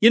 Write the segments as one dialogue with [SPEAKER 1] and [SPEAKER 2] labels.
[SPEAKER 1] You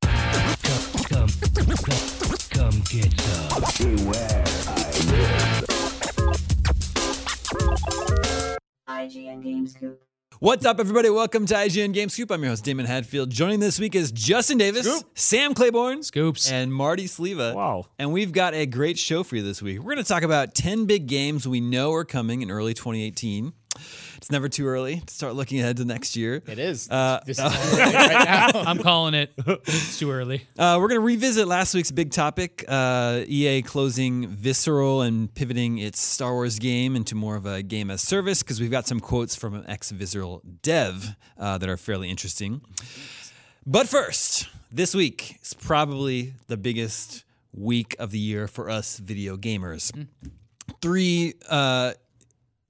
[SPEAKER 2] Come, come, come get some.
[SPEAKER 3] IGN Games Coop.
[SPEAKER 1] What's up, everybody? Welcome to IGN Game Scoop. I'm your host, Damon Hadfield. Joining this week is Justin Davis, Sam Claiborne,
[SPEAKER 2] Scoops.
[SPEAKER 1] and Marty Sleva.
[SPEAKER 4] Wow.
[SPEAKER 1] And we've got a great show for you this week. We're going to talk about 10 big games we know are coming in early 2018. It's never too early to start looking ahead to next year.
[SPEAKER 5] It is.
[SPEAKER 1] Uh,
[SPEAKER 5] this is right now.
[SPEAKER 6] I'm calling it. It's too early.
[SPEAKER 1] Uh, we're going to revisit last week's big topic uh, EA closing Visceral and pivoting its Star Wars game into more of a game as service because we've got some quotes from an ex Visceral dev uh, that are fairly interesting. But first, this week is probably the biggest week of the year for us video gamers.
[SPEAKER 5] Hmm.
[SPEAKER 1] Three uh,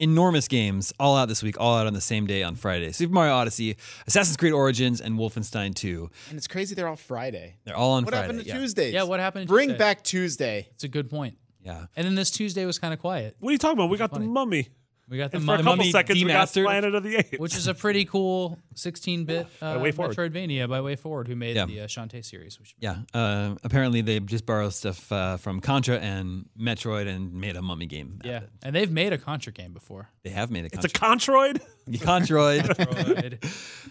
[SPEAKER 1] enormous games all out this week, all out on the same day on Friday Super Mario Odyssey, Assassin's Creed Origins, and Wolfenstein 2.
[SPEAKER 5] and it's crazy they're all Friday.
[SPEAKER 1] They're all on
[SPEAKER 5] What
[SPEAKER 1] Friday.
[SPEAKER 5] happened to
[SPEAKER 1] yeah.
[SPEAKER 5] Tuesdays?
[SPEAKER 6] Yeah, what happened to
[SPEAKER 5] Bring
[SPEAKER 6] Tuesday?
[SPEAKER 5] back Tuesday.
[SPEAKER 6] It's a good point.
[SPEAKER 1] Yeah.
[SPEAKER 6] And then this Tuesday was kind of quiet.
[SPEAKER 4] What are you talking about? We got
[SPEAKER 6] funny.
[SPEAKER 4] the mummy.
[SPEAKER 6] We got the
[SPEAKER 4] And for a
[SPEAKER 6] Mummy,
[SPEAKER 4] couple seconds, we got
[SPEAKER 1] demastered.
[SPEAKER 4] Planet of the Apes.
[SPEAKER 6] which is a pretty cool 16-bit uh,
[SPEAKER 4] Way Forward.
[SPEAKER 6] Metroidvania by Way Forward, who made
[SPEAKER 1] Yeah.
[SPEAKER 6] the uh, Shantae series. Which
[SPEAKER 1] Yeah. Uh, apparently, they just borrowed stuff uh, from Contra and Metroid and made a mummy game. out of
[SPEAKER 6] yeah,
[SPEAKER 1] it.
[SPEAKER 6] and they've made a Contra game before.
[SPEAKER 1] They have made a
[SPEAKER 4] it's a
[SPEAKER 1] Contra.
[SPEAKER 4] Controid.
[SPEAKER 1] Controid.
[SPEAKER 6] Right.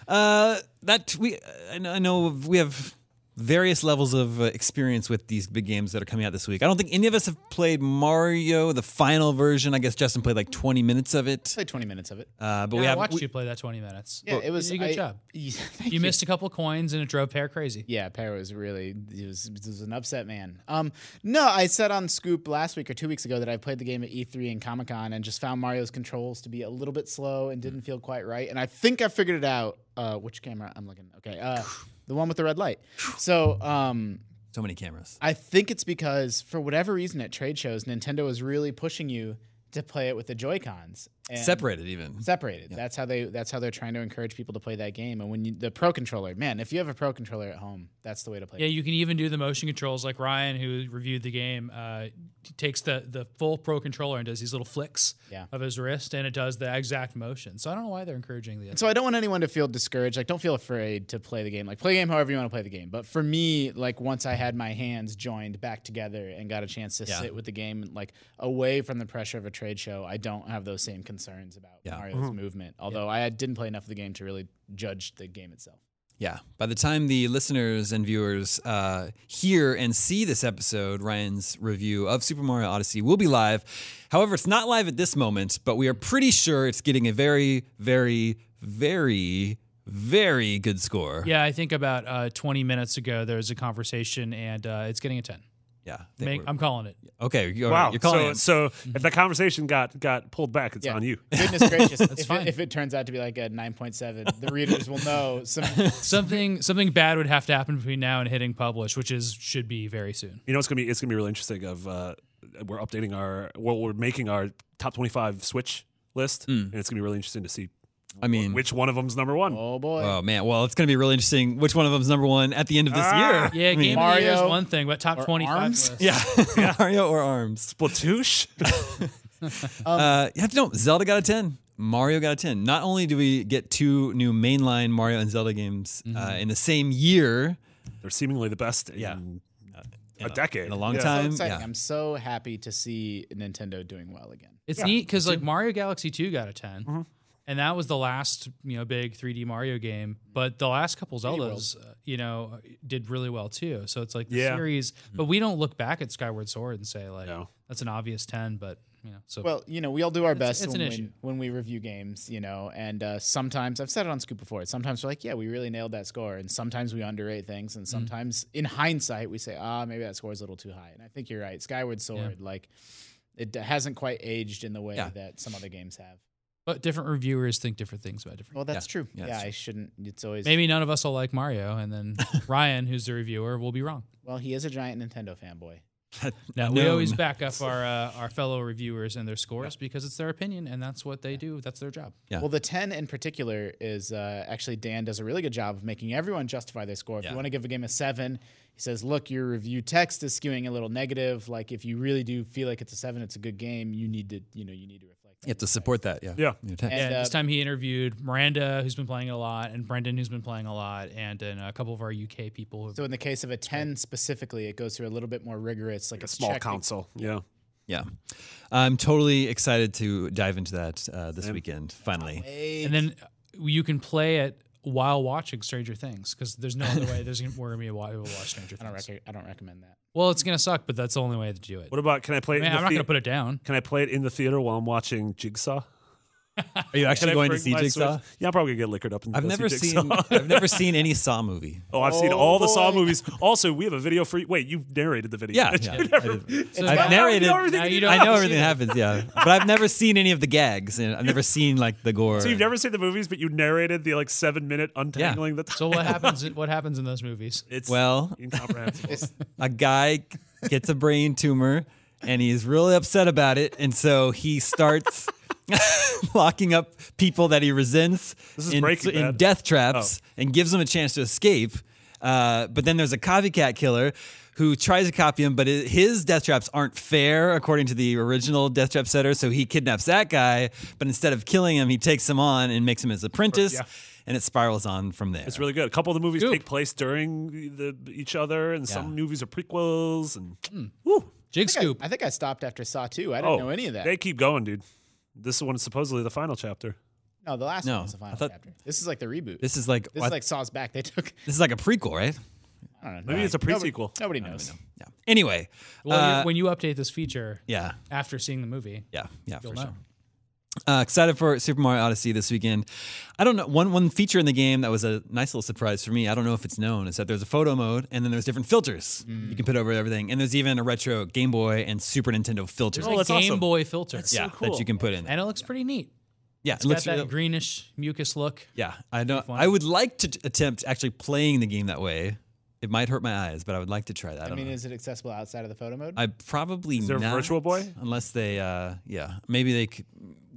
[SPEAKER 1] uh, that we, I know, I know we have various levels of uh, experience with these big games that are coming out this week. I don't think any of us have played Mario, the final version. I guess Justin played like 20 minutes of it.
[SPEAKER 5] Played 20 minutes of it.
[SPEAKER 1] Uh, but
[SPEAKER 6] yeah,
[SPEAKER 1] we
[SPEAKER 6] I
[SPEAKER 1] have
[SPEAKER 6] watched
[SPEAKER 1] we-
[SPEAKER 6] you play that 20 minutes.
[SPEAKER 5] Yeah, it was
[SPEAKER 6] You did a good
[SPEAKER 5] I-
[SPEAKER 6] job.
[SPEAKER 5] Yeah, thank
[SPEAKER 6] You missed a couple coins, and it drove Pear crazy.
[SPEAKER 5] Yeah, Perry was really he was, he was an upset man. Um, no, I said on Scoop last week or two weeks ago that I played the game at E3 and Comic Con and just found Mario's controls to be a little bit slow and
[SPEAKER 1] Mm.
[SPEAKER 5] didn't feel quite right. And I think I figured it out. Uh, which camera I'm looking? Okay, uh, the one with the red light. So, um,
[SPEAKER 1] so many cameras.
[SPEAKER 5] I think it's because for whatever reason at trade shows, Nintendo is really pushing you to play it with the Joy Cons
[SPEAKER 1] Separated even.
[SPEAKER 5] Separated. That's how they. That's how they're trying to encourage people to play that game. And when you, the Pro controller, man, if you have a Pro controller at home, that's the way to play.
[SPEAKER 6] Yeah,
[SPEAKER 5] it.
[SPEAKER 6] you can even do the motion controls like Ryan, who reviewed the game, uh, t- takes the, the full pro controller and does these little flicks
[SPEAKER 5] Yeah.
[SPEAKER 6] of his wrist, and it does the exact motion. So I don't know why they're encouraging the. Other.
[SPEAKER 5] So I don't want anyone to feel discouraged. Like, don't feel afraid to play the game. Like, play the game however you want to play the game. But for me, like, once I had my hands joined back together and got a chance to
[SPEAKER 1] Yeah.
[SPEAKER 5] sit with the game, like, away from the pressure of a trade show, I don't have those same concerns about
[SPEAKER 1] Yeah.
[SPEAKER 5] Mario's movement. Although I didn't play enough of the game to really judge the game itself.
[SPEAKER 1] Yeah. By the time the listeners and viewers uh, hear and see this episode, Ryan's review of Super Mario Odyssey will be live. However, it's not live at this moment, but we are pretty sure it's getting a very, very, very, very good score.
[SPEAKER 6] Yeah, I think about uh, 20 minutes ago there was a conversation, and uh, it's getting a 10.
[SPEAKER 1] Yeah, I think
[SPEAKER 6] Make,
[SPEAKER 1] we're-
[SPEAKER 6] I'm calling it.
[SPEAKER 1] okay, you're,
[SPEAKER 4] wow.
[SPEAKER 1] you're calling. it.
[SPEAKER 4] so, so if that conversation got got pulled back, it's
[SPEAKER 5] Yeah.
[SPEAKER 4] on you.
[SPEAKER 5] Goodness gracious! if,
[SPEAKER 1] fine.
[SPEAKER 5] it, if it turns out to be like a 9.7, the readers will know some.
[SPEAKER 6] Something something bad would have to happen between now and hitting publish, which is should be very soon.
[SPEAKER 4] You know, it's gonna be it's gonna be really interesting. Of uh, we're updating our well, we're making our top twenty five Switch list, and it's gonna be really interesting to see
[SPEAKER 1] I mean,
[SPEAKER 4] which one of them's number one.
[SPEAKER 5] Oh boy!
[SPEAKER 1] oh man, well, it's going to be really interesting. Which one of them's number one at the end of this
[SPEAKER 4] Ah.
[SPEAKER 1] year?
[SPEAKER 6] Yeah, game of the year is
[SPEAKER 5] Mario
[SPEAKER 6] one thing, but top
[SPEAKER 5] or
[SPEAKER 6] 25
[SPEAKER 5] Arms?
[SPEAKER 6] list.
[SPEAKER 1] Yeah, Mario or Arms.
[SPEAKER 4] Splatoosh.
[SPEAKER 1] uh, you have to know Zelda got a 10. Mario got a 10. Not only do we get two new mainline Mario and Zelda games uh, in the same year,
[SPEAKER 4] They're seemingly the best.
[SPEAKER 1] Yeah.
[SPEAKER 4] In,
[SPEAKER 1] in
[SPEAKER 4] a decade.
[SPEAKER 1] in a long
[SPEAKER 4] Yeah.
[SPEAKER 5] so
[SPEAKER 1] time.
[SPEAKER 5] exciting.
[SPEAKER 1] yeah.
[SPEAKER 5] I'm so happy to see Nintendo doing well again.
[SPEAKER 6] It's neat because like Mario Galaxy 2 got a 10.
[SPEAKER 5] Mm-hmm.
[SPEAKER 6] And that was the last, you know, big 3D Mario game. But the last couple Zeldas, uh, you know, did really well too. So it's like the
[SPEAKER 4] Yeah. Mm.
[SPEAKER 6] series. But we don't look back at Skyward Sword and say like
[SPEAKER 4] No.
[SPEAKER 6] that's an obvious 10. But you know, so
[SPEAKER 5] Well, you know, we all do our best
[SPEAKER 6] it's an
[SPEAKER 5] when,
[SPEAKER 6] issue.
[SPEAKER 5] when we review games, you know, and uh, sometimes I've said it on Scoop before. Sometimes we're like, yeah, we really nailed that score, and sometimes we underrate things,
[SPEAKER 6] Mm.
[SPEAKER 5] and sometimes in hindsight we say, ah, maybe that score's a little too high. And I think you're right. Skyward Sword, like, it d- hasn't quite aged in the way
[SPEAKER 1] Yeah.
[SPEAKER 5] that some other games have.
[SPEAKER 6] but different reviewers think different things about different.
[SPEAKER 5] Well, that's true.
[SPEAKER 1] Yeah,
[SPEAKER 5] Yeah,
[SPEAKER 1] that's
[SPEAKER 5] I shouldn't. It's always
[SPEAKER 6] Maybe none of us will like Mario, and then Ryan, who's the reviewer, will be wrong.
[SPEAKER 5] Well, he is a giant Nintendo fanboy.
[SPEAKER 6] No, we always
[SPEAKER 1] known.
[SPEAKER 6] back up our uh, our fellow reviewers and their scores because it's their opinion, and that's what they do. That's their job.
[SPEAKER 1] Yeah.
[SPEAKER 5] Well, the 10 in particular is uh, actually Dan does a really good job of making everyone justify their score. If
[SPEAKER 1] Yeah.
[SPEAKER 5] you want to give a game a seven, he says, look, your review text is skewing a little negative. Like, if you really do feel like it's a seven, it's a good game, you need to, you know, you need to reflect.
[SPEAKER 1] You have to support that. Yeah.
[SPEAKER 4] Yeah.
[SPEAKER 1] Your text.
[SPEAKER 5] And,
[SPEAKER 6] Yeah, this
[SPEAKER 5] uh,
[SPEAKER 6] time he interviewed Miranda, who's been playing a lot, and Brendan, who's been playing a lot, and then a couple of our UK people. Who,
[SPEAKER 5] So, in the case of a 10 specifically, it goes through a little bit more rigorous, like,
[SPEAKER 4] a
[SPEAKER 5] it's
[SPEAKER 4] small
[SPEAKER 5] checking-
[SPEAKER 4] console. Yeah.
[SPEAKER 1] Yeah. I'm totally excited to dive into that uh, this weekend, finally.
[SPEAKER 6] and then you can play it while watching Stranger Things because there's no other way. There's gonna- we're gonna be a while we'll watch Stranger
[SPEAKER 5] I don't,
[SPEAKER 6] Things.
[SPEAKER 5] rec- I don't recommend that.
[SPEAKER 6] Well, it's gonna suck, but that's the only way to do it.
[SPEAKER 4] What about can I play?
[SPEAKER 6] I
[SPEAKER 4] it
[SPEAKER 6] mean,
[SPEAKER 4] in the
[SPEAKER 6] I'm not
[SPEAKER 4] thea-
[SPEAKER 6] gonna put it down.
[SPEAKER 4] Can I play it in the theater while I'm watching Jigsaw?
[SPEAKER 1] Are you
[SPEAKER 4] Can
[SPEAKER 1] actually
[SPEAKER 4] I
[SPEAKER 1] going to
[SPEAKER 4] bring
[SPEAKER 1] see
[SPEAKER 4] my
[SPEAKER 1] Jigsaw?
[SPEAKER 4] Switch? Yeah, I'm probably gonna get liquored up. And
[SPEAKER 1] I've
[SPEAKER 4] go see
[SPEAKER 1] never
[SPEAKER 4] Jigsaw.
[SPEAKER 1] seen I've never seen any Saw movie.
[SPEAKER 4] Oh, I've seen
[SPEAKER 5] Oh,
[SPEAKER 4] all the Saw
[SPEAKER 5] boy.
[SPEAKER 4] movies. Also, we have a video for you. Wait, you narrated the video.
[SPEAKER 1] Yeah.
[SPEAKER 4] Did
[SPEAKER 1] yeah.
[SPEAKER 4] you never-
[SPEAKER 6] So
[SPEAKER 1] I've
[SPEAKER 6] now-
[SPEAKER 1] narrated.
[SPEAKER 4] now everything
[SPEAKER 6] now
[SPEAKER 4] you
[SPEAKER 6] you
[SPEAKER 4] do.
[SPEAKER 6] don't
[SPEAKER 1] I know
[SPEAKER 6] have to
[SPEAKER 1] everything
[SPEAKER 6] see that.
[SPEAKER 1] happens, yeah, but I've never seen any of the gags, and I've never seen like the gore.
[SPEAKER 4] So you've never seen the movies, but you narrated the like seven minute untangling the.
[SPEAKER 6] So what happens? what happens in those movies?
[SPEAKER 4] it's
[SPEAKER 1] Well,
[SPEAKER 4] incomprehensible.
[SPEAKER 1] a guy gets a brain tumor and he's really upset about it and so he starts locking up people that he resents
[SPEAKER 4] is
[SPEAKER 1] in,
[SPEAKER 4] Breaking
[SPEAKER 1] in
[SPEAKER 4] Bad. Oh.
[SPEAKER 1] death traps and gives them a chance to escape uh, but then there's a copycat killer who tries to copy him but i- his death traps aren't fair according to the original death trap setter so he kidnaps that guy but instead of killing him he takes him on and makes him his apprentice
[SPEAKER 4] Yeah.
[SPEAKER 1] and it spirals on from there
[SPEAKER 4] It's really good. A couple of the movies
[SPEAKER 6] Scoop.
[SPEAKER 4] take place during the, each other, and some movies are prequels. And
[SPEAKER 6] Jig
[SPEAKER 5] I think
[SPEAKER 6] scoop.
[SPEAKER 5] I, I think I stopped after Saw 2. I didn't
[SPEAKER 4] oh,
[SPEAKER 5] know any of that.
[SPEAKER 4] They keep going, dude. This one is supposedly the final chapter.
[SPEAKER 5] no, the last
[SPEAKER 1] No,
[SPEAKER 5] one was the
[SPEAKER 1] I
[SPEAKER 5] final
[SPEAKER 1] thought-
[SPEAKER 5] chapter. This is like the reboot. This,
[SPEAKER 1] this is like
[SPEAKER 5] is like Saw's back. They took,
[SPEAKER 1] this is like a prequel right
[SPEAKER 5] I don't know.
[SPEAKER 4] Maybe it's a
[SPEAKER 5] Nobody-
[SPEAKER 4] prequel.
[SPEAKER 5] Nobody, knows.
[SPEAKER 1] yeah anyway
[SPEAKER 6] Well, you-
[SPEAKER 1] uh,
[SPEAKER 6] when you update this feature
[SPEAKER 1] yeah
[SPEAKER 6] after seeing the movie,
[SPEAKER 1] Yeah, yeah, for
[SPEAKER 6] you'll know.
[SPEAKER 1] sure. Uh, excited for Super Mario Odyssey this weekend. I don't know one one feature in the game that was a nice little surprise for me. I don't know if it's known is that there's a photo mode and then there's different filters you
[SPEAKER 6] Mm.
[SPEAKER 1] can put over everything, and there's even a retro Game Boy and Super Nintendo filter.
[SPEAKER 6] There's
[SPEAKER 4] Oh,
[SPEAKER 6] a
[SPEAKER 4] that's
[SPEAKER 6] Game
[SPEAKER 4] awesome.
[SPEAKER 6] Boy filter.
[SPEAKER 1] yeah, that you can put in. There.
[SPEAKER 6] and it looks pretty neat.
[SPEAKER 1] Yeah,
[SPEAKER 6] It's
[SPEAKER 1] it looks
[SPEAKER 6] got that
[SPEAKER 1] real-
[SPEAKER 6] greenish mucus look.
[SPEAKER 1] yeah. I don't. I would like to t- attempt actually playing the game that way. It might hurt my eyes, but I would like to try that. I,
[SPEAKER 5] I
[SPEAKER 1] don't
[SPEAKER 5] mean,
[SPEAKER 4] Uh-huh.
[SPEAKER 1] know.
[SPEAKER 5] is it accessible outside of the photo mode?
[SPEAKER 1] I probably
[SPEAKER 4] there a
[SPEAKER 1] not,
[SPEAKER 4] Virtual Boy?
[SPEAKER 1] unless they, uh, yeah, maybe they c-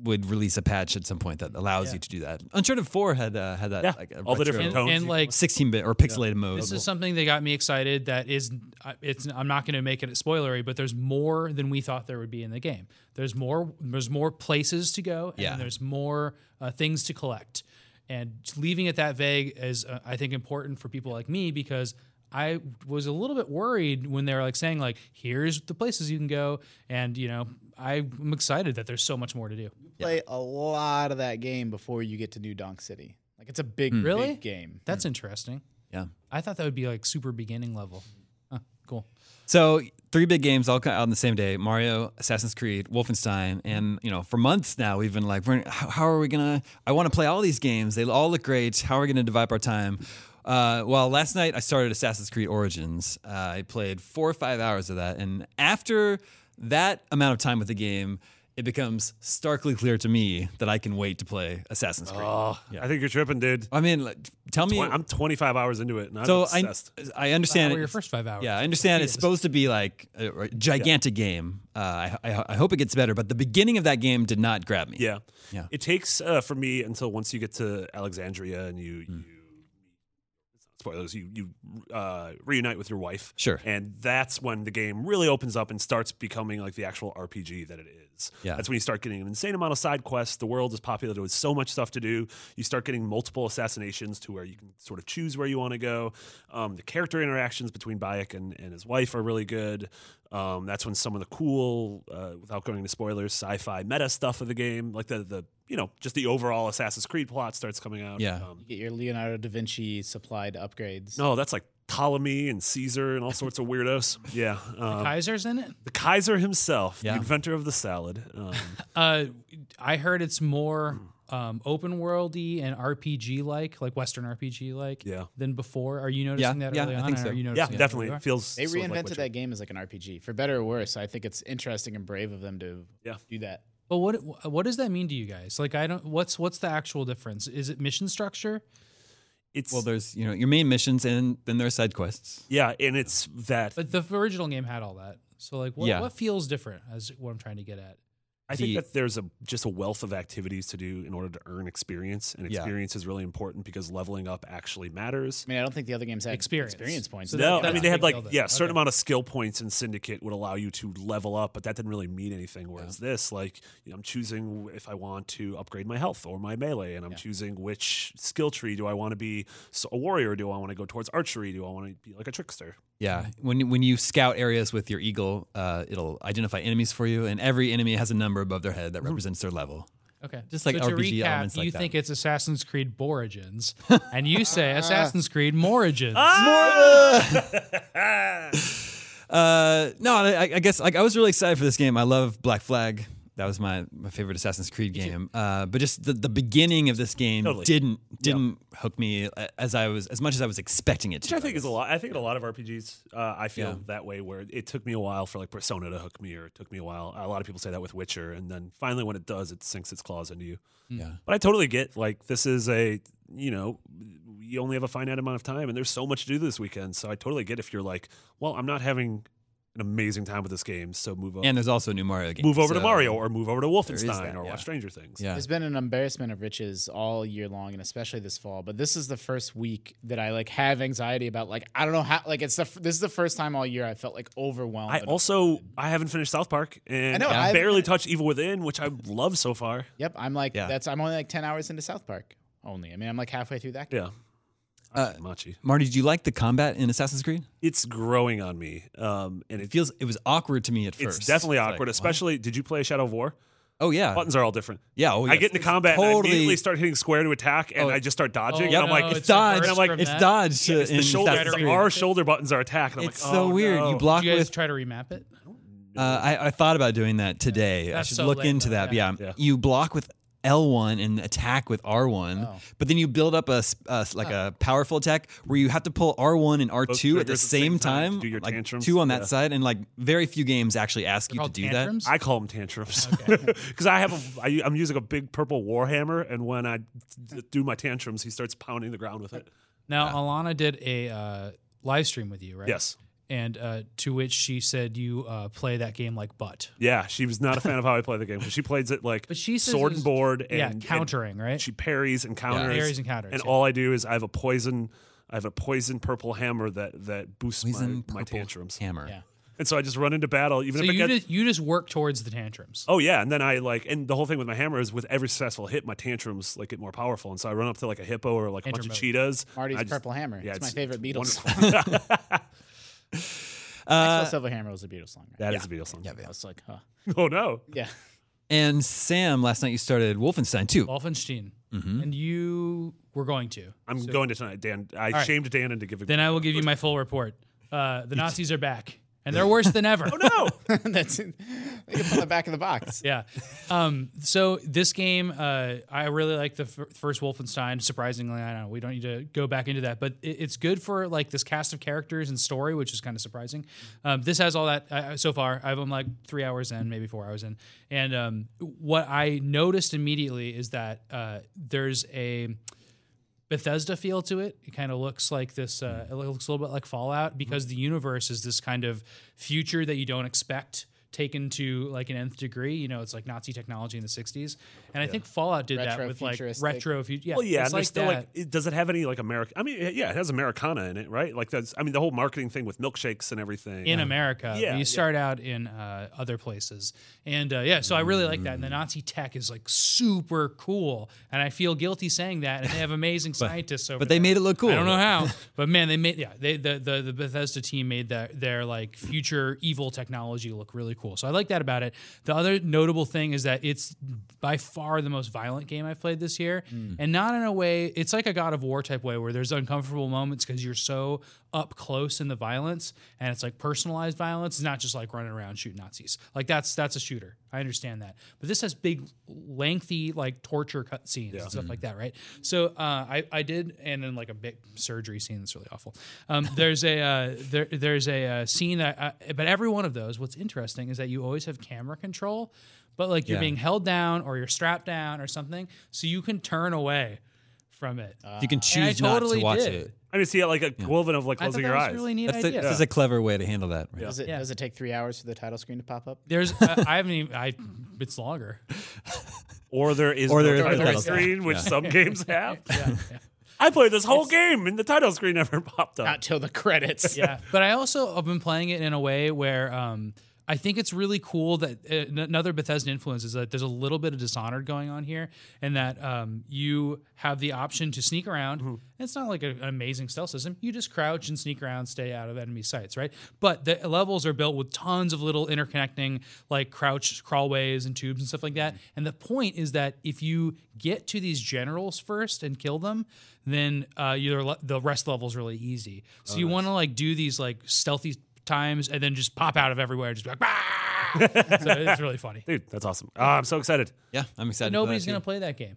[SPEAKER 1] would release a patch at some point that allows you to do that. Uncharted Four had uh, had that,
[SPEAKER 4] Yeah,
[SPEAKER 1] like, a
[SPEAKER 4] all the
[SPEAKER 1] retro-
[SPEAKER 4] different
[SPEAKER 6] And,
[SPEAKER 4] tones.
[SPEAKER 6] and
[SPEAKER 4] you-
[SPEAKER 6] like
[SPEAKER 1] 16 bit or pixelated mode.
[SPEAKER 6] this is something that got me excited. That is, I- it's. I'm not going to make it spoilery, but there's more than we thought there would be in the game. There's more. There's more places to go, and
[SPEAKER 1] Yeah.
[SPEAKER 6] there's more uh, things to collect. And leaving it that vague is, uh, I think, important for people like me because I was a little bit worried when they were like saying like, "Here's the places you can go," and you know, I'm excited that there's so much more to do.
[SPEAKER 5] play a lot of that game before you get to New Donk City. Like it's a big,
[SPEAKER 4] Hmm.
[SPEAKER 6] Really?
[SPEAKER 5] big game.
[SPEAKER 6] That's interesting.
[SPEAKER 1] yeah.
[SPEAKER 6] I thought that would be like super beginning level. Huh, cool.
[SPEAKER 1] So three big games all co- out on the same day: Mario, Assassin's Creed, Wolfenstein, and you know, for months now we've been like, we're, how how are we gonna? I want to play all these games. They all look great. How are we gonna divide our time? Uh, well, last night I started Assassin's Creed Origins. Uh, I played four or five hours of that, and after that amount of time with the game, it becomes starkly clear to me that I can wait to play Assassin's Creed.
[SPEAKER 4] Oh, I think you're tripping, dude.
[SPEAKER 1] I mean, like, tell me.
[SPEAKER 4] Twen- I'm 25 hours into it, and I'm
[SPEAKER 1] so I,
[SPEAKER 4] obsessed.
[SPEAKER 1] I understand.
[SPEAKER 6] Or your
[SPEAKER 1] it's-
[SPEAKER 6] first five
[SPEAKER 4] Oh,
[SPEAKER 6] hours.
[SPEAKER 1] yeah, I understand it's supposed to be like a a gigantic game. Uh, I, I, I hope it gets better, but the beginning of that game did not grab me.
[SPEAKER 4] yeah.
[SPEAKER 1] Yeah.
[SPEAKER 4] It takes uh, for me until once you get to Alexandria and you
[SPEAKER 1] Hmm.
[SPEAKER 4] you spoilers you you uh, reunite with your wife.
[SPEAKER 1] Sure.
[SPEAKER 4] And that's when the game really opens up and starts becoming like the actual RPG that it is.
[SPEAKER 1] Yeah.
[SPEAKER 4] That's when you start getting an insane amount of side quests. The world is populated with so much stuff to do. You start getting multiple assassinations to where you can sort of choose where you want to go. Um, the character interactions between Bayek and, and his wife are really good. Um, that's when some of the cool, uh, without going into spoilers, sci-fi meta stuff of the game, like the the you know just the overall Assassin's Creed plot starts coming out.
[SPEAKER 1] Yeah.
[SPEAKER 4] Um,
[SPEAKER 5] Get your Leonardo da Vinci supplied upgrades.
[SPEAKER 4] no, that's like Ptolemy and Caesar and all sorts of weirdos. Yeah. Um,
[SPEAKER 6] Kaiser's in it.
[SPEAKER 4] the Kaiser himself,
[SPEAKER 1] Yeah.
[SPEAKER 4] the inventor of the salad. Um,
[SPEAKER 6] Uh, I heard it's more um, open worldy and RPG like, like Western RPG like,
[SPEAKER 4] Yeah.
[SPEAKER 6] than before. Are you noticing
[SPEAKER 1] Yeah,
[SPEAKER 6] that
[SPEAKER 1] yeah,
[SPEAKER 6] early
[SPEAKER 1] I
[SPEAKER 6] on?
[SPEAKER 1] think
[SPEAKER 6] or
[SPEAKER 1] so.
[SPEAKER 6] Are you
[SPEAKER 4] yeah,
[SPEAKER 6] noticing that
[SPEAKER 4] definitely.
[SPEAKER 6] earlier?
[SPEAKER 4] It feels
[SPEAKER 5] They
[SPEAKER 4] sort of like
[SPEAKER 5] reinvented
[SPEAKER 4] Witcher.
[SPEAKER 5] that game as like an RPG, for better or worse. I think it's interesting and brave of them to
[SPEAKER 4] Yeah.
[SPEAKER 5] do that.
[SPEAKER 6] But what what does that mean to you guys? Like, I don't. What's what's the actual difference? Is it mission structure?
[SPEAKER 4] It's
[SPEAKER 1] Well, there's you know your main missions and then there are side quests.
[SPEAKER 4] yeah, and it's that.
[SPEAKER 6] But the original game had all that. So like, what
[SPEAKER 1] Yeah.
[SPEAKER 6] what feels different? Is what I'm trying to get at.
[SPEAKER 4] I think
[SPEAKER 1] the-
[SPEAKER 4] that there's a just a wealth of activities to do in order to earn experience, and
[SPEAKER 1] Yeah.
[SPEAKER 4] experience is really important because leveling up actually matters.
[SPEAKER 5] I mean, I don't think the other games had
[SPEAKER 6] Experience.
[SPEAKER 5] experience points.
[SPEAKER 6] So
[SPEAKER 4] no,
[SPEAKER 6] that-
[SPEAKER 4] I mean
[SPEAKER 6] that's
[SPEAKER 4] they
[SPEAKER 6] a
[SPEAKER 4] had
[SPEAKER 6] big
[SPEAKER 4] like
[SPEAKER 6] deal then.
[SPEAKER 4] yeah, a
[SPEAKER 6] Okay.
[SPEAKER 4] certain amount of skill points in Syndicate would allow you to level up, but that didn't really mean anything. Whereas this, like, you know, I'm choosing if I want to upgrade my health or my melee, and I'm choosing which skill tree do I want to be so a warrior? Do I want to go towards archery? Do I want to be like a trickster?
[SPEAKER 1] Yeah, when when you scout areas with your eagle, uh, it'll identify enemies for you, and every enemy has a number above their head that
[SPEAKER 4] Mm-hmm.
[SPEAKER 1] represents their level.
[SPEAKER 6] Okay.
[SPEAKER 1] Just like
[SPEAKER 6] so to
[SPEAKER 1] RPG
[SPEAKER 6] recap,
[SPEAKER 1] elements like
[SPEAKER 6] you
[SPEAKER 1] that.
[SPEAKER 6] think it's Assassin's Creed Origins, and you say Assassin's Creed Morigins.
[SPEAKER 1] Ah! Uh, no, I, I guess like I was really excited for this game. I love Black Flag. That was my, my favorite Assassin's Creed game. Uh, but just the, the beginning of this game
[SPEAKER 4] Totally.
[SPEAKER 1] didn't didn't hook me a- as I was as much as I was expecting it to.
[SPEAKER 4] Which I think is a lot. I think in a lot of RPGs, uh, I feel
[SPEAKER 1] Yeah.
[SPEAKER 4] that way. Where it took me a while for like Persona to hook me, or it took me a while. A lot of people say that with Witcher, and then finally when it does, it sinks its claws into you.
[SPEAKER 1] Yeah.
[SPEAKER 4] But I totally get like this is a you know you only have a finite amount of time, and there's so much to do this weekend. So I totally get if you're like, well, I'm not having an amazing time with this game, so move over,
[SPEAKER 1] And there's also a new Mario game.
[SPEAKER 4] move over to
[SPEAKER 1] so-
[SPEAKER 4] Mario, or move over to
[SPEAKER 1] is
[SPEAKER 4] Wolfenstein,
[SPEAKER 1] that,
[SPEAKER 4] or
[SPEAKER 1] yeah.
[SPEAKER 4] watch Stranger Things.
[SPEAKER 1] Yeah.
[SPEAKER 5] There's been an embarrassment of riches all year long, and especially this fall. But this is the first week that I like have anxiety about. Like I don't know how. Like it's the f- this is the first time all year I felt like overwhelmed.
[SPEAKER 4] I
[SPEAKER 5] and
[SPEAKER 4] also I haven't finished South Park, and
[SPEAKER 5] I know, I
[SPEAKER 4] I
[SPEAKER 5] haven't
[SPEAKER 4] barely
[SPEAKER 5] finished-
[SPEAKER 4] touched Evil Within, which I love so far.
[SPEAKER 5] Yep, I'm like
[SPEAKER 1] Yeah.
[SPEAKER 5] that's I'm only like ten hours into South Park. Only I mean I'm like halfway through that. game.
[SPEAKER 4] Yeah.
[SPEAKER 1] Uh,
[SPEAKER 4] Ah, Machi.
[SPEAKER 1] Marty, did you like the combat in Assassin's Creed?
[SPEAKER 4] It's growing on me, um, and
[SPEAKER 1] It
[SPEAKER 4] it,
[SPEAKER 1] feels it was awkward to me at
[SPEAKER 4] it's
[SPEAKER 1] first.
[SPEAKER 4] definitely
[SPEAKER 1] like,
[SPEAKER 4] awkward.
[SPEAKER 1] what?
[SPEAKER 4] especially, did you play Shadow of War?
[SPEAKER 1] Oh yeah.
[SPEAKER 4] Buttons are all different.
[SPEAKER 1] Yeah. Oh,
[SPEAKER 4] I
[SPEAKER 1] yeah.
[SPEAKER 4] get into combat and I
[SPEAKER 1] Totally-
[SPEAKER 4] immediately start hitting square to attack, and
[SPEAKER 1] Oh.
[SPEAKER 4] I just start dodging.
[SPEAKER 6] Oh,
[SPEAKER 4] and I'm like,
[SPEAKER 6] no,
[SPEAKER 4] it's,
[SPEAKER 1] it's
[SPEAKER 6] it's diverse
[SPEAKER 1] dodge.
[SPEAKER 4] And I'm like,
[SPEAKER 6] from
[SPEAKER 1] It's
[SPEAKER 6] that.
[SPEAKER 1] dodge.
[SPEAKER 4] it's
[SPEAKER 1] in
[SPEAKER 4] the shoulder.
[SPEAKER 1] Assassin's
[SPEAKER 4] It's
[SPEAKER 1] Creed.
[SPEAKER 4] our shoulder buttons are attack, and I'm
[SPEAKER 1] It's
[SPEAKER 4] like,
[SPEAKER 1] so
[SPEAKER 4] oh,
[SPEAKER 1] weird.
[SPEAKER 4] no.
[SPEAKER 1] You block
[SPEAKER 6] Did you guys
[SPEAKER 1] with
[SPEAKER 6] try to remap it?
[SPEAKER 1] Uh, I, I thought about doing that today. I
[SPEAKER 6] That's
[SPEAKER 1] should
[SPEAKER 6] so
[SPEAKER 1] look
[SPEAKER 6] lame,
[SPEAKER 1] into
[SPEAKER 6] though.
[SPEAKER 1] that. but
[SPEAKER 6] Yeah.
[SPEAKER 1] Yeah.
[SPEAKER 4] Yeah.
[SPEAKER 1] you block with L1 and attack with R1,
[SPEAKER 5] Oh.
[SPEAKER 1] but then you build up a, s- a s- like a powerful attack where you have to pull R1 and R2 at
[SPEAKER 4] triggers
[SPEAKER 1] the same time.
[SPEAKER 4] to do your
[SPEAKER 1] like
[SPEAKER 4] tantrums.
[SPEAKER 1] two on that
[SPEAKER 4] Yeah.
[SPEAKER 1] side, and like very few games actually ask you to
[SPEAKER 6] Called
[SPEAKER 1] do
[SPEAKER 6] tantrums?
[SPEAKER 4] I call them tantrums because I have a, I, I'm using a big purple warhammer, and when I d- do my tantrums, he starts pounding the ground with it.
[SPEAKER 6] Now, Alana did a uh, live stream with you, right?
[SPEAKER 4] Yes,
[SPEAKER 6] And uh, to which she said you uh, play that game like butt.
[SPEAKER 4] yeah, she was not a fan of how I play the game. but She plays it like
[SPEAKER 6] But she says
[SPEAKER 4] sword
[SPEAKER 6] it was-
[SPEAKER 4] and board, and
[SPEAKER 6] yeah,
[SPEAKER 4] and
[SPEAKER 6] countering, right?
[SPEAKER 4] She parries and counters.
[SPEAKER 6] Parries and counters,
[SPEAKER 4] And
[SPEAKER 6] yeah.
[SPEAKER 4] all I do is I have a poison. I have a poison purple hammer that that boosts
[SPEAKER 1] that. Poison
[SPEAKER 4] my, my
[SPEAKER 1] purple
[SPEAKER 4] tantrums.
[SPEAKER 1] hammer.
[SPEAKER 5] Yeah.
[SPEAKER 4] And so I just run into battle, even
[SPEAKER 6] So
[SPEAKER 4] if it
[SPEAKER 6] you
[SPEAKER 4] gets.
[SPEAKER 6] just, you just work towards the tantrums.
[SPEAKER 4] Oh yeah, and then I like, and the whole thing with my hammer is with every successful hit, my tantrums like get more powerful, and so I run up to like a hippo or like a bunch
[SPEAKER 6] Tantrum
[SPEAKER 4] of
[SPEAKER 6] mode.
[SPEAKER 4] cheetahs.
[SPEAKER 5] Marty's
[SPEAKER 4] I just-
[SPEAKER 5] Purple Hammer.
[SPEAKER 4] Yeah,
[SPEAKER 5] it's, my
[SPEAKER 4] it's-
[SPEAKER 5] favorite
[SPEAKER 4] it's
[SPEAKER 5] Beatles.
[SPEAKER 4] wonderful.
[SPEAKER 5] song. Axel Silver Hammer was a Beatles song. Right?
[SPEAKER 4] That is a video song.
[SPEAKER 5] I was like, huh.
[SPEAKER 4] Oh no,
[SPEAKER 5] Yeah.
[SPEAKER 1] And Sam, last night you started Wolfenstein too.
[SPEAKER 6] Oh, Wolfenstein. And you were going to.
[SPEAKER 4] I'm going to tonight, Dan. I shamed Dan into giving.
[SPEAKER 6] Then I will give you my full report. Uh, the Nazis are back. and they're worse than ever.
[SPEAKER 4] Oh, No.
[SPEAKER 5] That's it. They can put it on the back of the box.
[SPEAKER 6] Yeah. Um, so this game, uh, I really like the f- first Wolfenstein. Surprisingly, I know we don't need to go back into that, but it, it's good for like this cast of characters and story, which is kind of surprising. Um, this has all that uh, so far. I've- I'm like three hours in, maybe four hours in, and um, what I noticed immediately is that uh, there's a Bethesda feel to it. It kind of looks like this. Uh, it looks a little bit like
[SPEAKER 4] Mm-hmm.
[SPEAKER 6] Fallout because the universe is this kind of future that you don't expect taken to like an nth degree. You know, it's like Nazi technology in the '60s, and I think Fallout did that with like
[SPEAKER 5] Retro-futuristic.
[SPEAKER 6] retro future. Yeah,
[SPEAKER 4] Well, yeah,
[SPEAKER 6] it's
[SPEAKER 4] and like,
[SPEAKER 6] like
[SPEAKER 4] still,
[SPEAKER 6] that.
[SPEAKER 4] like, it- does it have any like America? I mean, yeah, it has Americana in it, right? Like that's, I mean, the whole marketing thing with milkshakes and everything.
[SPEAKER 6] in America.
[SPEAKER 4] Yeah,
[SPEAKER 6] Yeah,
[SPEAKER 4] yeah.
[SPEAKER 6] you start out in uh, other places, and uh, yeah, so I really like
[SPEAKER 4] Mm.
[SPEAKER 6] that. And the Nazi tech is like super cool, and I feel guilty saying that. And they have amazing scientists over.
[SPEAKER 1] but they
[SPEAKER 6] there.
[SPEAKER 1] made it look cool.
[SPEAKER 6] I don't know how, but man, they made yeah, they the the, the Bethesda team made that their like future evil technology look really cool. So I like that about it. The other notable thing is that it's by far the most violent game I've played this year, and not in a way it's like a God of War type way where there's uncomfortable moments because you're so up close in the violence and it's like personalized violence. It's not just like running around shooting Nazis. Like that's that's a shooter. I understand that, but this has big, lengthy like torture cut scenes and
[SPEAKER 4] Mm-hmm.
[SPEAKER 6] stuff like that, right? So uh, I I did, and then like a big surgery scene that's really awful. Um, there's a uh, there there's a uh, scene that, I, but every one of those. What's interesting is that you always have camera control, but like you're
[SPEAKER 1] Yeah.
[SPEAKER 6] being held down or you're strapped down or something, so you can turn away from it.
[SPEAKER 4] Uh,
[SPEAKER 1] You can
[SPEAKER 6] Uh, and I
[SPEAKER 1] choose
[SPEAKER 6] totally
[SPEAKER 1] not to watch
[SPEAKER 6] did.
[SPEAKER 1] it.
[SPEAKER 4] I mean, see, like a equivalent of like
[SPEAKER 6] I thought
[SPEAKER 4] closing
[SPEAKER 6] that
[SPEAKER 4] your
[SPEAKER 6] was
[SPEAKER 4] eyes.
[SPEAKER 6] a really neat
[SPEAKER 1] That's the,
[SPEAKER 6] idea.
[SPEAKER 1] this is a clever way to handle that.
[SPEAKER 5] Does it,
[SPEAKER 6] Yeah.
[SPEAKER 5] does it take three hours for the title screen to pop up?
[SPEAKER 6] There's uh, I haven't even I it's longer.
[SPEAKER 4] or there is
[SPEAKER 1] Or
[SPEAKER 4] no
[SPEAKER 1] there is no
[SPEAKER 4] title
[SPEAKER 1] title
[SPEAKER 4] screen, which some games have. I played this whole game and the title screen never popped up.
[SPEAKER 5] Not till the credits.
[SPEAKER 6] yeah. But I also have been playing it in a way where um, I think it's really cool that uh, n- another Bethesda influence is that there's a little bit of Dishonored going on here, and that um, you have the option to sneak around. And it's not like a- an amazing stealth system. You just crouch and sneak around, stay out of enemy sights, right? But the levels are built with tons of little interconnecting like crouch crawlways and tubes and stuff like that. And the point is that if you get to these generals first and kill them, then uh, your le- the rest level is really easy. So you want to like do these like stealthy times and then just pop out of everywhere, just be like, "Bah!" so it's really funny.
[SPEAKER 4] Dude, that's awesome. Ah, I'm so excited.
[SPEAKER 1] Yeah, I'm excited. for that
[SPEAKER 6] Nobody's
[SPEAKER 1] too.
[SPEAKER 6] gonna play that game.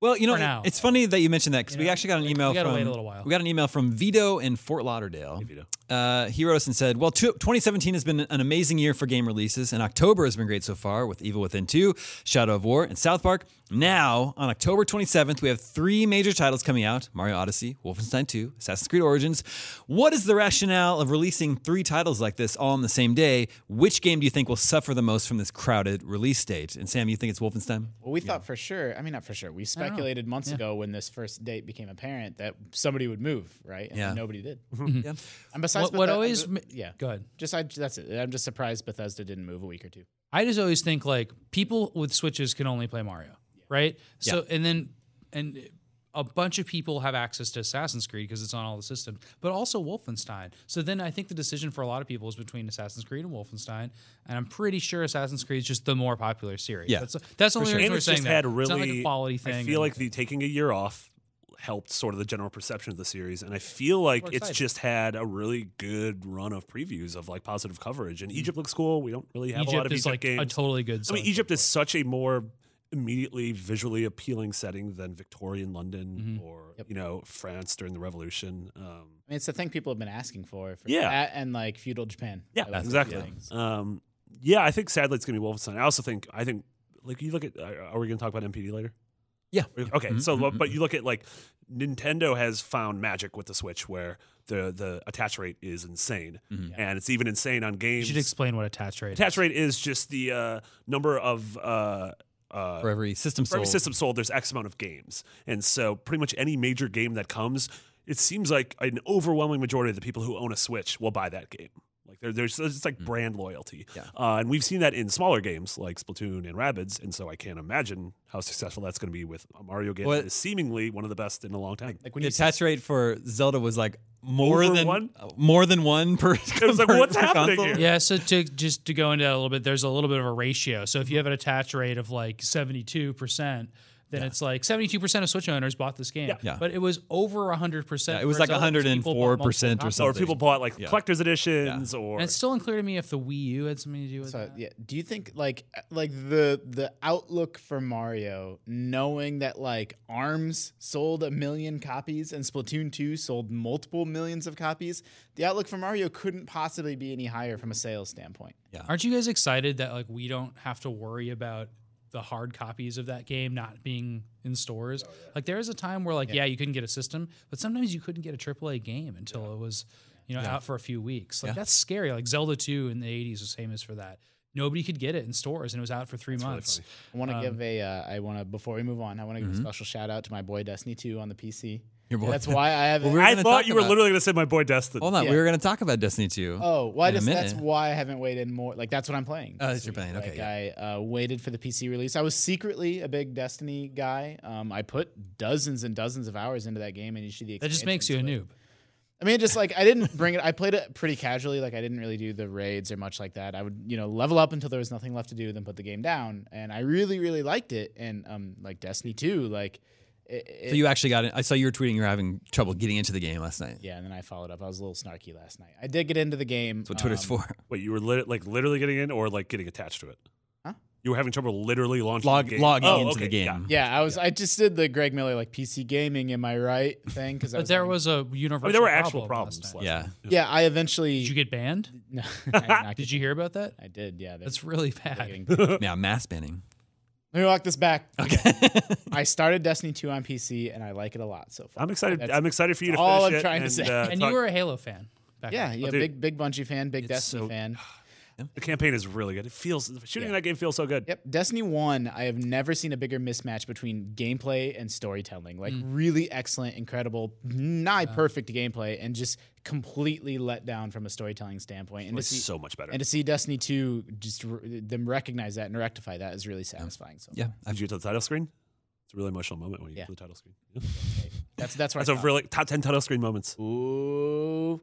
[SPEAKER 1] Well, you know,
[SPEAKER 6] for now.
[SPEAKER 1] it's funny that you mentioned that because we
[SPEAKER 6] know,
[SPEAKER 1] actually got an
[SPEAKER 6] we-
[SPEAKER 1] email.
[SPEAKER 6] we gotta
[SPEAKER 1] from,
[SPEAKER 6] wait a little while.
[SPEAKER 1] We got an email from Vito in Fort Lauderdale.
[SPEAKER 4] Vito.
[SPEAKER 1] Uh, he wrote us and said, "Well, two- 2017 has been an amazing year for game releases, and October has been great so far with Evil Within 2, Shadow of War, and South Park. Now, on October 27th, we have three major titles coming out: Mario Odyssey, Wolfenstein 2, Assassin's Creed Origins. What is the rationale of releasing three titles like this all on the same day? Which game do you think will suffer the most from this crowded release date? And Sam, you think it's Wolfenstein?
[SPEAKER 5] Well, we thought for sure. I mean, not for sure. We speculated months ago when this first date became apparent that somebody would move, right? And
[SPEAKER 1] Yeah. Mm-hmm.
[SPEAKER 5] nobody did.
[SPEAKER 6] Mm-hmm.
[SPEAKER 1] Yeah.
[SPEAKER 5] And besides,
[SPEAKER 6] What, what
[SPEAKER 5] Bethe-
[SPEAKER 6] always?
[SPEAKER 5] I'm
[SPEAKER 6] ma-
[SPEAKER 5] ju- yeah.
[SPEAKER 6] Go ahead.
[SPEAKER 5] Just I, that's it. I'm just surprised Bethesda didn't move a week or two.
[SPEAKER 6] I just always think like people with switches can only play Mario, right? So and then and a bunch of people have access to Assassin's Creed because it's on all the systems, but also Wolfenstein. So then I think the decision for a lot of people is between Assassin's Creed and Wolfenstein, and I'm pretty sure Assassin's Creed is just the more popular series.
[SPEAKER 1] Yeah,
[SPEAKER 6] that's that's the only reason
[SPEAKER 4] And
[SPEAKER 6] we're
[SPEAKER 4] it's
[SPEAKER 6] saying
[SPEAKER 4] just
[SPEAKER 6] that.
[SPEAKER 4] had
[SPEAKER 6] it's
[SPEAKER 4] really
[SPEAKER 6] not like a quality thing.
[SPEAKER 4] I
[SPEAKER 6] or
[SPEAKER 4] feel like
[SPEAKER 6] anything.
[SPEAKER 4] the taking a year off helped sort of the general perception of the series, and I feel like it's
[SPEAKER 6] excited.
[SPEAKER 4] just had a really good run of previews of like positive coverage. And Egypt looks cool. We don't really have a
[SPEAKER 6] Mm-hmm. Egypt
[SPEAKER 4] lot of
[SPEAKER 6] is
[SPEAKER 4] Egypt
[SPEAKER 6] like
[SPEAKER 4] games.
[SPEAKER 6] a totally good.
[SPEAKER 4] I mean,
[SPEAKER 6] selection.
[SPEAKER 4] Egypt is such a more immediately visually appealing setting than Victorian London
[SPEAKER 6] Mm-hmm.
[SPEAKER 4] or you know France during the Revolution. Um,
[SPEAKER 5] I mean, it's the thing people have been asking for. for
[SPEAKER 4] Yeah.
[SPEAKER 5] That and like feudal Japan.
[SPEAKER 4] yeah,
[SPEAKER 5] That was the
[SPEAKER 4] exactly.
[SPEAKER 5] things.
[SPEAKER 4] Um, yeah, I think sadly it's gonna be Wolfenstein. I also think I think like you look at uh, are are we gonna talk about MPD later?
[SPEAKER 1] Yeah.
[SPEAKER 4] Okay. So, but- but you look at like Nintendo has found magic with the Switch, where the the attach rate is insane, and it's even insane on
[SPEAKER 6] You
[SPEAKER 4] games.
[SPEAKER 6] should explain what attach rate.
[SPEAKER 4] attach rate is just the uh, number of uh, uh,
[SPEAKER 1] For every system
[SPEAKER 4] for every
[SPEAKER 1] sold.
[SPEAKER 4] system sold, there's X amount of games, and so pretty much any major game that comes, it seems like an overwhelming majority of the people who own a Switch will buy that game. Like there, there's it's like brand loyalty,
[SPEAKER 1] Mm. Yeah.
[SPEAKER 4] uh, and we've seen that in smaller games like Splatoon and Rabbids, and so I can't imagine how successful that's going to be with a Mario game
[SPEAKER 1] Well,
[SPEAKER 4] that is seemingly one of the best in a long time.
[SPEAKER 5] Like when
[SPEAKER 1] the
[SPEAKER 5] you
[SPEAKER 1] attach rate for Zelda was like more
[SPEAKER 4] Over
[SPEAKER 1] than
[SPEAKER 4] one?
[SPEAKER 1] uh, more than one per. It
[SPEAKER 4] was like, what's happening here?
[SPEAKER 6] Yeah, so to just to go into that a little bit, there's a little bit of a ratio. So if you have an attach rate of like 72%, then it's like 72% of Switch owners bought this game.
[SPEAKER 1] Yeah.
[SPEAKER 6] But it was over 100%.
[SPEAKER 1] Yeah, it was
[SPEAKER 6] whereas
[SPEAKER 1] like
[SPEAKER 6] other people bought multiple
[SPEAKER 1] 104% or
[SPEAKER 6] copies.
[SPEAKER 4] or
[SPEAKER 1] something.
[SPEAKER 4] people bought like collector's editions or
[SPEAKER 6] And it still included me if the Wii U had something to do with
[SPEAKER 5] So
[SPEAKER 6] that.
[SPEAKER 5] yeah, do you think like uh, like the the outlook for Mario, knowing that like Arms sold a million copies and Splatoon two sold multiple millions of copies, the outlook for Mario couldn't possibly be any higher from a sales standpoint.
[SPEAKER 6] Aren't you guys excited that like we don't have to worry about the hard copies of that game not being in stores? Like there is a time where like yeah. you couldn't get a system, but sometimes you couldn't get a AAA game until it was you know out for a few weeks. Like that's scary. Like Zelda 2 in the 80s was famous for that. Nobody could get it in stores and it was out for 3 months.
[SPEAKER 5] I want to
[SPEAKER 4] Um,
[SPEAKER 5] give a uh, I want to before we move on, I want to give
[SPEAKER 4] mm-hmm.
[SPEAKER 5] a special shout out to my boy Destiny two on the PC.
[SPEAKER 1] Your boy-
[SPEAKER 5] That's why I haven't.
[SPEAKER 1] we're
[SPEAKER 4] I
[SPEAKER 1] gonna
[SPEAKER 4] thought
[SPEAKER 1] talk
[SPEAKER 4] you were
[SPEAKER 1] about-
[SPEAKER 4] literally going to say my boy Destin.
[SPEAKER 1] Hold on, we
[SPEAKER 5] Yeah.
[SPEAKER 1] were going to talk about Destiny 2.
[SPEAKER 5] Oh, why
[SPEAKER 1] in a
[SPEAKER 5] does that's
[SPEAKER 1] minute.
[SPEAKER 5] why I haven't waited more. Like that's what I'm playing.
[SPEAKER 1] Oh, that's
[SPEAKER 5] this
[SPEAKER 1] your
[SPEAKER 5] week.
[SPEAKER 1] plan. Okay,
[SPEAKER 5] Like, I uh, waited for the PC release. I was secretly a big Destiny guy. Um, I put dozens and dozens of hours into that game, and you see the.
[SPEAKER 6] That just makes you a
[SPEAKER 5] expansions,
[SPEAKER 6] noob.
[SPEAKER 5] but- I mean, just like I didn't bring it. I played it pretty casually. Like I didn't really do the raids or much like that. I would you know level up until there was nothing left to do, then put the game down. And I really really liked it. And um, like Destiny two, like. It, it,
[SPEAKER 1] So you actually got it. I saw you were tweeting you were having trouble getting into the game last night.
[SPEAKER 5] yeah, and then I followed up. I was a little snarky last night. I did get into the game.
[SPEAKER 1] That's what Twitter's
[SPEAKER 5] um,
[SPEAKER 1] for.
[SPEAKER 4] Wait, you were lit- like literally getting in or like getting attached to it?
[SPEAKER 5] Huh?
[SPEAKER 4] You were having trouble literally launching
[SPEAKER 1] Log,
[SPEAKER 4] the game.
[SPEAKER 1] logging
[SPEAKER 4] Oh,
[SPEAKER 1] into
[SPEAKER 4] okay,
[SPEAKER 1] the game.
[SPEAKER 4] got it.
[SPEAKER 5] Yeah, I was. I just did the Greg Miller like PC gaming. Am I right? Thing because
[SPEAKER 6] But there was a universal
[SPEAKER 4] I mean, there were actual
[SPEAKER 6] problem last night.
[SPEAKER 4] problems. last
[SPEAKER 1] Yeah.
[SPEAKER 4] night.
[SPEAKER 5] Yeah, I eventually.
[SPEAKER 6] Did you get banned?
[SPEAKER 5] No, I did not
[SPEAKER 6] Did
[SPEAKER 5] get
[SPEAKER 6] you
[SPEAKER 5] that.
[SPEAKER 6] hear about that?
[SPEAKER 5] I did. Yeah, they-
[SPEAKER 6] That's really
[SPEAKER 5] they're
[SPEAKER 6] bad.
[SPEAKER 5] getting- Let
[SPEAKER 1] Yeah, mass banning.
[SPEAKER 5] me walk this back.
[SPEAKER 1] Okay.
[SPEAKER 5] I started Destiny 2 on PC and I like it a lot so far.
[SPEAKER 4] I'm excited.
[SPEAKER 5] That's-
[SPEAKER 4] I'm excited for you to
[SPEAKER 5] all
[SPEAKER 4] finish
[SPEAKER 5] I'm
[SPEAKER 4] it
[SPEAKER 5] trying to
[SPEAKER 4] and,
[SPEAKER 5] say.
[SPEAKER 4] Uh,
[SPEAKER 6] And
[SPEAKER 4] talk-
[SPEAKER 6] you were a Halo fan back
[SPEAKER 5] Yeah,
[SPEAKER 6] then.
[SPEAKER 5] yeah,
[SPEAKER 4] dude.
[SPEAKER 5] big big Bungie fan, big Destiny
[SPEAKER 4] so-
[SPEAKER 5] fan.
[SPEAKER 4] the campaign is really good. It feels shooting
[SPEAKER 5] Yeah.
[SPEAKER 4] that game feels so good.
[SPEAKER 5] Yep, Destiny 1, I have never seen a bigger mismatch between gameplay and storytelling. Like really excellent, incredible, nigh perfect gameplay and just completely let down from a storytelling standpoint. And to
[SPEAKER 4] It's
[SPEAKER 5] see-
[SPEAKER 4] so much better.
[SPEAKER 5] And to see Destiny 2 just r them recognize that and rectify that is really satisfying. So
[SPEAKER 1] Yeah.
[SPEAKER 4] Did you get to the title screen? It's a really emotional moment when you get
[SPEAKER 5] Yeah.
[SPEAKER 4] to the title screen.
[SPEAKER 5] that's that's where
[SPEAKER 4] That's
[SPEAKER 5] I
[SPEAKER 4] a
[SPEAKER 5] stopped.
[SPEAKER 4] really top ten title screen moments.
[SPEAKER 5] Ooh,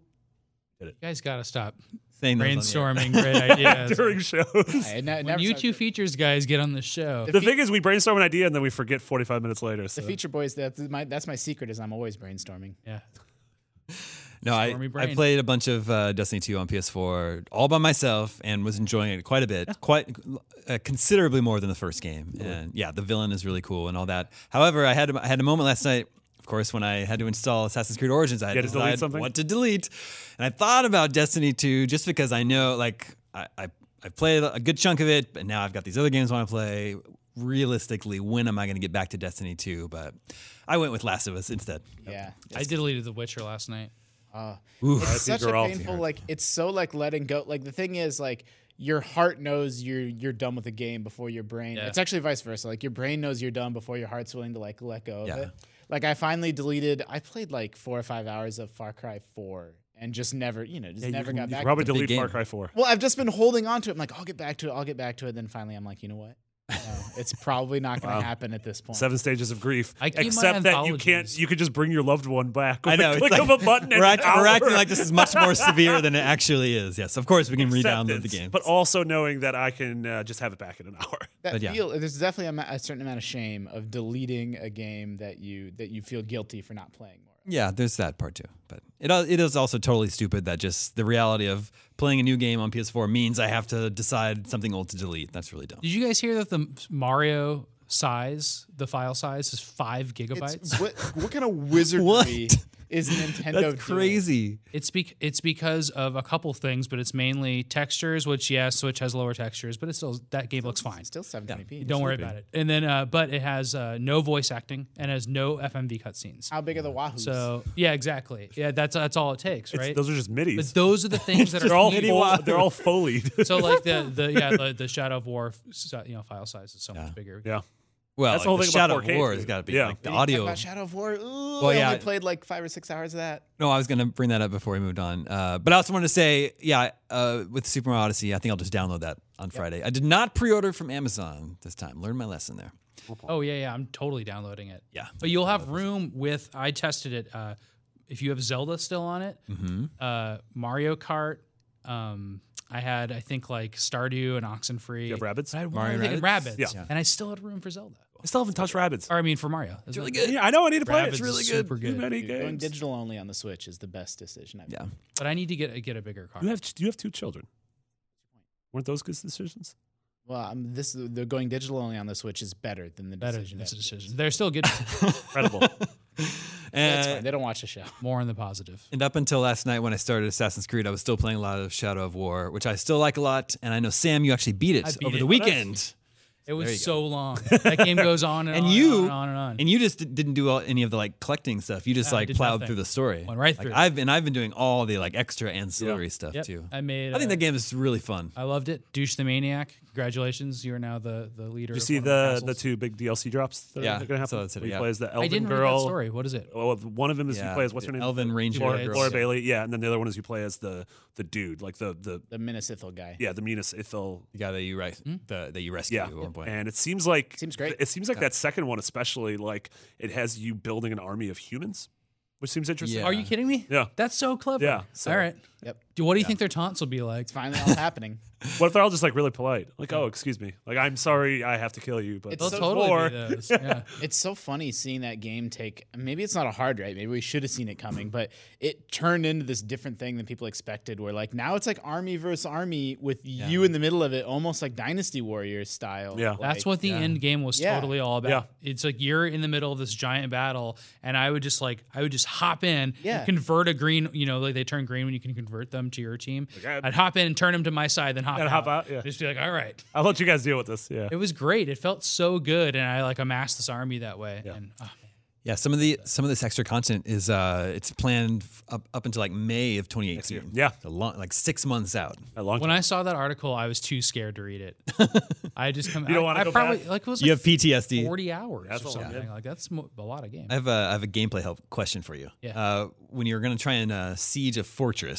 [SPEAKER 6] You guys got to stop
[SPEAKER 1] Saying those on the air.
[SPEAKER 6] brainstorming great ideas.
[SPEAKER 4] During shows.
[SPEAKER 5] I had ne-
[SPEAKER 6] when
[SPEAKER 5] never
[SPEAKER 6] you
[SPEAKER 5] said
[SPEAKER 6] two
[SPEAKER 5] that.
[SPEAKER 6] features guys get on the show,
[SPEAKER 5] The
[SPEAKER 4] The thing is, we brainstorm an idea and then we forget 45 minutes later. So.
[SPEAKER 5] The feature boys. That's my that's my secret. Is I'm always brainstorming.
[SPEAKER 6] yeah,
[SPEAKER 1] No, I,
[SPEAKER 6] Stormy
[SPEAKER 1] I
[SPEAKER 6] brain.
[SPEAKER 1] played a bunch of uh, Destiny 2 on PS4 all by myself and was enjoying it quite a bit, quite uh, considerably more than the first game. And yeah, the villain is really cool and all that. However, I had I had a moment last night, of course, when I had to install Assassin's Creed Origins. I had
[SPEAKER 4] You had
[SPEAKER 1] to
[SPEAKER 4] to delete
[SPEAKER 1] decide
[SPEAKER 4] something?
[SPEAKER 1] what to delete, and I thought about Destiny 2 just because I know like I I, I played a good chunk of it, but now I've got these other games I want to play. Realistically, when am I going to get back to Destiny 2? But I went with Last of Us instead.
[SPEAKER 5] Yeah.
[SPEAKER 6] I deleted The Witcher last night.
[SPEAKER 5] It's such a
[SPEAKER 4] Geralt.
[SPEAKER 5] painful. Like it's so like letting go. Like the thing is like. Your heart knows you're you're done with the game before your brain.
[SPEAKER 6] Yeah.
[SPEAKER 5] It's actually vice versa. Like your brain knows you're done before your heart's willing to like let go of
[SPEAKER 1] Yeah.
[SPEAKER 5] it. Like I finally deleted. I played like four or five hours of Far Cry Four and just never, you know, just
[SPEAKER 4] you
[SPEAKER 5] never got
[SPEAKER 4] can- you can
[SPEAKER 5] back.
[SPEAKER 4] probably
[SPEAKER 5] to it.
[SPEAKER 4] delete
[SPEAKER 1] game.
[SPEAKER 4] Far Cry 4.
[SPEAKER 5] Well, I've just been holding on to it. I'm like, I'll get back to it. I'll get back to it. Then finally, I'm like, you know what? No, it's probably not going to happen at this point.
[SPEAKER 4] Seven stages of grief.
[SPEAKER 6] I keep my
[SPEAKER 4] Except that you can't.
[SPEAKER 6] anthologies.
[SPEAKER 4] You could just bring your loved one back. With
[SPEAKER 1] I know.
[SPEAKER 4] A
[SPEAKER 1] it's
[SPEAKER 4] click
[SPEAKER 1] like-
[SPEAKER 4] of a button.
[SPEAKER 1] We're,
[SPEAKER 4] and
[SPEAKER 1] act-
[SPEAKER 4] an
[SPEAKER 1] we're acting
[SPEAKER 4] hour.
[SPEAKER 1] like this is much more severe than it actually is. Yes, of course we can re-download the
[SPEAKER 4] acceptance,
[SPEAKER 1] game.
[SPEAKER 4] But also knowing that I can uh, just have it back in an hour.
[SPEAKER 5] that
[SPEAKER 1] But yeah.
[SPEAKER 5] feel there's definitely a, ma- a certain amount of shame of deleting a game that you that you feel guilty for not playing more.
[SPEAKER 1] yeah, there's that part too. But it al- it is also totally stupid that just the reality of playing a new game on PS4 means I have to decide something old to delete. That's really dumb.
[SPEAKER 6] Did you guys hear that the Mario size, the file size, is five gigabytes?
[SPEAKER 5] It's, what what kind of wizardry
[SPEAKER 1] What?
[SPEAKER 5] is Nintendo? doing?
[SPEAKER 1] That's crazy.
[SPEAKER 6] It's bec it's because of a couple things, but it's mainly textures, which yeah, Switch has lower textures, but it's still that game looks fine.
[SPEAKER 5] Still 720p.
[SPEAKER 6] Don't worry about it. And then, uh, but it has uh, no voice acting and has no FMV cutscenes.
[SPEAKER 5] How big are the wahoos?
[SPEAKER 6] So yeah, exactly. Yeah, that's that's all it takes,
[SPEAKER 4] It's-
[SPEAKER 6] right?
[SPEAKER 4] Those are just middies.
[SPEAKER 6] But those are the things that are
[SPEAKER 4] they're all
[SPEAKER 6] needed.
[SPEAKER 4] fol- they're all folied.
[SPEAKER 6] So like the the yeah the, the Shadow of War si- you know file size is so much bigger.
[SPEAKER 4] yeah.
[SPEAKER 1] Well,
[SPEAKER 4] That's
[SPEAKER 1] That's
[SPEAKER 4] the whole
[SPEAKER 1] the
[SPEAKER 4] thing about
[SPEAKER 1] Shadow of
[SPEAKER 4] 4K
[SPEAKER 1] War
[SPEAKER 4] too.
[SPEAKER 1] has got to be
[SPEAKER 4] Yeah.
[SPEAKER 1] like the
[SPEAKER 5] Did you talk
[SPEAKER 1] audio.
[SPEAKER 5] about Shadow of War. Ooh,
[SPEAKER 1] Well,
[SPEAKER 5] I
[SPEAKER 1] yeah.
[SPEAKER 5] only played like five or six hours of that.
[SPEAKER 1] No, I was gonna bring that up before we moved on. Uh, but I also wanted to say, yeah, uh, with Super Mario Odyssey, I think I'll just download that on Friday. I did not pre-order from Amazon this time. Learned my lesson there.
[SPEAKER 6] Oh yeah, yeah. I'm totally downloading it.
[SPEAKER 1] Yeah.
[SPEAKER 6] But you'll have room with. I tested it. Uh, if you have Zelda still on it, uh, Mario Kart, um, I had, I think, like Stardew and Oxenfree.
[SPEAKER 4] You have rabbits?
[SPEAKER 6] And I had
[SPEAKER 1] Mario
[SPEAKER 6] Mario Rabbids.
[SPEAKER 1] Rabbids?
[SPEAKER 6] Rabbids.
[SPEAKER 4] Yeah.
[SPEAKER 6] And I still had room for Zelda.
[SPEAKER 4] I still haven't touched rabbits.
[SPEAKER 6] Or I mean, for Mario. It's really good.
[SPEAKER 4] Yeah, I know I need to play it. It's
[SPEAKER 6] Rabbids
[SPEAKER 4] really
[SPEAKER 6] is
[SPEAKER 4] good.
[SPEAKER 6] super
[SPEAKER 4] Too
[SPEAKER 6] good.
[SPEAKER 4] many
[SPEAKER 5] Dude, going
[SPEAKER 4] games.
[SPEAKER 5] digital only on the Switch is the best decision I've
[SPEAKER 1] Yeah.
[SPEAKER 6] But I need to get get a bigger car.
[SPEAKER 4] You have you have two children. Weren't those good decisions?
[SPEAKER 5] Well, um, this the going digital only on the Switch is better than the
[SPEAKER 6] better
[SPEAKER 5] decision.
[SPEAKER 6] than this
[SPEAKER 5] that-
[SPEAKER 6] decision. They're still getting
[SPEAKER 1] Uh,
[SPEAKER 4] Incredible.
[SPEAKER 5] That's
[SPEAKER 4] Uh,
[SPEAKER 5] fine.
[SPEAKER 1] And,
[SPEAKER 5] They don't watch the show.
[SPEAKER 6] more on the positive.
[SPEAKER 1] and up until last night when I started Assassin's Creed, I was still playing a lot of Shadow of War, which I still like a lot. And I know Sam, you actually beat it
[SPEAKER 6] I beat
[SPEAKER 1] over
[SPEAKER 6] it.
[SPEAKER 1] the
[SPEAKER 6] Oh, nice.
[SPEAKER 1] weekend,
[SPEAKER 6] It
[SPEAKER 1] There you
[SPEAKER 6] was so long. That game goes on and,
[SPEAKER 1] And
[SPEAKER 6] on
[SPEAKER 1] you-
[SPEAKER 6] and on and on. And on.
[SPEAKER 1] and you just di- didn't do all, any of the like collecting stuff. You just
[SPEAKER 6] Yeah, I
[SPEAKER 1] like
[SPEAKER 6] did
[SPEAKER 1] plowed
[SPEAKER 6] nothing.
[SPEAKER 1] through the story.
[SPEAKER 6] Went right
[SPEAKER 1] Like,
[SPEAKER 6] through it.
[SPEAKER 1] I've and I've been doing all the like extra ancillary stuff
[SPEAKER 6] Yep.
[SPEAKER 1] too.
[SPEAKER 6] I made.
[SPEAKER 1] I think
[SPEAKER 6] uh,
[SPEAKER 1] that game is really fun.
[SPEAKER 6] I loved it. Douche the maniac. Congratulations, you are now the the leader.
[SPEAKER 4] Did
[SPEAKER 6] of
[SPEAKER 4] you see
[SPEAKER 6] one of
[SPEAKER 4] the the
[SPEAKER 6] castles.
[SPEAKER 4] two big DLC drops that
[SPEAKER 1] Yeah,
[SPEAKER 4] are going to happen?
[SPEAKER 1] so that's it,
[SPEAKER 4] Where you
[SPEAKER 1] yeah.
[SPEAKER 4] play as the
[SPEAKER 6] I
[SPEAKER 4] Elven
[SPEAKER 6] didn't read
[SPEAKER 4] girl. Oh,
[SPEAKER 6] that story. What is it?
[SPEAKER 4] Well, one of them is you play as what's her name?
[SPEAKER 1] Elven Ranger
[SPEAKER 4] Laura,
[SPEAKER 1] Girl.
[SPEAKER 4] Laura Bailey. Yeah, and then the other one is you play as the the dude, like the the
[SPEAKER 5] The Minnesithil guy.
[SPEAKER 4] yeah the Minas Ithil.
[SPEAKER 1] the guy that you ri-
[SPEAKER 6] Hmm?
[SPEAKER 1] the, that you rescue
[SPEAKER 4] Yeah,
[SPEAKER 1] at one point.
[SPEAKER 4] and it seems like
[SPEAKER 5] Seems great.
[SPEAKER 4] It seems like that second one, especially, like it has you building an army of humans, which seems interesting.
[SPEAKER 1] Yeah.
[SPEAKER 6] Are you kidding me?
[SPEAKER 4] Yeah.
[SPEAKER 6] That's so clever.
[SPEAKER 4] Yeah, so-
[SPEAKER 6] All right.
[SPEAKER 5] Yep.
[SPEAKER 6] Do what do you think their taunts will be like?
[SPEAKER 5] It's finally all happening.
[SPEAKER 4] What if they're all just like really polite? Like, oh, excuse me. Like, I'm sorry, I have to kill you, but
[SPEAKER 5] It's
[SPEAKER 6] They'll
[SPEAKER 5] so
[SPEAKER 6] totally
[SPEAKER 4] war.
[SPEAKER 6] be those. Yeah.
[SPEAKER 5] It's so funny seeing that game take. Maybe it's not a hard right. Maybe we should have seen it coming, but it turned into this different thing than people expected. Where like now it's like army versus army with you in the middle of it, almost like Dynasty Warriors style.
[SPEAKER 4] Yeah.
[SPEAKER 6] That's
[SPEAKER 5] Like,
[SPEAKER 6] what the end game was
[SPEAKER 5] Yeah.
[SPEAKER 6] totally all about. It's like you're in the middle of this giant battle, and I would just like I would just hop in,
[SPEAKER 5] Yeah.
[SPEAKER 6] and convert a green. You know, like they turn green when you can convert them to your team.
[SPEAKER 4] I-
[SPEAKER 6] I'd hop in and turn them to my side, then hop
[SPEAKER 4] And
[SPEAKER 6] out.
[SPEAKER 4] hop out, yeah.
[SPEAKER 6] Just be like, all right.
[SPEAKER 4] I'll let you guys deal with this. Yeah.
[SPEAKER 6] It was great. It felt so good, and I like amassed this army that way. And ah,
[SPEAKER 1] Yeah, some of the some of this extra content is uh it's planned f- up up until like May of 2018.
[SPEAKER 4] Yeah.
[SPEAKER 1] It's a long, like six months out.
[SPEAKER 4] A long
[SPEAKER 6] when
[SPEAKER 4] time.
[SPEAKER 6] I saw that article, I was too scared to read it. I just come.
[SPEAKER 4] You don't
[SPEAKER 6] I,
[SPEAKER 4] wanna
[SPEAKER 6] I
[SPEAKER 4] go
[SPEAKER 6] probably
[SPEAKER 4] back?
[SPEAKER 6] like it was
[SPEAKER 1] You
[SPEAKER 6] like
[SPEAKER 1] have PTSD.
[SPEAKER 6] forty hours
[SPEAKER 4] That's a
[SPEAKER 6] or
[SPEAKER 4] lot.
[SPEAKER 6] something. Like that's mo- a lot of games.
[SPEAKER 1] I have a I have a gameplay help question for you.
[SPEAKER 6] Yeah.
[SPEAKER 1] Uh, when you're going to try and uh, siege a fortress,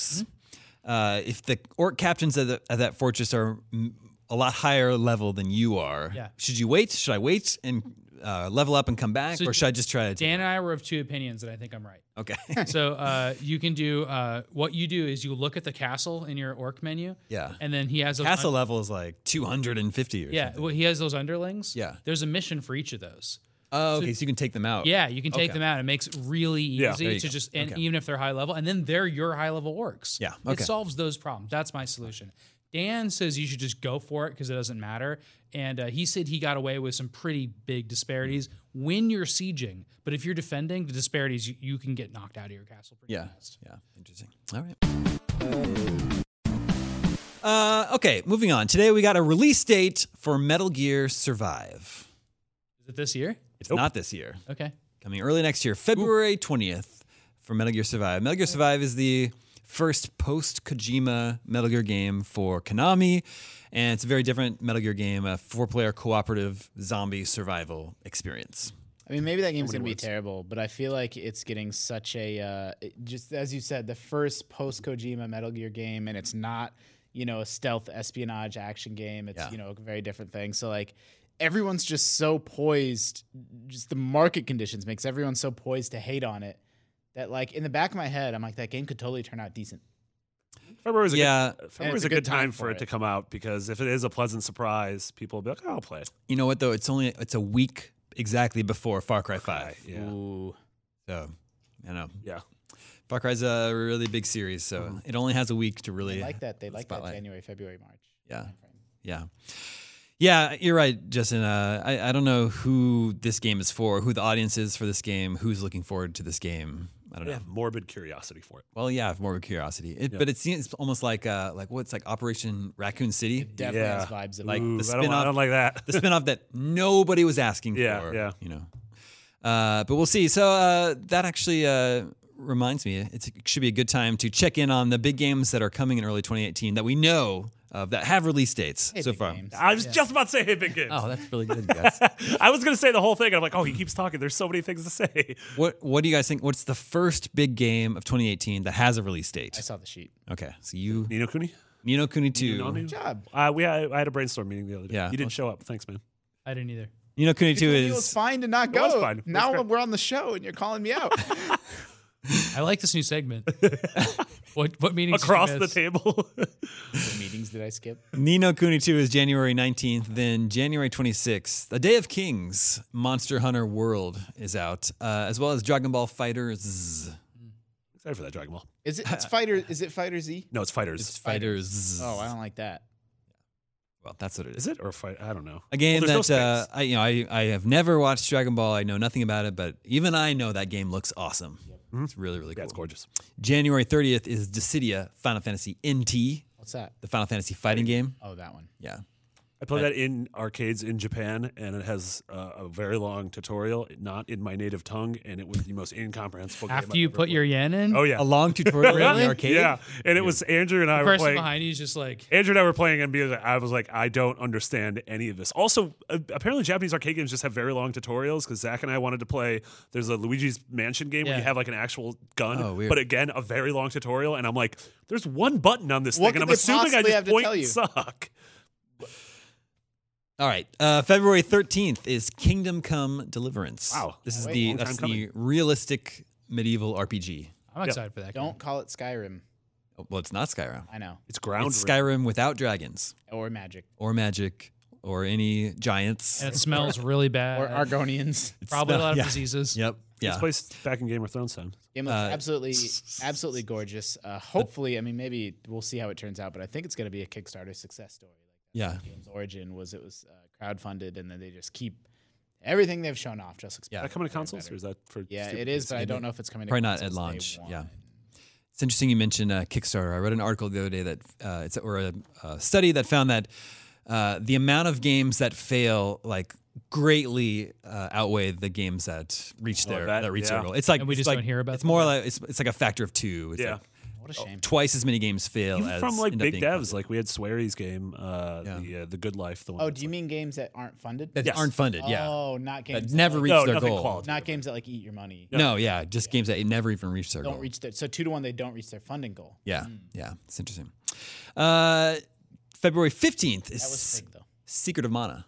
[SPEAKER 6] Mm-hmm.
[SPEAKER 1] uh, if the orc captains of, the, of that fortress are mm, a lot higher level than you are,
[SPEAKER 6] Yeah.
[SPEAKER 1] should you wait? Should I wait and uh, level up and come back,
[SPEAKER 6] So
[SPEAKER 1] or should I just try to? take-
[SPEAKER 6] Dan and I were of two opinions, and I think I'm right.
[SPEAKER 1] okay.
[SPEAKER 6] so uh, you can do uh, what you do is you look at the castle in your orc menu.
[SPEAKER 1] Yeah.
[SPEAKER 6] And then he has those
[SPEAKER 1] Castle
[SPEAKER 6] un-
[SPEAKER 1] level is like 250 or
[SPEAKER 6] yeah,
[SPEAKER 1] something.
[SPEAKER 6] well, he has those underlings.
[SPEAKER 1] Yeah.
[SPEAKER 6] There's a mission for each of those.
[SPEAKER 1] Oh, okay. So, you can take them out.
[SPEAKER 6] Yeah, you can take them out. It makes it really easy
[SPEAKER 1] there you
[SPEAKER 6] to
[SPEAKER 1] go.
[SPEAKER 6] just and
[SPEAKER 1] Okay.
[SPEAKER 6] even if they're high level, and then they're your high level orcs.
[SPEAKER 1] Yeah,
[SPEAKER 6] It
[SPEAKER 1] okay.
[SPEAKER 6] solves those problems. That's my solution. Dan says you should just go for it because it doesn't matter. And uh, he said he got away with some pretty big disparities when you're sieging. But if you're defending, the disparities, you, you can get knocked out of your castle pretty
[SPEAKER 1] Yeah.
[SPEAKER 6] fast.
[SPEAKER 1] Yeah. Interesting. All right. Uh, okay, moving on. Today we got a release date for Metal Gear Survive.
[SPEAKER 6] Is it this year?
[SPEAKER 1] It's not this year.
[SPEAKER 6] Okay.
[SPEAKER 1] Coming early next year, February 20th for Metal Gear Survive. Metal Gear Survive is the first post Kojima Metal Gear game for Konami, and it's a very different Metal Gear game, a four player cooperative zombie survival experience.
[SPEAKER 5] I mean, maybe that game's gonna be terrible, but I feel like it's getting such a uh, it- just as you said, the first post Kojima Metal Gear game, and it's not you know a stealth espionage action game. It's
[SPEAKER 1] Yeah.
[SPEAKER 5] you know a very different thing. So like everyone's just so poised. Just the market conditions makes everyone so poised to hate on it that like in the back of my head, I'm like that game could totally turn out decent.
[SPEAKER 4] February is a
[SPEAKER 1] Yeah.
[SPEAKER 4] good, February is a good time for it, to come out because if it is a pleasant surprise, people will be like, oh, I'll play it.
[SPEAKER 1] You know what though? It's only it's a week exactly before Far Cry Five.
[SPEAKER 4] Yeah.
[SPEAKER 5] Ooh,
[SPEAKER 1] So, you know,
[SPEAKER 4] Yeah.
[SPEAKER 1] Far Cry's a really big series, so it only has a week to really
[SPEAKER 5] they like that. They like
[SPEAKER 1] Spotlight.
[SPEAKER 5] that January, February, March.
[SPEAKER 1] Yeah.
[SPEAKER 5] timeframe.
[SPEAKER 1] Yeah. Yeah, you're right, Justin. Uh, I, I don't know who this game is for, who the audience is for this game, who's looking forward to this game. I don't
[SPEAKER 4] I
[SPEAKER 1] know.
[SPEAKER 4] have morbid curiosity for it.
[SPEAKER 1] Well, yeah, I have more of a curiosity. It, But it seems almost like uh, like what's like Operation Raccoon City,
[SPEAKER 5] Definitely
[SPEAKER 4] Yeah.
[SPEAKER 5] has vibes of
[SPEAKER 1] Like-
[SPEAKER 5] like
[SPEAKER 4] Ooh,
[SPEAKER 1] the
[SPEAKER 4] I, don't, I
[SPEAKER 1] spin-off-
[SPEAKER 4] don't like that.
[SPEAKER 1] the spinoff that nobody was asking
[SPEAKER 4] Yeah,
[SPEAKER 1] for.
[SPEAKER 4] yeah.
[SPEAKER 1] You know, uh, but we'll see. So uh, that actually uh, reminds me, it's, it should be a good time to check in on the big games that are coming in early 2018 that we know of that have release dates so far. Ah!
[SPEAKER 5] games.
[SPEAKER 4] I was just about to say, hey, big game.
[SPEAKER 1] Oh, that's really good, guys.
[SPEAKER 4] I was going to say the whole thing. And I'm like, oh, he keeps talking. There's so many things to say.
[SPEAKER 1] What What do you guys think? What's the first big game of 2018 that has a release
[SPEAKER 5] I
[SPEAKER 1] date?
[SPEAKER 5] saw the sheet.
[SPEAKER 1] Okay, so you
[SPEAKER 4] Nino Cooney?
[SPEAKER 1] Nino Kuni
[SPEAKER 4] Nino?
[SPEAKER 1] two.
[SPEAKER 5] Job.
[SPEAKER 4] Uh, we had, I had a brainstorm meeting the other day.
[SPEAKER 1] Yeah.
[SPEAKER 4] You didn't show up. Thanks, man.
[SPEAKER 6] I didn't either.
[SPEAKER 1] Nino Kuni two
[SPEAKER 5] It was
[SPEAKER 1] is
[SPEAKER 5] fine to not go.
[SPEAKER 4] was fine. It was
[SPEAKER 5] Now
[SPEAKER 4] great.
[SPEAKER 5] we're on the show and you're calling me out.
[SPEAKER 6] I like this new segment. What what meetings did you
[SPEAKER 4] across the
[SPEAKER 6] miss?
[SPEAKER 4] table.
[SPEAKER 5] What meetings did I skip?
[SPEAKER 1] Nino Kuni 2 is January 19th, then January 26th, A Day of Kings, Monster Hunter World is out, uh, as well as Dragon Ball Fighters.
[SPEAKER 4] Sorry for that, Dragon Ball.
[SPEAKER 5] Is it it's fighter? Is it fighter Z?
[SPEAKER 4] No, it's Fighters.
[SPEAKER 1] It's Fighters.
[SPEAKER 5] Oh, I don't like that.
[SPEAKER 1] Well, that's what it is.
[SPEAKER 4] is it or fight? I don't know.
[SPEAKER 1] A game
[SPEAKER 4] Well, there's no
[SPEAKER 1] that uh,
[SPEAKER 4] space.
[SPEAKER 1] I, you know, I, I have never watched Dragon Ball. I know nothing about it, but even I know that game looks awesome. It's really, really
[SPEAKER 4] Mm-hmm. Yeah,
[SPEAKER 1] cool.
[SPEAKER 4] it's gorgeous.
[SPEAKER 1] January 30th is Dissidia Final Fantasy NT,
[SPEAKER 5] What's that?
[SPEAKER 1] the Final Fantasy fighting game.
[SPEAKER 5] Oh, that one.
[SPEAKER 1] Yeah.
[SPEAKER 4] I played that in arcades in Japan, and it has uh, a very long tutorial, not in my native tongue, and it was the most incomprehensible. game
[SPEAKER 6] After
[SPEAKER 4] I've
[SPEAKER 6] you
[SPEAKER 4] ever
[SPEAKER 6] put your yen in,
[SPEAKER 4] played. oh yeah,
[SPEAKER 1] A long tutorial in
[SPEAKER 6] Really?
[SPEAKER 1] the arcade.
[SPEAKER 4] yeah, and it was Andrew and I
[SPEAKER 6] the
[SPEAKER 4] were
[SPEAKER 6] person
[SPEAKER 4] playing.
[SPEAKER 6] behind you is just like
[SPEAKER 4] Andrew and I were playing, and because I was like, I don't understand any of this. Also, uh, apparently, Japanese arcade games just have very long tutorials. Because Zach and I wanted to play. There's a Luigi's Mansion game where
[SPEAKER 6] Yeah.
[SPEAKER 4] you have like an actual gun,
[SPEAKER 1] Oh, weird.
[SPEAKER 4] but again, a very long tutorial. And I'm like, there's one button on this
[SPEAKER 5] What
[SPEAKER 4] thing,
[SPEAKER 5] could
[SPEAKER 4] and I'm
[SPEAKER 5] they
[SPEAKER 4] assuming I
[SPEAKER 5] possibly
[SPEAKER 4] just
[SPEAKER 5] have to
[SPEAKER 4] point
[SPEAKER 5] tell you?
[SPEAKER 4] suck.
[SPEAKER 1] All right. Uh, February 13th is Kingdom Come Deliverance.
[SPEAKER 4] Wow.
[SPEAKER 1] This is
[SPEAKER 5] Wait,
[SPEAKER 1] the
[SPEAKER 4] long time
[SPEAKER 1] that's the realistic medieval RPG.
[SPEAKER 6] I'm excited for that. game.
[SPEAKER 5] Don't call it Skyrim.
[SPEAKER 1] Oh, Well, it's not Skyrim.
[SPEAKER 5] I know.
[SPEAKER 4] It's ground.
[SPEAKER 1] It's
[SPEAKER 4] rule.
[SPEAKER 1] Skyrim without dragons
[SPEAKER 5] Or magic.
[SPEAKER 1] or magic or any giants.
[SPEAKER 6] And it smells really bad.
[SPEAKER 5] Or Argonians.
[SPEAKER 6] Probably a lot of
[SPEAKER 1] yeah.
[SPEAKER 6] diseases.
[SPEAKER 1] Yep.
[SPEAKER 4] This
[SPEAKER 1] Yeah.
[SPEAKER 4] place back in Game of Thrones time.
[SPEAKER 5] Game looks
[SPEAKER 1] Uh,
[SPEAKER 5] absolutely, absolutely gorgeous. Uh, hopefully, I mean, maybe we'll see how it turns out, but I think it's going to be a Kickstarter success story.
[SPEAKER 1] Yeah.
[SPEAKER 5] Like Game's origin was it was uh, crowdfunded, and then they just keep everything they've shown off. Just
[SPEAKER 1] Yeah.
[SPEAKER 4] Is that coming to consoles or is that for?
[SPEAKER 5] yeah,
[SPEAKER 4] stupid
[SPEAKER 5] it is, but I
[SPEAKER 4] PC?
[SPEAKER 5] don't know if it's coming. to
[SPEAKER 1] Probably not at
[SPEAKER 5] consoles day
[SPEAKER 1] launch, yeah.
[SPEAKER 5] one.
[SPEAKER 1] It's interesting you mentioned uh, Kickstarter. I read an article the other day that uh, it's or a, a study that found that uh, the amount of games that fail like greatly uh, outweigh the games that reach their
[SPEAKER 4] that-
[SPEAKER 1] that, reach
[SPEAKER 4] yeah.
[SPEAKER 1] their goal. It's like
[SPEAKER 6] And we
[SPEAKER 1] it's
[SPEAKER 6] just
[SPEAKER 1] like-
[SPEAKER 6] don't hear about
[SPEAKER 1] It's
[SPEAKER 6] them.
[SPEAKER 1] more like it's, it's like a factor of two. It's
[SPEAKER 4] Yeah.
[SPEAKER 1] like
[SPEAKER 5] What a shame.
[SPEAKER 1] twice as many games fail
[SPEAKER 4] Even
[SPEAKER 1] as
[SPEAKER 4] from like
[SPEAKER 1] end up
[SPEAKER 4] big
[SPEAKER 1] being
[SPEAKER 4] devs,
[SPEAKER 1] funded.
[SPEAKER 4] like we had Sweary's game, uh,
[SPEAKER 1] Yeah.
[SPEAKER 4] the uh, the Good Life, the one.
[SPEAKER 5] Oh,
[SPEAKER 4] that's
[SPEAKER 5] do you mean games that aren't funded?
[SPEAKER 1] that
[SPEAKER 4] Yes.
[SPEAKER 1] aren't funded. Yeah,
[SPEAKER 5] Oh, not games.
[SPEAKER 1] that
[SPEAKER 5] that,
[SPEAKER 1] never
[SPEAKER 5] like-
[SPEAKER 1] reach
[SPEAKER 4] No,
[SPEAKER 1] their
[SPEAKER 4] nothing
[SPEAKER 1] goal.
[SPEAKER 4] qualitative.
[SPEAKER 5] Not games that like eat your money.
[SPEAKER 1] No, yeah, just games that never even reach their
[SPEAKER 5] Don't
[SPEAKER 1] goal.
[SPEAKER 5] reach their. So two to one, they don't reach their funding goal.
[SPEAKER 1] yeah, yeah, it's interesting. Uh, February fifteenth is
[SPEAKER 5] That was big though.
[SPEAKER 1] Secret of Mana.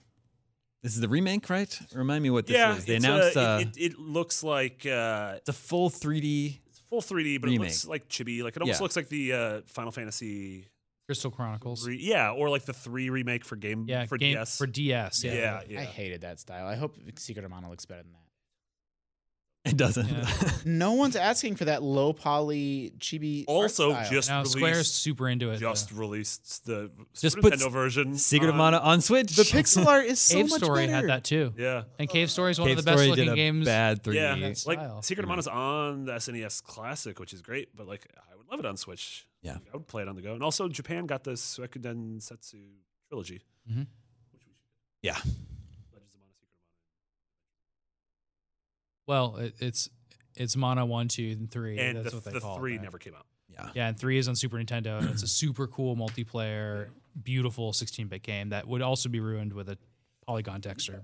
[SPEAKER 1] This is the remake, right? Remind me what this
[SPEAKER 4] yeah,
[SPEAKER 1] is. They
[SPEAKER 4] it's,
[SPEAKER 1] announced
[SPEAKER 4] uh,
[SPEAKER 1] uh,
[SPEAKER 4] it, it, it looks like uh,
[SPEAKER 1] the full 3D.
[SPEAKER 4] it's full 3D, but
[SPEAKER 1] Remake.
[SPEAKER 4] it looks like chibi. Like it almost
[SPEAKER 1] Yeah.
[SPEAKER 4] looks like the uh, Final Fantasy,
[SPEAKER 6] Crystal Chronicles.
[SPEAKER 4] three, yeah, or like the three remake for game
[SPEAKER 6] yeah,
[SPEAKER 4] for
[SPEAKER 6] game,
[SPEAKER 4] DS.
[SPEAKER 6] for DS. Yeah.
[SPEAKER 4] yeah, yeah,
[SPEAKER 5] I hated that style. I hope Secret of Mana looks better than that.
[SPEAKER 1] It doesn't.
[SPEAKER 6] Yeah.
[SPEAKER 5] No one's asking for that low poly chibi. art
[SPEAKER 4] Also,
[SPEAKER 5] style.
[SPEAKER 4] just
[SPEAKER 6] Now Square's
[SPEAKER 4] released,
[SPEAKER 6] super into it.
[SPEAKER 4] just
[SPEAKER 6] though.
[SPEAKER 4] released the
[SPEAKER 1] Just put
[SPEAKER 4] Nintendo version.
[SPEAKER 1] Secret of
[SPEAKER 4] on-
[SPEAKER 1] Mana on Switch.
[SPEAKER 5] the pixel art is so
[SPEAKER 6] Cave
[SPEAKER 5] much
[SPEAKER 6] Story
[SPEAKER 5] better.
[SPEAKER 6] had that too.
[SPEAKER 4] Yeah,
[SPEAKER 6] And Cave Story is one
[SPEAKER 1] Cave
[SPEAKER 6] of the best
[SPEAKER 1] Story did
[SPEAKER 6] looking
[SPEAKER 1] a
[SPEAKER 6] games.
[SPEAKER 1] Bad 3D.
[SPEAKER 4] yeah.
[SPEAKER 6] That style.
[SPEAKER 4] Like Secret of Mana's on the SNES Classic, which is great, but like I would love it on Switch.
[SPEAKER 1] Yeah.
[SPEAKER 4] I would play it on the go. And also, Japan got the Suikoden Setsu trilogy.
[SPEAKER 6] Mhm.
[SPEAKER 1] Yeah.
[SPEAKER 4] Legends of Mana, Secret of Mana.
[SPEAKER 6] Well, it, it's it's Mono one, two, and three.
[SPEAKER 4] and
[SPEAKER 6] That's
[SPEAKER 4] the,
[SPEAKER 6] what they
[SPEAKER 4] the
[SPEAKER 6] call it,
[SPEAKER 4] three
[SPEAKER 6] right?
[SPEAKER 4] never came out.
[SPEAKER 1] Yeah.
[SPEAKER 6] Yeah, and three is on Super Nintendo, and it's a super cool multiplayer, beautiful 16-bit game that would also be ruined with a polygon texture.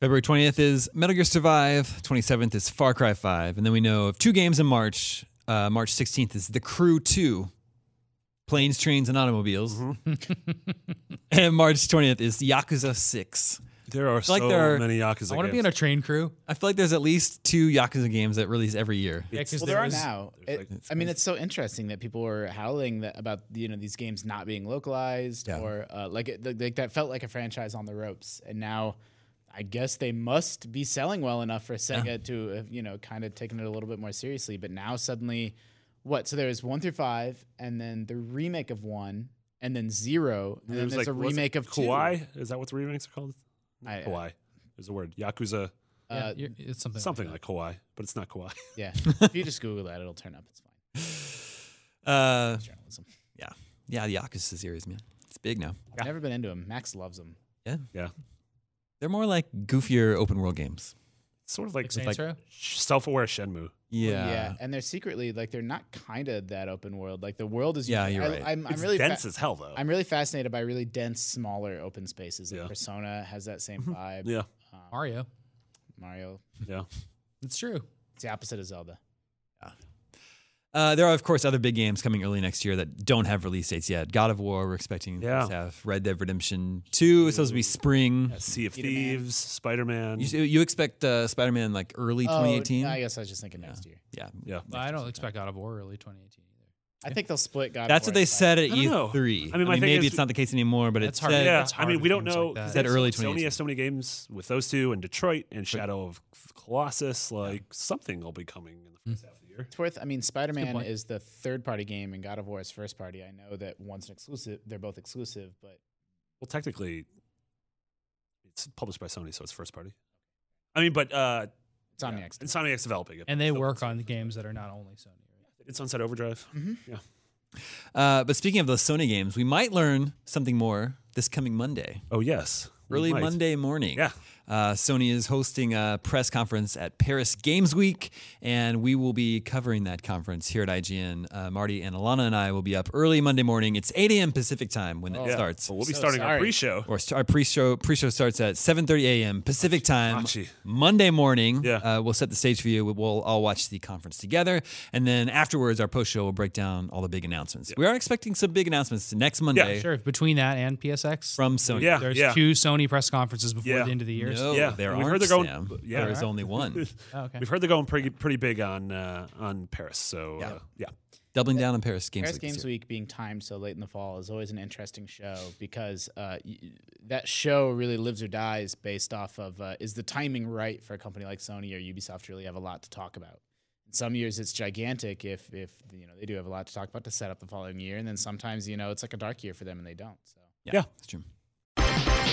[SPEAKER 1] February 20th is Metal Gear Survive. 27th is Far Cry 5. And then we know of two games in March. Uh, March 16th is The Crew 2, Planes, Trains, and Automobiles. and March 20th is Yakuza 6.
[SPEAKER 4] There are
[SPEAKER 1] like
[SPEAKER 4] so
[SPEAKER 1] there are-
[SPEAKER 4] many Yakuza
[SPEAKER 6] I want to be in
[SPEAKER 4] games.
[SPEAKER 6] a train crew.
[SPEAKER 1] I feel like there's at least two Yakuza games that release every year.
[SPEAKER 6] Yeah, 'cause
[SPEAKER 5] Well, there are
[SPEAKER 6] was-
[SPEAKER 5] now.
[SPEAKER 4] there's
[SPEAKER 5] It-
[SPEAKER 4] like-
[SPEAKER 5] I mean, it's so interesting that people were howling that about you know these games not being localized
[SPEAKER 1] Yeah.
[SPEAKER 5] or uh, like it, like like that felt like a franchise on the ropes, and now I guess they must be selling well enough for Sega to have you know kind of taken it a little bit more seriously. But now suddenly, what? So there was one through five, and then the remake of one, and then zero, and
[SPEAKER 4] There
[SPEAKER 5] then
[SPEAKER 4] was,
[SPEAKER 5] there's
[SPEAKER 4] like,
[SPEAKER 5] a
[SPEAKER 4] was it
[SPEAKER 5] remake of two.
[SPEAKER 4] Kawaii. Is that what the remakes are
[SPEAKER 5] I-
[SPEAKER 4] called?
[SPEAKER 5] uh, I-
[SPEAKER 4] Kawaii. There's a word Yakuza,
[SPEAKER 5] Uh,
[SPEAKER 6] yeah, you're- it's something.
[SPEAKER 4] something
[SPEAKER 6] like
[SPEAKER 4] like Kawaii, but it's not Kawaii.
[SPEAKER 5] yeah. if you just Google that, it'll turn up. It's fine.
[SPEAKER 1] Uh,
[SPEAKER 5] It's journalism.
[SPEAKER 1] yeah. Yeah, the Yakuza series, man. It's big now.
[SPEAKER 5] I've never been into them. Max loves them.
[SPEAKER 4] yeah,
[SPEAKER 1] They're more like goofier open world games.
[SPEAKER 4] it's sort of like,
[SPEAKER 6] that. Like, Saints Row?
[SPEAKER 4] self-aware Shenmue.
[SPEAKER 1] Yeah.
[SPEAKER 5] Yeah, and they're secretly like they're not kind of that open world. Like the world is
[SPEAKER 1] Yeah,
[SPEAKER 5] usually-
[SPEAKER 1] you're
[SPEAKER 5] I,
[SPEAKER 1] right.
[SPEAKER 5] I'm, I'm
[SPEAKER 4] it's
[SPEAKER 5] really fa-
[SPEAKER 4] dense as hell though.
[SPEAKER 5] I'm really fascinated by really dense, smaller open spaces. Like
[SPEAKER 4] Yeah.
[SPEAKER 5] Persona has that same
[SPEAKER 1] Mm-hmm.
[SPEAKER 5] vibe. um,
[SPEAKER 4] yeah,
[SPEAKER 6] Mario.
[SPEAKER 5] Mario,
[SPEAKER 4] yeah.
[SPEAKER 6] It's true.
[SPEAKER 5] it's the opposite of Zelda.
[SPEAKER 1] Uh, there are, of course, other big games coming early next year that don't have release dates yet. God of War, we're expecting
[SPEAKER 4] Yeah.
[SPEAKER 1] first half. Red Dead Redemption 2 is supposed to be spring.
[SPEAKER 4] Sea of
[SPEAKER 5] Peter Man.
[SPEAKER 4] Thieves, Spider-Man.
[SPEAKER 1] You, you expect uh, Spider Man like early
[SPEAKER 5] Oh,
[SPEAKER 1] 2018?
[SPEAKER 5] I guess I was just thinking next year.
[SPEAKER 1] yeah.
[SPEAKER 4] yeah,
[SPEAKER 6] I don't expect God of War early 2018 either.
[SPEAKER 5] I think they'll split God. of
[SPEAKER 1] That's
[SPEAKER 5] War
[SPEAKER 1] what they
[SPEAKER 5] into five.
[SPEAKER 1] said at
[SPEAKER 4] I don't know.
[SPEAKER 1] E3. I mean,
[SPEAKER 4] I mean, my thing
[SPEAKER 1] maybe
[SPEAKER 4] is-
[SPEAKER 1] it's not the case anymore, but
[SPEAKER 6] That's
[SPEAKER 1] it's
[SPEAKER 6] hard.
[SPEAKER 1] said,
[SPEAKER 4] yeah,
[SPEAKER 6] That's
[SPEAKER 4] I
[SPEAKER 6] hard
[SPEAKER 4] mean,
[SPEAKER 6] with
[SPEAKER 4] we don't
[SPEAKER 6] games
[SPEAKER 4] know.
[SPEAKER 6] like that.
[SPEAKER 4] because
[SPEAKER 1] Said early 2018.
[SPEAKER 4] Sony has so many games with those two, and Detroit and Shadow of Colossus. Like something will be coming in the first half of the year.
[SPEAKER 5] It's worth. I mean, Spider Man is the third party game, and God of War is first party. I know that one's an exclusive. They're both exclusive, but
[SPEAKER 4] Well, technically, it's published by Sony, so it's first party. I mean, but uh,
[SPEAKER 5] it's on the
[SPEAKER 4] yeah,
[SPEAKER 5] Xbox.
[SPEAKER 4] Insomniac's developing it,
[SPEAKER 6] and they
[SPEAKER 4] so
[SPEAKER 6] work on the games that are not only Sony.
[SPEAKER 4] It's Sunset Overdrive.
[SPEAKER 1] Uh, but speaking of those Sony games, we might learn something more this coming Monday,
[SPEAKER 4] Oh yes, we
[SPEAKER 1] early
[SPEAKER 4] might.
[SPEAKER 1] Monday morning.
[SPEAKER 4] Yeah.
[SPEAKER 1] Uh, Sony is hosting a press conference at Paris Games Week, and we will be covering that conference here at IGN. Uh, Marty and Alana and I will be up early Monday morning. It's 8 a.m. Pacific time when it
[SPEAKER 4] Oh. Yeah.
[SPEAKER 1] starts.
[SPEAKER 4] Well, we'll be
[SPEAKER 5] So
[SPEAKER 4] starting our
[SPEAKER 5] sorry.
[SPEAKER 4] pre-show.
[SPEAKER 1] or st- our pre-show pre-show starts at 7:30 a.m. Pacific time
[SPEAKER 4] Machi.
[SPEAKER 1] Monday morning.
[SPEAKER 4] Yeah.
[SPEAKER 1] Uh, we'll set the stage for you. We- We'll all watch the conference together, and then afterwards, our post-show will break down all the big announcements. We are expecting some big announcements next Monday
[SPEAKER 6] Sure, if between that and PSX,
[SPEAKER 1] from Sony.
[SPEAKER 4] Yeah,
[SPEAKER 6] there's
[SPEAKER 4] yeah.
[SPEAKER 6] two Sony press conferences before
[SPEAKER 4] Yeah.
[SPEAKER 6] the end of the year.
[SPEAKER 1] No,
[SPEAKER 4] Yeah.
[SPEAKER 1] there
[SPEAKER 4] We heard
[SPEAKER 1] aren't.
[SPEAKER 4] they're going-
[SPEAKER 1] Sam.
[SPEAKER 4] yeah.
[SPEAKER 1] There is only one.
[SPEAKER 6] Oh, okay.
[SPEAKER 4] We've heard they're going pretty pretty big on uh, on Paris. So yeah, uh, yeah.
[SPEAKER 1] Doubling down on Paris Games
[SPEAKER 5] Paris
[SPEAKER 1] Week.
[SPEAKER 5] Games
[SPEAKER 1] this year.
[SPEAKER 5] Week being timed so late in the fall is always an interesting show because uh, y- that show really lives or dies based off of uh, is the timing right for a company like Sony or Ubisoft to really have a lot to talk about. Some years it's gigantic if if you know they do have a lot to talk about to set up the following year, and then sometimes you know it's like a dark year for them and they don't. So
[SPEAKER 4] Yeah.
[SPEAKER 1] That's true.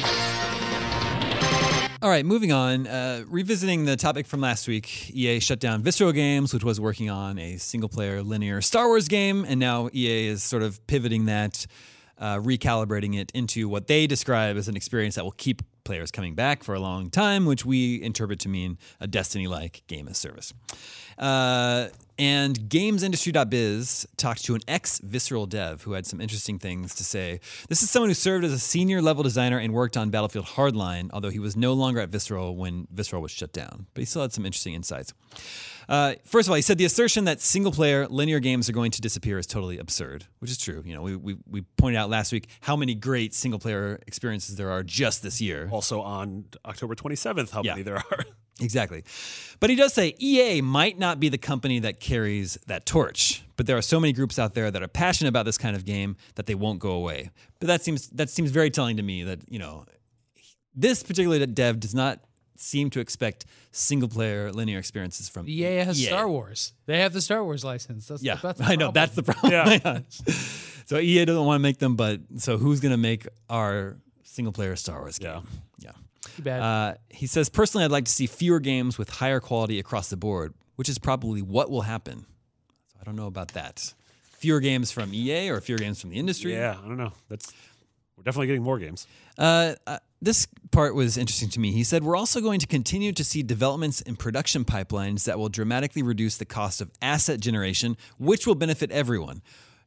[SPEAKER 1] All right, moving on. Uh, revisiting the topic from last week, EA shut down Visceral Games, which was working on a single player linear Star Wars game, and now EA is sort of pivoting that, uh, recalibrating it into what they describe as an experience that will keep players coming back for a long time, which we interpret to mean a Destiny like game as service. Uh, and gamesindustry.biz talked to an ex Visceral dev who had some interesting things to say. This is someone who served as a senior level designer and worked on Battlefield Hardline, although he was no longer at Visceral when Visceral was shut down. But he still had some interesting insights. Uh, first of all, he said the assertion that single player linear games are going to disappear is totally absurd, which is true. You know, we, we, we pointed out last week how many great single player experiences there are just this year.
[SPEAKER 4] Also on October 27th, how
[SPEAKER 1] Yeah.
[SPEAKER 4] many there are?
[SPEAKER 1] Exactly. But he does say EA might not be the company that carries that torch, but there are so many groups out there that are passionate about this kind of game that they won't go away. But that seems that seems very telling to me that, you know, this particular dev does not seem to expect single player linear experiences from
[SPEAKER 6] EA E has
[SPEAKER 1] EA.
[SPEAKER 6] Star Wars. They have the Star Wars license. That's
[SPEAKER 1] Yeah,
[SPEAKER 6] that's the
[SPEAKER 1] I know
[SPEAKER 6] problem.
[SPEAKER 1] that's the problem.
[SPEAKER 4] Yeah.
[SPEAKER 1] Yeah. so EA doesn't want to make them, but so who's going to make our single player Star Wars game? Yeah.
[SPEAKER 6] Too bad.
[SPEAKER 1] Uh, he says, personally, I'd like to see fewer games with higher quality across the board, which is probably what will happen. So I don't know about that. Fewer games from EA or fewer games from the industry.
[SPEAKER 4] yeah, I don't know. That's we're definitely getting more games.
[SPEAKER 1] Uh, uh, this part was interesting to me. He said, We're also going to continue to see developments in production pipelines that will dramatically reduce the cost of asset generation, which will benefit everyone.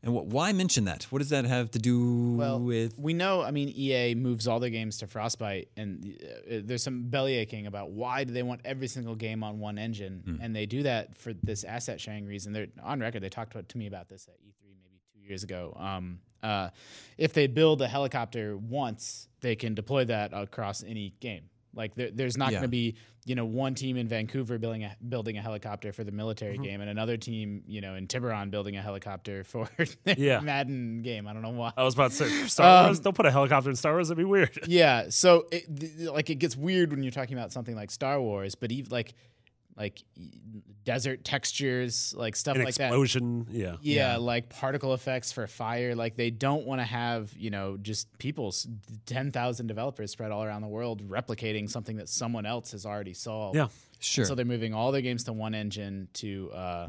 [SPEAKER 1] And wh- why mention that? What does that have to do
[SPEAKER 5] Well,
[SPEAKER 1] with.
[SPEAKER 5] we know. I mean, EA moves all their games to Frostbite, and uh, there's some belly aching about why do they want every single game on one engine,
[SPEAKER 1] Hmm.
[SPEAKER 5] and they do that for this asset sharing reason. They're on record. They talked about, to me about this at E3 maybe two years ago. Um, uh, if they build a helicopter once, they can deploy that across any game. Like there, there's not
[SPEAKER 1] Yeah.
[SPEAKER 5] going to be you know one team in Vancouver building a building a helicopter for the military
[SPEAKER 1] Mm-hmm.
[SPEAKER 5] game and another team you know in Tiburon building a helicopter for their
[SPEAKER 4] Yeah.
[SPEAKER 5] Madden game. I don't know why.
[SPEAKER 4] I was about to say Star
[SPEAKER 5] Um,
[SPEAKER 4] Wars. Don't put a helicopter in Star Wars. That'd be weird.
[SPEAKER 5] yeah so it, th- th- like it gets weird when you're talking about something like star wars but even like like e- desert textures like stuff
[SPEAKER 4] An
[SPEAKER 5] like that
[SPEAKER 4] explosion. Yeah.
[SPEAKER 5] yeah, like particle effects for fire like they don't want to have you know just people s- 10,000 developers spread all around the world replicating something that someone else has already solved
[SPEAKER 4] Yeah.
[SPEAKER 1] Sure.
[SPEAKER 5] so they're moving all their games to one engine to uh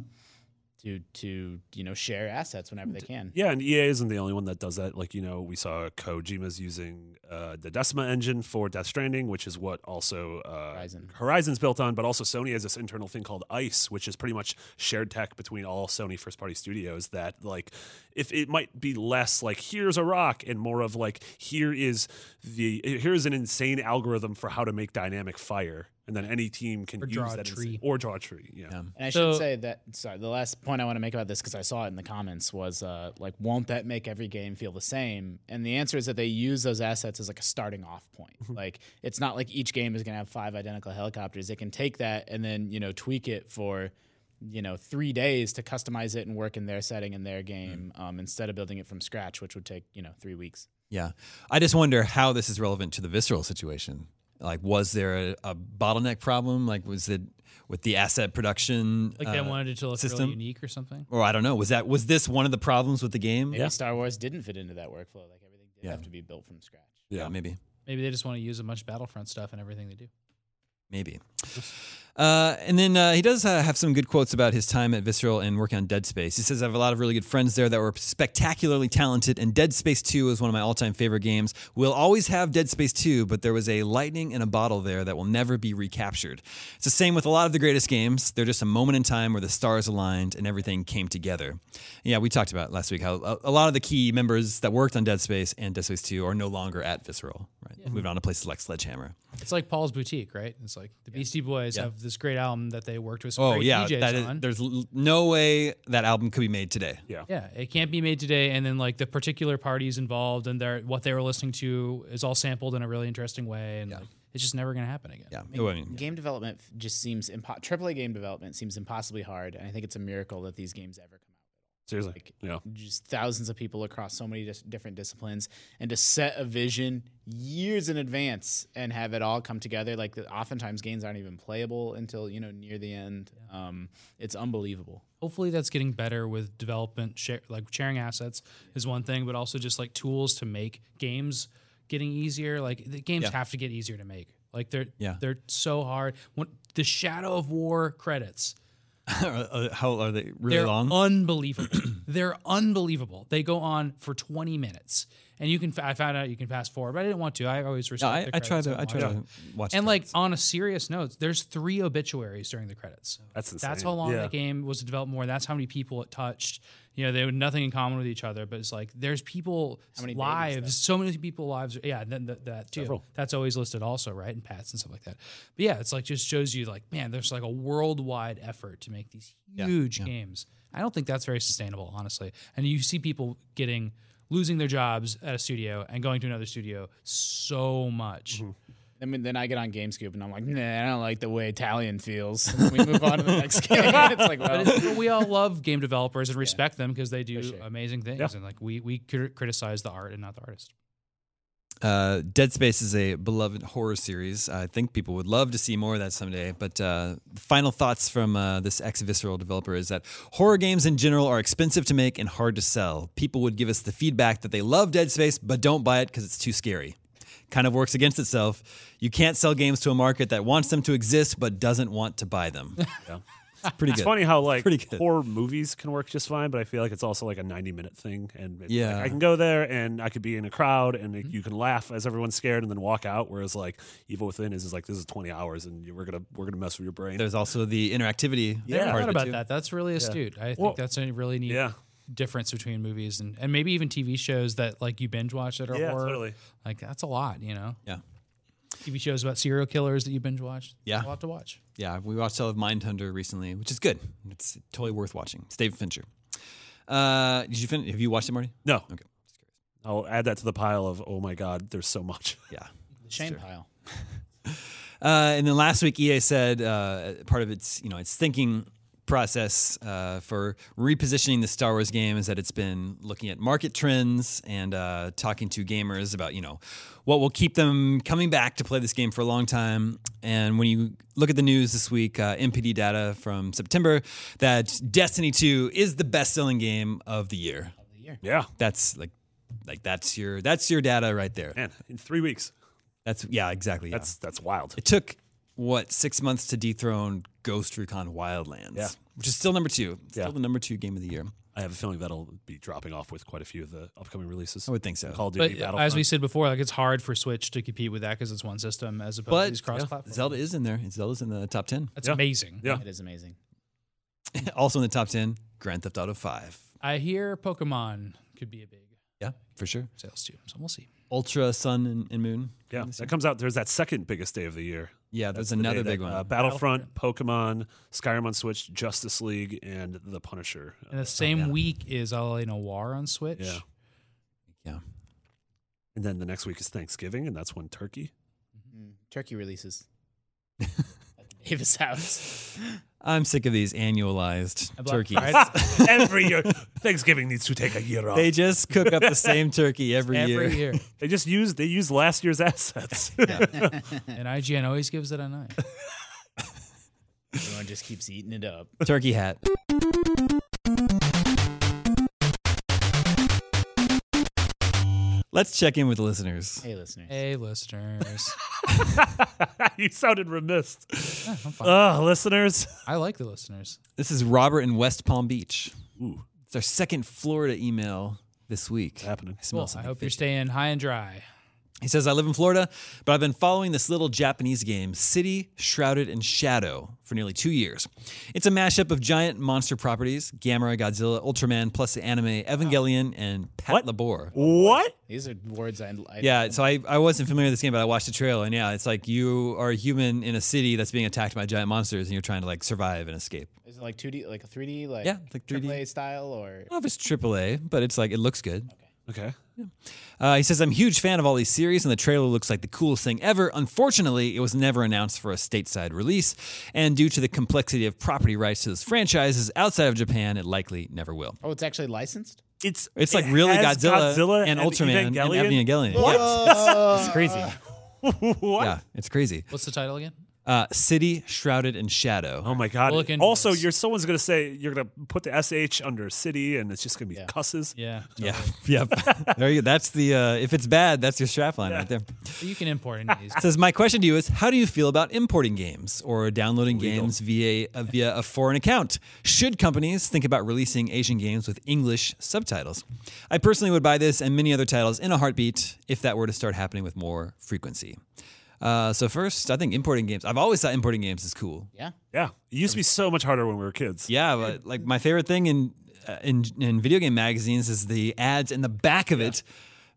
[SPEAKER 5] to to you know share assets whenever they can
[SPEAKER 4] Yeah, and EA isn't the only one that does that. Like, you know, we saw Kojima's using uh, the Decima engine for Death Stranding, which is what also uh,
[SPEAKER 5] Horizon.
[SPEAKER 4] Horizon's built on, but also Sony has this internal thing called ICE, which is pretty much shared tech between all Sony first party studios that, like, if it might be less like, here's a rock, and more of like, here is the, here is an insane algorithm for how to make dynamic fire. And then any team can
[SPEAKER 6] Or
[SPEAKER 4] use
[SPEAKER 6] draw a
[SPEAKER 4] that insa-
[SPEAKER 6] tree.
[SPEAKER 4] or draw a tree. Yeah.
[SPEAKER 1] Yeah.
[SPEAKER 5] And I
[SPEAKER 6] So-
[SPEAKER 5] should say that sorry, the last point I want to make about this because I saw it in the comments was uh, like, won't that make every game feel the same? And the answer is that they use those assets as like a starting off point. like it's not like each game is going to have five identical helicopters. They can take that and then you know tweak it for you know three days to customize it and work in their setting and their game um, instead of building it from scratch, which would take you know three weeks.
[SPEAKER 1] Yeah. I just wonder how this is relevant to the visceral situation. Like, was there a, a bottleneck problem? Like, was it with the asset production?
[SPEAKER 6] Like they
[SPEAKER 1] uh,
[SPEAKER 6] wanted it to look
[SPEAKER 1] system?
[SPEAKER 6] really unique or something.
[SPEAKER 1] Or I don't know. Was that was this one of the problems with the game?
[SPEAKER 5] Maybe Star Wars didn't fit into that workflow. Like everything did have to be built from scratch.
[SPEAKER 1] yeah maybe.
[SPEAKER 6] Maybe they just want to use a bunch of Battlefront stuff and everything they do.
[SPEAKER 1] Maybe. Uh, and then uh, he does uh, have some good quotes about his time at Visceral and working on Dead Space. He says, I have a lot of really good friends there that were spectacularly talented, and Dead Space 2 is one of my all time favorite games. We'll always have Dead Space 2, but there was a lightning in a bottle there that will never be recaptured. It's the same with a lot of the greatest games. They're just a moment in time where the stars aligned and everything came together. Yeah, we talked about last week how a, a lot of the key members that worked on Dead Space and Dead Space 2 are no longer at Visceral, right? Moved on to places like Sledgehammer.
[SPEAKER 6] It's like Paul's Boutique, right? It's like the Beastie Boys have this great album that they worked with some
[SPEAKER 1] Oh
[SPEAKER 6] great
[SPEAKER 1] yeah,
[SPEAKER 6] DJs
[SPEAKER 1] that is,
[SPEAKER 6] on.
[SPEAKER 1] there's l- no way that album could be made today.
[SPEAKER 4] Yeah.
[SPEAKER 6] Yeah, it can't be made today. And then like the particular parties involved and their what they were listening to is all sampled in a really interesting way, and like, it's just never gonna happen again.
[SPEAKER 1] Oh, Yeah, it wouldn't-
[SPEAKER 5] Game development f- just seems impo- AAA game development seems impossibly hard, and I think it's a miracle that these games ever come out.
[SPEAKER 4] Seriously. yeah.
[SPEAKER 5] just thousands of people across so many dis- different disciplines and to set a vision years in advance and have it all come together like the, oftentimes games aren't even playable until you know near the end um, it's unbelievable
[SPEAKER 6] Hopefully that's getting better with development. Share, like sharing assets is one thing, but also just like tools to make games getting easier. Like the games
[SPEAKER 1] Yeah.
[SPEAKER 6] have to get easier to make. Like they're
[SPEAKER 1] Yeah.
[SPEAKER 6] they're so hard. When, the Shadow of War credits.
[SPEAKER 1] Uh, How are they really
[SPEAKER 6] They're
[SPEAKER 1] long?
[SPEAKER 6] unbelievable. They're unbelievable. They go on for 20 minutes, and you can. fa- I found out you can fast forward, but I didn't want to. I always
[SPEAKER 1] No,
[SPEAKER 6] respect.
[SPEAKER 1] I,
[SPEAKER 6] the
[SPEAKER 1] I try
[SPEAKER 6] credits
[SPEAKER 1] to.
[SPEAKER 6] and
[SPEAKER 1] I try
[SPEAKER 6] watch
[SPEAKER 1] to watch.
[SPEAKER 6] it. And
[SPEAKER 1] the-
[SPEAKER 6] like on a serious note, there's three obituaries during the credits.
[SPEAKER 4] That's insane.
[SPEAKER 6] That's how long
[SPEAKER 4] yeah.
[SPEAKER 6] that game was developed. More. That's how many people it touched. You know, they had nothing in common with each other, but it's like there's people
[SPEAKER 5] many babies,
[SPEAKER 6] lives,
[SPEAKER 5] though?
[SPEAKER 6] so many people lives. Yeah, and then th- that too. That's always listed also, right? And pats and stuff like that. But yeah, it's like just shows you like, man, there's like a worldwide effort to make these huge games. I don't think that's very sustainable, honestly. And you see people getting losing their jobs at a studio and going to another studio so much.
[SPEAKER 5] i mean then i get on gamescoop and i'm like nah i don't like the way italian feels And we move on to the next game it's like well
[SPEAKER 6] But it's- we all love game developers and respect them because they do amazing things.
[SPEAKER 4] Yeah.
[SPEAKER 6] And like we we cr- criticize the art and not the artist.
[SPEAKER 1] uh, Dead Space is a beloved horror series. I think people would love to see more of that someday. But uh, final thoughts from uh, this ex-visceral developer is that horror games in general are expensive to make and hard to sell. People would give us the feedback that they love Dead Space, but don't buy it because it's too scary. Kind of works against itself. You can't sell games to a market that wants them to exist but doesn't want to buy them. It's pretty
[SPEAKER 4] It's
[SPEAKER 1] good.
[SPEAKER 4] funny how like
[SPEAKER 1] Pretty good.
[SPEAKER 4] horror movies can work just fine, but I feel like it's also like a ninety minute thing. And it's like,
[SPEAKER 1] Yeah. Mm-hmm.
[SPEAKER 4] I can go there and I could be in a crowd and like, you can laugh as everyone's scared and then walk out. Whereas like Evil Within is, is like this is twenty hours and you, we're gonna we're gonna mess with your brain.
[SPEAKER 1] There's also the interactivity.
[SPEAKER 4] Yeah.
[SPEAKER 6] I
[SPEAKER 1] part
[SPEAKER 6] thought
[SPEAKER 1] of it,
[SPEAKER 6] about
[SPEAKER 1] too.
[SPEAKER 6] that. That's really astute. I think
[SPEAKER 4] Well,
[SPEAKER 6] that's a really neat
[SPEAKER 4] yeah.
[SPEAKER 6] difference between movies and, and maybe even TV shows that like you binge watch that are
[SPEAKER 4] yeah,
[SPEAKER 6] horror.
[SPEAKER 4] totally.
[SPEAKER 6] Like that's a lot, you know.
[SPEAKER 1] Yeah.
[SPEAKER 6] TV shows about serial killers that you binge watch.
[SPEAKER 1] Yeah.
[SPEAKER 6] a lot to watch.
[SPEAKER 1] Yeah, we watched all of Mindhunter recently, which is good. It's totally worth watching. It's David Fincher. Uh, did you fin- Have you watched it, Marty?
[SPEAKER 4] No.
[SPEAKER 1] Okay.
[SPEAKER 4] I'll add that to the pile of oh my god, there's so much.
[SPEAKER 1] Yeah.
[SPEAKER 5] shame pile
[SPEAKER 1] Uh, and then last week, EA said uh, part of its you know its thinking process uh, for repositioning the Star Wars game is that it's been looking at market trends and uh, talking to gamers about you know what will keep them coming back to play this game for a long time. And when you look at the news this week, uh, MPD data from September that Destiny 2 is the best-selling game of the year.
[SPEAKER 4] Yeah.
[SPEAKER 1] That's like like that's your that's your data right there.
[SPEAKER 4] Man, in three weeks.
[SPEAKER 1] That's yeah, exactly. yeah.
[SPEAKER 4] That's that's wild.
[SPEAKER 1] It took what six months to dethrone Ghost Recon Wildlands,
[SPEAKER 4] Yeah.
[SPEAKER 1] which is still number two, It's
[SPEAKER 4] Yeah.
[SPEAKER 1] still the number two game of the year.
[SPEAKER 4] I have a feeling that'll be dropping off with quite a few of the upcoming releases.
[SPEAKER 1] I would think so.
[SPEAKER 4] Call of
[SPEAKER 6] But
[SPEAKER 4] Duty,
[SPEAKER 6] as we
[SPEAKER 4] Battlefront.
[SPEAKER 6] said before, like it's hard for Switch to compete with that because it's one system as opposed to
[SPEAKER 1] But
[SPEAKER 6] these cross-platform.
[SPEAKER 1] Zelda is in there. Zelda's in the top ten.
[SPEAKER 6] That's
[SPEAKER 4] Yeah.
[SPEAKER 6] amazing.
[SPEAKER 4] Yeah.
[SPEAKER 5] it is amazing
[SPEAKER 1] also in the top ten, Grand Theft Auto Five.
[SPEAKER 6] I hear Pokemon could be a big
[SPEAKER 1] Yeah, for sure.
[SPEAKER 6] sales too, so we'll see.
[SPEAKER 1] Ultra Sun and, and Moon.
[SPEAKER 4] yeah, that comes out. There's that second biggest day of the year.
[SPEAKER 1] Yeah, there's
[SPEAKER 4] That's the
[SPEAKER 1] another
[SPEAKER 4] day
[SPEAKER 1] big
[SPEAKER 4] that,
[SPEAKER 1] one.
[SPEAKER 4] Uh, Battlefront, Pokemon, Skyrim on Switch, Justice League, and The Punisher.
[SPEAKER 1] Oh,
[SPEAKER 6] And the same week is LA Noir on Switch.
[SPEAKER 4] Yeah.
[SPEAKER 1] yeah,
[SPEAKER 4] And then the
[SPEAKER 5] Mm.
[SPEAKER 4] next week is Thanksgiving, and that's when turkey.
[SPEAKER 5] turkey releases Davis house.
[SPEAKER 1] I'm sick of these annualized
[SPEAKER 6] Black
[SPEAKER 1] turkeys.
[SPEAKER 6] Friday-
[SPEAKER 4] Every year, Thanksgiving needs to take a year off.
[SPEAKER 1] They
[SPEAKER 4] They,
[SPEAKER 1] just cook up the same turkey every,
[SPEAKER 6] every year.
[SPEAKER 4] just use they use last year's assets.
[SPEAKER 6] And IGN always gives it a nine.
[SPEAKER 5] Everyone just keeps eating it up.
[SPEAKER 1] Turkey hat. Let's check in with the listeners.
[SPEAKER 5] Hey, listeners.
[SPEAKER 6] Hey, listeners.
[SPEAKER 4] you sounded remiss.
[SPEAKER 6] Yeah, I'm fine.
[SPEAKER 4] Ugh, listeners.
[SPEAKER 6] I like the listeners.
[SPEAKER 1] This is Robert in West Palm Beach.
[SPEAKER 4] Ooh,
[SPEAKER 1] It's our second Florida email this week.
[SPEAKER 4] it's happening.
[SPEAKER 1] I smell
[SPEAKER 6] Well, I
[SPEAKER 1] something
[SPEAKER 6] hope you're
[SPEAKER 1] fishy.
[SPEAKER 6] staying high and dry.
[SPEAKER 1] He says, I live in Florida, but I've been following this little Japanese game, City Shrouded in Shadow, for nearly two years. It's a mashup of giant monster properties Gamera, Godzilla, Ultraman, plus the anime Evangelion and Pat
[SPEAKER 4] What?
[SPEAKER 1] LaBoer.
[SPEAKER 4] What?
[SPEAKER 5] These are words I, I
[SPEAKER 1] Yeah, so I, I wasn't familiar with this game, but I watched the trailer, and yeah, it's like you are a human in a city that's being attacked by giant monsters, and you're trying to like survive and escape.
[SPEAKER 5] Is it like 2D, like a 3D, like
[SPEAKER 1] Yeah, like 3D.
[SPEAKER 5] AAA style, or
[SPEAKER 1] I don't know if it's AAA, but it's like it looks good.
[SPEAKER 4] Okay.
[SPEAKER 1] Uh, he says, I'm a huge fan of all these series, and the trailer looks like the coolest thing ever. Unfortunately, it was never announced for a stateside release, and due to the complexity of property rights to this franchises outside of Japan, it likely never will.
[SPEAKER 5] oh, it's actually licensed.
[SPEAKER 4] It's
[SPEAKER 1] It's like
[SPEAKER 4] it
[SPEAKER 1] really
[SPEAKER 4] has
[SPEAKER 1] Godzilla, and, Ultraman
[SPEAKER 4] Evangelion?
[SPEAKER 1] and Evangelion.
[SPEAKER 5] What?
[SPEAKER 1] It's crazy.
[SPEAKER 4] what?
[SPEAKER 1] Yeah, it's crazy.
[SPEAKER 6] What's the title again?
[SPEAKER 1] Uh, City Shrouded in Shadow.
[SPEAKER 4] Oh my god.
[SPEAKER 6] We'll look into
[SPEAKER 4] also,
[SPEAKER 6] this.
[SPEAKER 4] you're someone's gonna say you're gonna put the sh under city, and it's just gonna be cusses.
[SPEAKER 6] Yeah.
[SPEAKER 1] Yeah, yep. there you go. That's the, uh, if it's bad, that's your strapline right there.
[SPEAKER 6] You can import any of these.
[SPEAKER 1] Says my question to you is how do you feel about importing games or downloading games via uh, via a foreign account? Should companies think about releasing Asian games with English subtitles? I personally would buy this and many other titles in a heartbeat if that were to start happening with more frequency. Uh, so first, I think importing games. I've always thought importing games is cool.
[SPEAKER 5] Yeah.
[SPEAKER 4] Yeah. It used to be so much harder when we were kids.
[SPEAKER 1] Yeah, but like my favorite thing in uh, in in video game magazines is the ads in the back of it.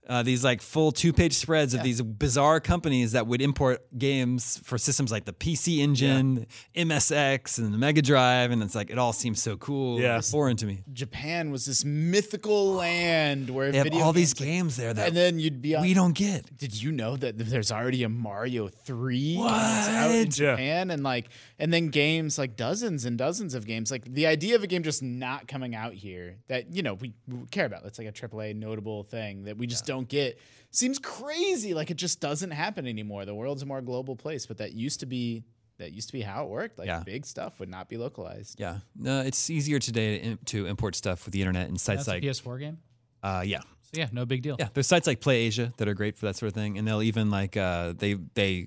[SPEAKER 1] Uh, these like full two page spreads of these bizarre companies that would import games for systems like the PC Engine, MSX, and the Mega Drive, and it's like it all seems so cool,
[SPEAKER 4] Yeah.
[SPEAKER 1] and foreign to me.
[SPEAKER 5] Japan was this mythical land where
[SPEAKER 1] They have
[SPEAKER 5] video
[SPEAKER 1] all these games
[SPEAKER 5] games-
[SPEAKER 1] there that
[SPEAKER 5] and then uh, you'd be on.
[SPEAKER 1] we don't get.
[SPEAKER 5] did you know that there's already a Mario 3
[SPEAKER 1] What?
[SPEAKER 5] out in
[SPEAKER 4] Yeah.
[SPEAKER 5] Japan and like and then games like dozens and dozens of games like the idea of a game just not coming out here that you know we, we care about that's like a AAA notable thing that we just don't get seems crazy like it just doesn't happen anymore the world's a more global place but that used to be that used to be how it worked like
[SPEAKER 1] Yeah.
[SPEAKER 5] big stuff would not be localized
[SPEAKER 1] Yeah, no, it's easier today to, im- to import stuff with the internet and sites
[SPEAKER 6] That's a
[SPEAKER 1] like
[SPEAKER 6] PS4 game.
[SPEAKER 1] uh, yeah,
[SPEAKER 6] So yeah, no big deal.
[SPEAKER 1] Yeah, there's sites like PlayAsia that are great for that sort of thing, and they'll even like uh, they they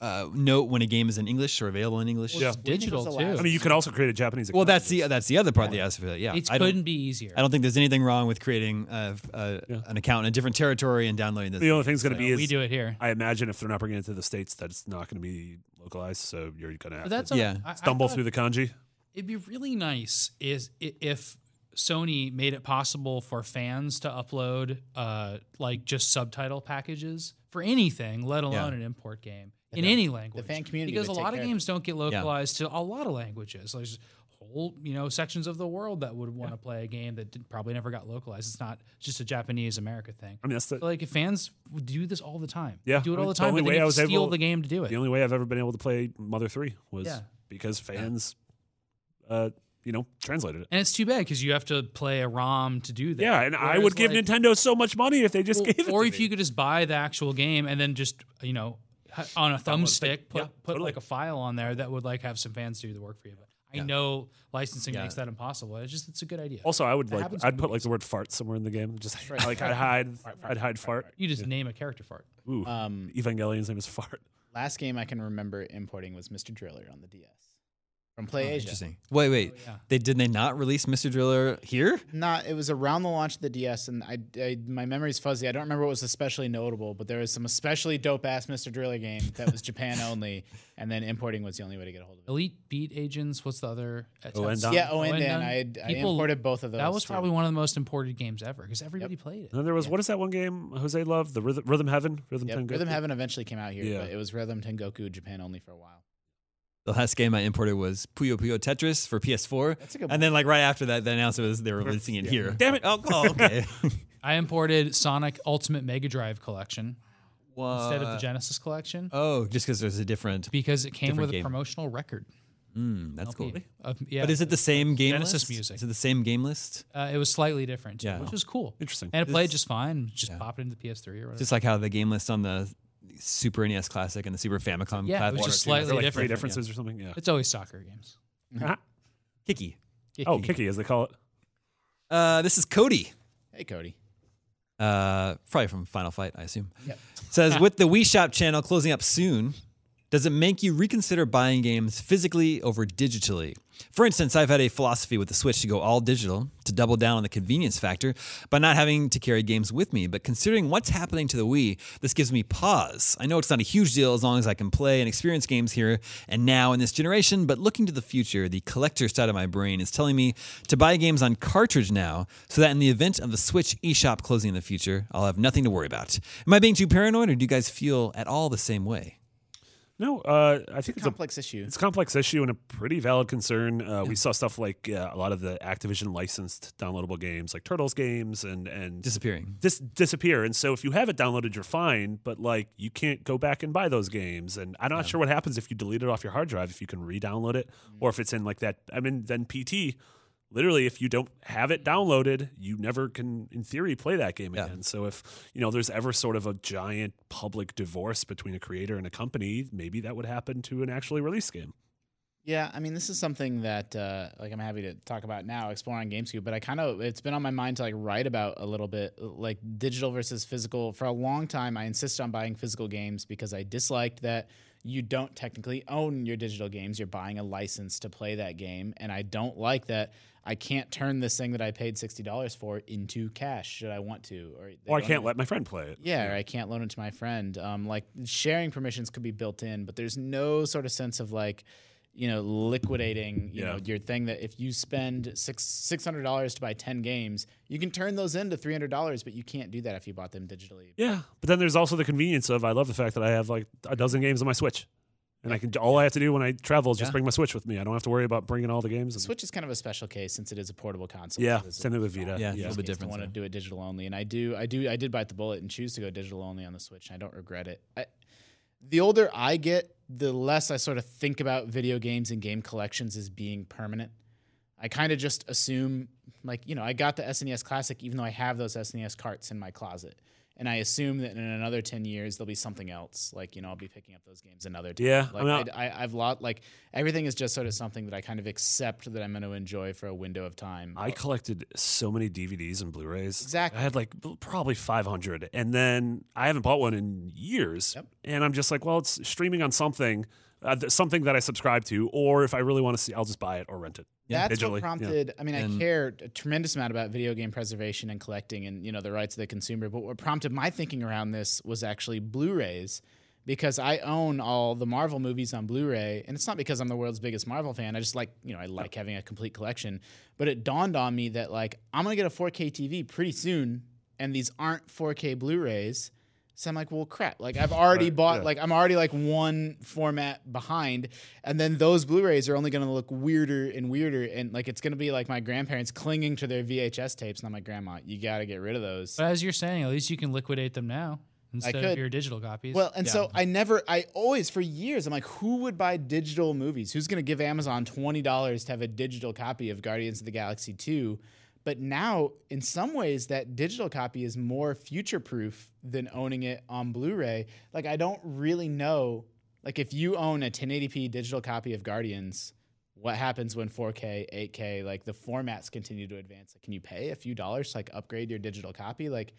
[SPEAKER 1] uh, note when a game is in English or available in English.
[SPEAKER 4] Yeah.
[SPEAKER 6] It's digital
[SPEAKER 5] Windows
[SPEAKER 6] too.
[SPEAKER 5] allows-
[SPEAKER 4] I mean, you could also create a Japanese.
[SPEAKER 1] Well,
[SPEAKER 4] account.
[SPEAKER 1] that's the that's the other part of the aspect. of it, Yeah,
[SPEAKER 6] it
[SPEAKER 1] I don't
[SPEAKER 6] couldn't be easier.
[SPEAKER 1] I don't think there's anything wrong with creating uh, uh, an account in a different territory and downloading this.
[SPEAKER 4] the only thing's gonna be is
[SPEAKER 6] we do it here.
[SPEAKER 4] I imagine if they're not bringing it to the states, that it's not gonna be localized. So you're gonna have
[SPEAKER 6] But that's
[SPEAKER 4] to
[SPEAKER 6] a,
[SPEAKER 1] Yeah.
[SPEAKER 6] I- I
[SPEAKER 4] stumble
[SPEAKER 6] thought
[SPEAKER 4] through the kanji.
[SPEAKER 6] It'd be really nice is i- if Sony made it possible for fans to upload uh, like just subtitle packages for anything, let alone an import game in any language.
[SPEAKER 5] fan community
[SPEAKER 6] because a
[SPEAKER 5] would take
[SPEAKER 6] lot of
[SPEAKER 5] care of
[SPEAKER 6] games don't get localized to a lot of languages. There's whole you know sections of the world that would want to play a game that did, probably never got localized. It's not just a Japanese America thing.
[SPEAKER 4] I mean, that's the,
[SPEAKER 6] But, like if fans would do this all the time.
[SPEAKER 4] Yeah,
[SPEAKER 6] do it
[SPEAKER 4] I mean,
[SPEAKER 6] all the
[SPEAKER 4] it's
[SPEAKER 6] time.
[SPEAKER 4] only
[SPEAKER 6] but
[SPEAKER 4] way
[SPEAKER 6] they
[SPEAKER 4] I was
[SPEAKER 6] steal
[SPEAKER 4] able-
[SPEAKER 6] the game to do it.
[SPEAKER 4] the only way I've ever been able to play Mother Three was
[SPEAKER 6] Yeah.
[SPEAKER 4] because fans, uh, you know, translated it.
[SPEAKER 6] And it's too bad because you have to play a ROM to do that.
[SPEAKER 4] Yeah, and I would give
[SPEAKER 6] Whereas, like,
[SPEAKER 4] Nintendo so much money if they just
[SPEAKER 6] Well,
[SPEAKER 4] gave it.
[SPEAKER 6] or
[SPEAKER 4] to
[SPEAKER 6] if
[SPEAKER 4] me.
[SPEAKER 6] you could just buy the actual game and then just you know h- on a thumbstick put,
[SPEAKER 4] Yeah,
[SPEAKER 6] put
[SPEAKER 4] totally.
[SPEAKER 6] like a file on there that would like have some fans do the work for you but i know licensing makes that impossible it's just it's a good idea
[SPEAKER 4] Also, I would like
[SPEAKER 6] happens in
[SPEAKER 4] I'd put like the word fart somewhere in the game. Just like I'd hide I'd hide fart.
[SPEAKER 6] you just name a character for it
[SPEAKER 4] Ooh,
[SPEAKER 5] um
[SPEAKER 4] Evangelion's name is fart.
[SPEAKER 5] last game i can remember importing was Mr. Driller on the DS from PlayAsia
[SPEAKER 1] Oh, Interesting. Wait,
[SPEAKER 4] Oh,
[SPEAKER 1] wait. They did they not release Mr. Driller here?
[SPEAKER 5] not it was around the launch of the DS and I, I my memory's fuzzy. I don't remember what was especially notable, but there was some especially dope ass Mr. Driller game that was Japan only and then importing was the only way to get a hold of it.
[SPEAKER 6] elite beat agents what's the other uh,
[SPEAKER 4] Oendon?
[SPEAKER 5] Yeah, oh and
[SPEAKER 6] Oendon.
[SPEAKER 5] Dan. I, had- I
[SPEAKER 6] People-
[SPEAKER 5] imported both of those.
[SPEAKER 6] that was
[SPEAKER 5] too.
[SPEAKER 6] probably one of the most imported games ever because everybody played it
[SPEAKER 4] And then there was what is that one game Jose loved? The Rhythm, Rhythm Heaven? Rhythm
[SPEAKER 5] Yep.
[SPEAKER 4] Tengoku?
[SPEAKER 5] Rhythm Heaven eventually came out here,
[SPEAKER 4] Yeah.
[SPEAKER 5] but it was Rhythm Tengoku Japan only for a while.
[SPEAKER 1] The last game I imported was Puyo Puyo Tetris for PS4.
[SPEAKER 5] That's a good
[SPEAKER 1] and then like right after that, they announced it was they were releasing it here.
[SPEAKER 4] Damn it.
[SPEAKER 1] Oh, okay.
[SPEAKER 6] i imported sonic ultimate mega drive collection instead of
[SPEAKER 1] Wha-
[SPEAKER 6] the Genesis collection
[SPEAKER 1] Oh, just because there's a different.
[SPEAKER 6] because it came
[SPEAKER 1] different
[SPEAKER 6] with a
[SPEAKER 1] game.
[SPEAKER 6] promotional record.
[SPEAKER 1] Mm, that's cool.
[SPEAKER 6] Of, yeah,
[SPEAKER 1] But is it the same game
[SPEAKER 6] Genesis
[SPEAKER 1] list?
[SPEAKER 6] music.
[SPEAKER 1] Is it the same game list?
[SPEAKER 6] uh, it was slightly different,
[SPEAKER 1] Yeah.
[SPEAKER 6] which was cool.
[SPEAKER 4] Interesting.
[SPEAKER 6] And it played just fine. Just pop it into the PS3 or whatever.
[SPEAKER 1] Just like how the game list on the Super NES Classic and the Super Famicom
[SPEAKER 6] Yeah, it
[SPEAKER 1] Classic are
[SPEAKER 6] was just
[SPEAKER 1] two-
[SPEAKER 4] Is
[SPEAKER 6] slightly
[SPEAKER 4] there like
[SPEAKER 6] different,
[SPEAKER 4] three
[SPEAKER 6] yeah.
[SPEAKER 4] differences or something? Yeah.
[SPEAKER 6] it's always soccer games.
[SPEAKER 4] Ah,
[SPEAKER 1] Kicky.
[SPEAKER 4] oh, Kiki, as they call it.
[SPEAKER 1] Uh, this is Cody.
[SPEAKER 5] Hey, Cody.
[SPEAKER 1] Uh, probably from Final Fight, I assume. Says with the Wii Shop channel closing up soon, does it make you reconsider buying games physically over digitally? For instance, I've had a philosophy with the Switch to go all digital to double down on the convenience factor by not having to carry games with me. But considering what's happening to the Wii, this gives me pause. I know it's not a huge deal as long as I can play and experience games here and now in this generation, but looking to the future, the collector side of my brain is telling me to buy games on cartridge now so that in the event of the Switch eShop closing in the future, I'll have nothing to worry about. Am I being too paranoid or do you guys feel at all the same way?
[SPEAKER 4] No, uh, I think it's a
[SPEAKER 5] Complex issue.
[SPEAKER 4] It's a complex issue and a pretty valid concern. Uh, We saw stuff like uh, a lot of the Activision licensed downloadable games, like Turtles games, and and
[SPEAKER 1] Disappearing.
[SPEAKER 4] dis- disappear. And so if you have it downloaded, you're fine, but like you can't go back and buy those games. And I'm not sure what happens if you delete it off your hard drive, if you can re-download it,
[SPEAKER 5] Mm.
[SPEAKER 4] or if it's in like that. I mean, then PT. Literally, if you don't have it downloaded, you never can, in theory, play that game
[SPEAKER 1] Yeah.
[SPEAKER 4] again. So if you know there's ever sort of a giant public divorce between a creator and a company, maybe that would happen to an actually released game.
[SPEAKER 5] Yeah, I mean, this is something that uh, like I'm happy to talk about now, explore on GameScoop. But I kind of it's been on my mind to like write about a little bit, uh, like digital versus physical. For a long time, I insisted on buying physical games because I disliked that you don't technically own your digital games; you're buying a license to play that game, and I don't like that. I can't turn this thing that I paid sixty dollars for into cash should I want to, or, they
[SPEAKER 4] Or I
[SPEAKER 5] don't
[SPEAKER 4] can't let my friend play it.
[SPEAKER 5] yeah, or I can't loan it to my friend. Um, like sharing permissions could be built in, but there's no sort of sense of like, you know, liquidating, you
[SPEAKER 4] Yeah.
[SPEAKER 5] know, your thing that if you spend six six hundred dollars to buy ten games, you can turn those into three hundred dollars, but you can't do that if you bought them digitally.
[SPEAKER 4] Yeah, but then there's also the convenience of I love the fact that I have like a dozen games on my Switch, and I can all I have to do when I travel is just bring my Switch with me. I don't have to worry about bringing all the games. And,
[SPEAKER 5] Switch is kind of a special case since it is a portable console.
[SPEAKER 4] yeah,
[SPEAKER 5] so it's a
[SPEAKER 4] same with Vita.
[SPEAKER 1] Yeah,
[SPEAKER 4] yeah.
[SPEAKER 1] it's a little bit
[SPEAKER 5] I
[SPEAKER 1] different.
[SPEAKER 5] want to do it digital only, and I do, I do, I did bite the bullet and choose to go digital only on the Switch, and I don't regret it. I, the older I get, the less I sort of think about video games and game collections as being permanent. I kind of just assume, like you know, I got the SNES Classic, even though I have those SNES carts in my closet, and I assume that in another ten years there'll be something else. Like you know, I'll be picking up those games another time.
[SPEAKER 4] Yeah,
[SPEAKER 5] like
[SPEAKER 4] I'm not-
[SPEAKER 5] I, I, I've lot like everything is just sort of something that I kind of accept that I'm going to enjoy for a window of time.
[SPEAKER 4] I collected so many DVDs and Blu-rays.
[SPEAKER 5] Oh. Exactly.
[SPEAKER 4] I had like b- probably 500, and then I haven't bought one in years.
[SPEAKER 5] Yep.
[SPEAKER 4] And I'm just like, well, it's streaming on something, uh, th- something that I subscribe to, or if I really want to see, I'll just buy it or rent it.
[SPEAKER 5] That's
[SPEAKER 4] digitally, yeah.
[SPEAKER 5] what prompted. I mean,
[SPEAKER 1] And-
[SPEAKER 5] I care a tremendous amount about video game preservation and collecting, and you know the rights of the consumer. But what prompted my thinking around this was actually Blu-rays, because I own all the Marvel movies on Blu-ray, and it's not because I'm the world's biggest Marvel fan. I just like you know I like having a complete collection. But it dawned on me that like I'm gonna get a 4K TV pretty soon, and these aren't 4K Blu-rays. So I'm like, well, crap. Like I've already bought, like I'm already like one format behind, and then those Blu-rays are only going to look weirder and weirder, and like it's going to be like my grandparents clinging to their VHS tapes, and I'm like, Grandma, you got to get rid of those.
[SPEAKER 6] But as you're saying, at least you can liquidate them now instead of
[SPEAKER 5] could.
[SPEAKER 6] your digital copies.
[SPEAKER 5] Well, and so I never, I always, for years, I'm like, who would buy digital movies? Who's going to give Amazon $20 to have a digital copy of Guardians of the Galaxy 2? But now, in some ways, that digital copy is more future proof than owning it on Blu ray. Like, I don't really know, like, if you own a 1080p digital copy of Guardians, what happens when 4K, 8K, like the formats continue to advance? Like, can you pay a few dollars to like upgrade your digital copy? Like,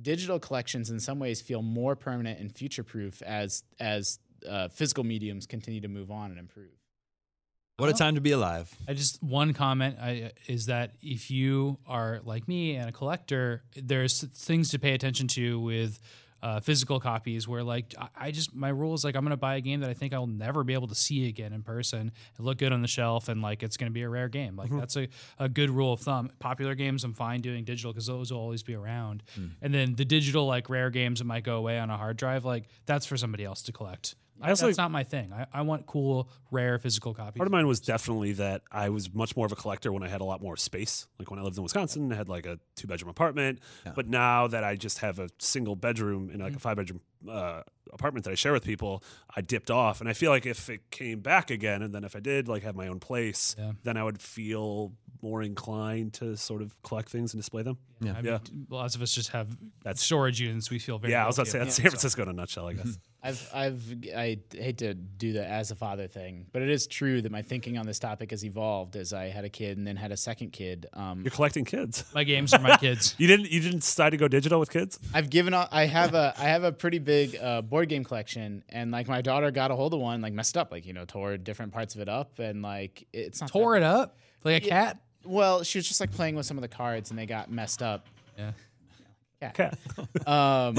[SPEAKER 5] digital collections in some ways feel more permanent and future proof as as uh, physical mediums continue to move on and improve.
[SPEAKER 1] What a
[SPEAKER 5] Oh.
[SPEAKER 1] time to be alive.
[SPEAKER 6] I just one comment I, is that if you are like me and a collector, there's things to pay attention to with uh, physical copies. Where like I, I just my rule is like I'm gonna buy a game that I think I'll never be able to see again in person, and look good on the shelf, and like it's gonna be a rare game.
[SPEAKER 4] Mm-hmm.
[SPEAKER 6] Like that's a, a good rule of thumb. Popular games I'm fine doing digital because those will always be around,
[SPEAKER 4] Mm.
[SPEAKER 6] and then the digital like rare games that might go away on a hard drive, like that's for somebody else to collect.
[SPEAKER 4] I also
[SPEAKER 6] that's not my thing. I, I want cool, rare physical copies.
[SPEAKER 4] Part of mine was definitely that I was much more of a collector when I had a lot more space. Like when I lived in Wisconsin, I had like a two bedroom apartment. But now that I just have a single bedroom in like a five bedroom uh, apartment that I share with people, I dipped off. And I feel like if it came back again, and then if I did like have my own place,
[SPEAKER 6] Yeah.
[SPEAKER 4] then I would feel more inclined to sort of collect things and display them.
[SPEAKER 6] I mean,
[SPEAKER 4] Yeah.
[SPEAKER 6] Lots of us just have
[SPEAKER 4] That's-
[SPEAKER 6] storage units. We feel very
[SPEAKER 4] yeah, I was
[SPEAKER 6] guilty
[SPEAKER 4] about to say
[SPEAKER 6] about.
[SPEAKER 4] that's San Francisco in a nutshell, I guess.
[SPEAKER 5] I've, I've, I hate to do the as a father thing, but it is true that my thinking on this topic has evolved as I had a kid and then had a second kid. Um,
[SPEAKER 4] You're collecting kids.
[SPEAKER 6] My games are my kids.
[SPEAKER 4] You didn't you didn't decide to go digital with kids?
[SPEAKER 5] I've given all, I have a I have a pretty big uh, board game collection, and like my daughter got a hold of one, like messed up, like you know tore different parts of it up, and like it's not
[SPEAKER 6] Tore
[SPEAKER 5] that-
[SPEAKER 6] it up like a cat.
[SPEAKER 5] Well, she was just like playing with some of the cards, and they got messed up.
[SPEAKER 6] Yeah.
[SPEAKER 4] Cat.
[SPEAKER 5] Um,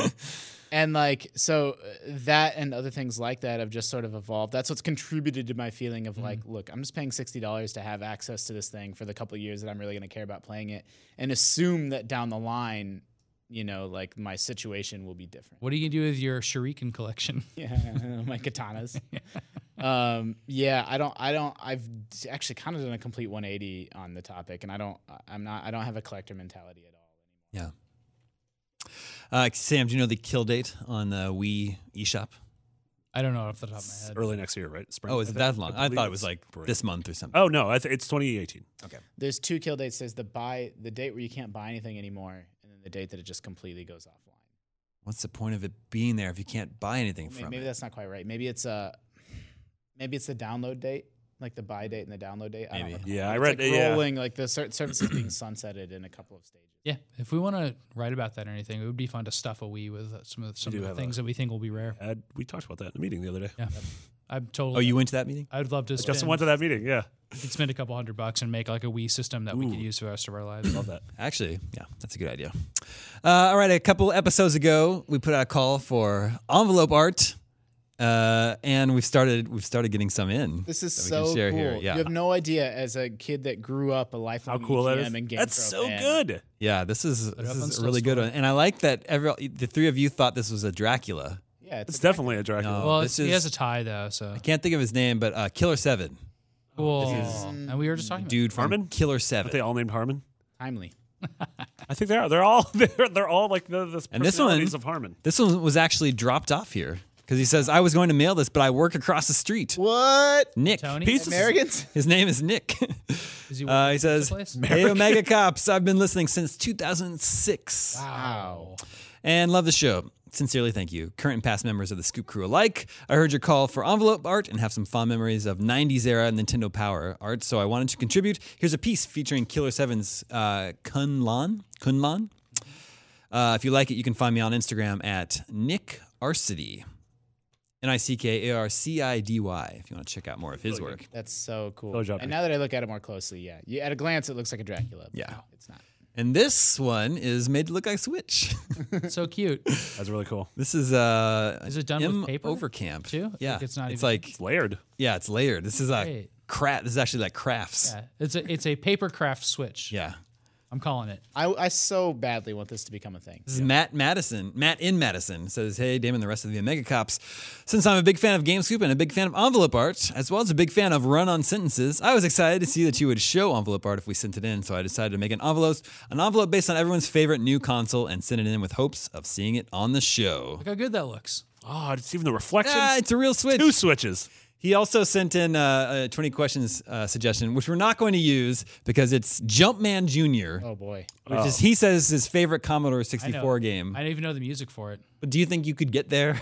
[SPEAKER 5] and like so uh, that and other things like that have just sort of evolved. That's what's contributed to my feeling of like, look, I'm just paying sixty dollars to have access to this thing for the couple of years that I'm really going to care about playing it, and assume that down the line, you know, like my situation will be different.
[SPEAKER 6] What are you gonna do with your shuriken collection?
[SPEAKER 5] Yeah, my katanas. um, yeah, I don't, I don't, I've d- actually kind of done a complete 180 on the topic, and I don't, I- I'm not, I don't have a collector mentality at all.
[SPEAKER 1] Yeah. Uh, Sam, do you know the kill date on the Wii eShop?
[SPEAKER 6] I don't know off the top of my head.
[SPEAKER 4] Early next year, right? Spring.
[SPEAKER 1] Oh, is it that long? I,
[SPEAKER 4] believe
[SPEAKER 1] thought it
[SPEAKER 4] it's
[SPEAKER 1] was like
[SPEAKER 4] spring.
[SPEAKER 1] this month or something.
[SPEAKER 4] Oh no, I th- it's 2018.
[SPEAKER 5] There's two kill dates. There's the buy, the date where you can't buy anything anymore, and then the date that it just completely goes offline.
[SPEAKER 1] What's the point of it being there if you can't buy anything
[SPEAKER 5] Maybe,
[SPEAKER 1] from
[SPEAKER 5] maybe
[SPEAKER 1] it?
[SPEAKER 5] that's not quite right. Maybe it's uh maybe it's the download date, like the buy date and the download date. I don't
[SPEAKER 1] Maybe.
[SPEAKER 5] recall.
[SPEAKER 4] Yeah, I
[SPEAKER 5] It's
[SPEAKER 4] read.
[SPEAKER 5] like
[SPEAKER 4] yeah,
[SPEAKER 5] rolling, like the cer- service is being sunsetted in a couple of stages.
[SPEAKER 6] Yeah, if we want to write about that or anything, it would be fun to stuff a Wii with uh, some of some
[SPEAKER 4] do
[SPEAKER 6] of the
[SPEAKER 4] have
[SPEAKER 6] things
[SPEAKER 4] a-
[SPEAKER 6] that we think will be rare.
[SPEAKER 4] Ad- Uh, we talked about that in a meeting the other day.
[SPEAKER 6] Yeah, I'm totally.
[SPEAKER 1] Oh, you went to that meeting?
[SPEAKER 6] I'd love to spend,
[SPEAKER 4] Justin went to that meeting. Yeah,
[SPEAKER 6] we could spend a couple hundred bucks and make like a Wii system that we could
[SPEAKER 4] Ooh.
[SPEAKER 6] use for the rest of our lives.
[SPEAKER 4] love that.
[SPEAKER 1] Actually, yeah, that's a good idea. Uh, all right, a couple episodes ago, we put out a call for envelope art, uh, and we've started we've started getting some in.
[SPEAKER 5] This is
[SPEAKER 1] that we
[SPEAKER 5] so
[SPEAKER 1] can share
[SPEAKER 5] cool.
[SPEAKER 1] Here. Yeah,
[SPEAKER 5] You have no idea as a kid that grew up a lifelong
[SPEAKER 4] How cool that is.
[SPEAKER 5] EGM and game
[SPEAKER 4] That's
[SPEAKER 5] pro
[SPEAKER 4] so
[SPEAKER 5] fan.
[SPEAKER 4] good.
[SPEAKER 1] yeah. This is
[SPEAKER 6] up
[SPEAKER 1] this
[SPEAKER 6] on
[SPEAKER 1] is a
[SPEAKER 6] Stealth
[SPEAKER 1] really good
[SPEAKER 6] Story.
[SPEAKER 1] one, and I like that every the three of you thought this was a Dracula.
[SPEAKER 5] Yeah, it's,
[SPEAKER 4] It's
[SPEAKER 5] a-
[SPEAKER 4] definitely a Dracula.
[SPEAKER 1] No.
[SPEAKER 6] well,
[SPEAKER 1] this
[SPEAKER 6] it's- he has a
[SPEAKER 1] is-
[SPEAKER 6] tie though, so
[SPEAKER 1] Can't think of his name, but uh, Killer Seven,
[SPEAKER 6] cool. And we were just talking.
[SPEAKER 1] dude from
[SPEAKER 4] Harmon?
[SPEAKER 1] Killer
[SPEAKER 4] Aren't they
[SPEAKER 1] Seven,
[SPEAKER 4] all named Harmon?
[SPEAKER 5] timely.
[SPEAKER 4] I think they are. They're all they're, they're all like the, the
[SPEAKER 1] and this one
[SPEAKER 4] personalities of Harmon.
[SPEAKER 1] This one was actually dropped off here because he says I was going to mail this, but I work across the street.
[SPEAKER 5] What?
[SPEAKER 1] Nick,
[SPEAKER 6] Tony?
[SPEAKER 1] Pieces-
[SPEAKER 5] Americans?
[SPEAKER 1] His name is Nick.
[SPEAKER 6] about- Is he
[SPEAKER 1] Uh,
[SPEAKER 6] working
[SPEAKER 1] he
[SPEAKER 6] at
[SPEAKER 1] says,
[SPEAKER 6] the place?
[SPEAKER 1] "Hey, Omega Cops! I've been listening since 2006
[SPEAKER 5] Wow.
[SPEAKER 1] and love the show. Sincerely, thank you, current and past members of the Scoop Crew alike. I heard your call for envelope art and have some fond memories of 90s era Nintendo Power art, so I wanted to contribute. Here's a piece featuring Killer Seven's uh, Kun Lan. Kun Lan. Uh, if you like it, you can find me on Instagram at Nick Arcidi. N I C K A R C I D Y. If you want to check out more of his work,
[SPEAKER 5] That's so cool.
[SPEAKER 4] Good job,
[SPEAKER 5] and
[SPEAKER 4] Nick.
[SPEAKER 5] now that I look at it more closely, yeah. You, at a glance, it looks like a Dracula. but
[SPEAKER 1] Yeah.
[SPEAKER 5] no, It's not.
[SPEAKER 1] and this one is made to look like Switch.
[SPEAKER 6] It's so cute.
[SPEAKER 4] That's really cool.
[SPEAKER 1] This is uh
[SPEAKER 6] Is it done with
[SPEAKER 1] M
[SPEAKER 6] paper,
[SPEAKER 1] overcamp
[SPEAKER 6] too? Like,
[SPEAKER 1] Yeah,
[SPEAKER 6] it's not
[SPEAKER 1] It's
[SPEAKER 6] even-
[SPEAKER 1] like
[SPEAKER 4] It's layered.
[SPEAKER 1] yeah, it's layered. This is a
[SPEAKER 6] Great.
[SPEAKER 1] craft. This is actually like crafts.
[SPEAKER 6] Yeah, it's a it's a paper craft switch.
[SPEAKER 1] Yeah.
[SPEAKER 6] I'm calling it.
[SPEAKER 5] I, I so badly want this to become a thing.
[SPEAKER 1] This is Matt Madison. Matt in Madison says, "Hey, Damon, and the rest of the Omega Cops. Since I'm a big fan of Game Scoop and a big fan of envelope art, as well as a big fan of run-on sentences, I was excited to see that you would show envelope art if we sent it in. So I decided to make an envelope, an envelope based on everyone's favorite new console, and send it in with hopes of seeing it on the show.
[SPEAKER 6] Look how good that looks.
[SPEAKER 4] Oh, it's even the reflection.
[SPEAKER 1] Ah, it's a real switch.
[SPEAKER 4] Two switches.
[SPEAKER 1] He also sent in uh, a 20 questions uh, suggestion, which we're not going to use because it's Jumpman Jr.,
[SPEAKER 5] Oh boy.
[SPEAKER 1] which is he says is his favorite Commodore
[SPEAKER 6] I know.
[SPEAKER 1] 64 game.
[SPEAKER 6] I don't even know the music for it.
[SPEAKER 1] But do you think you could get there?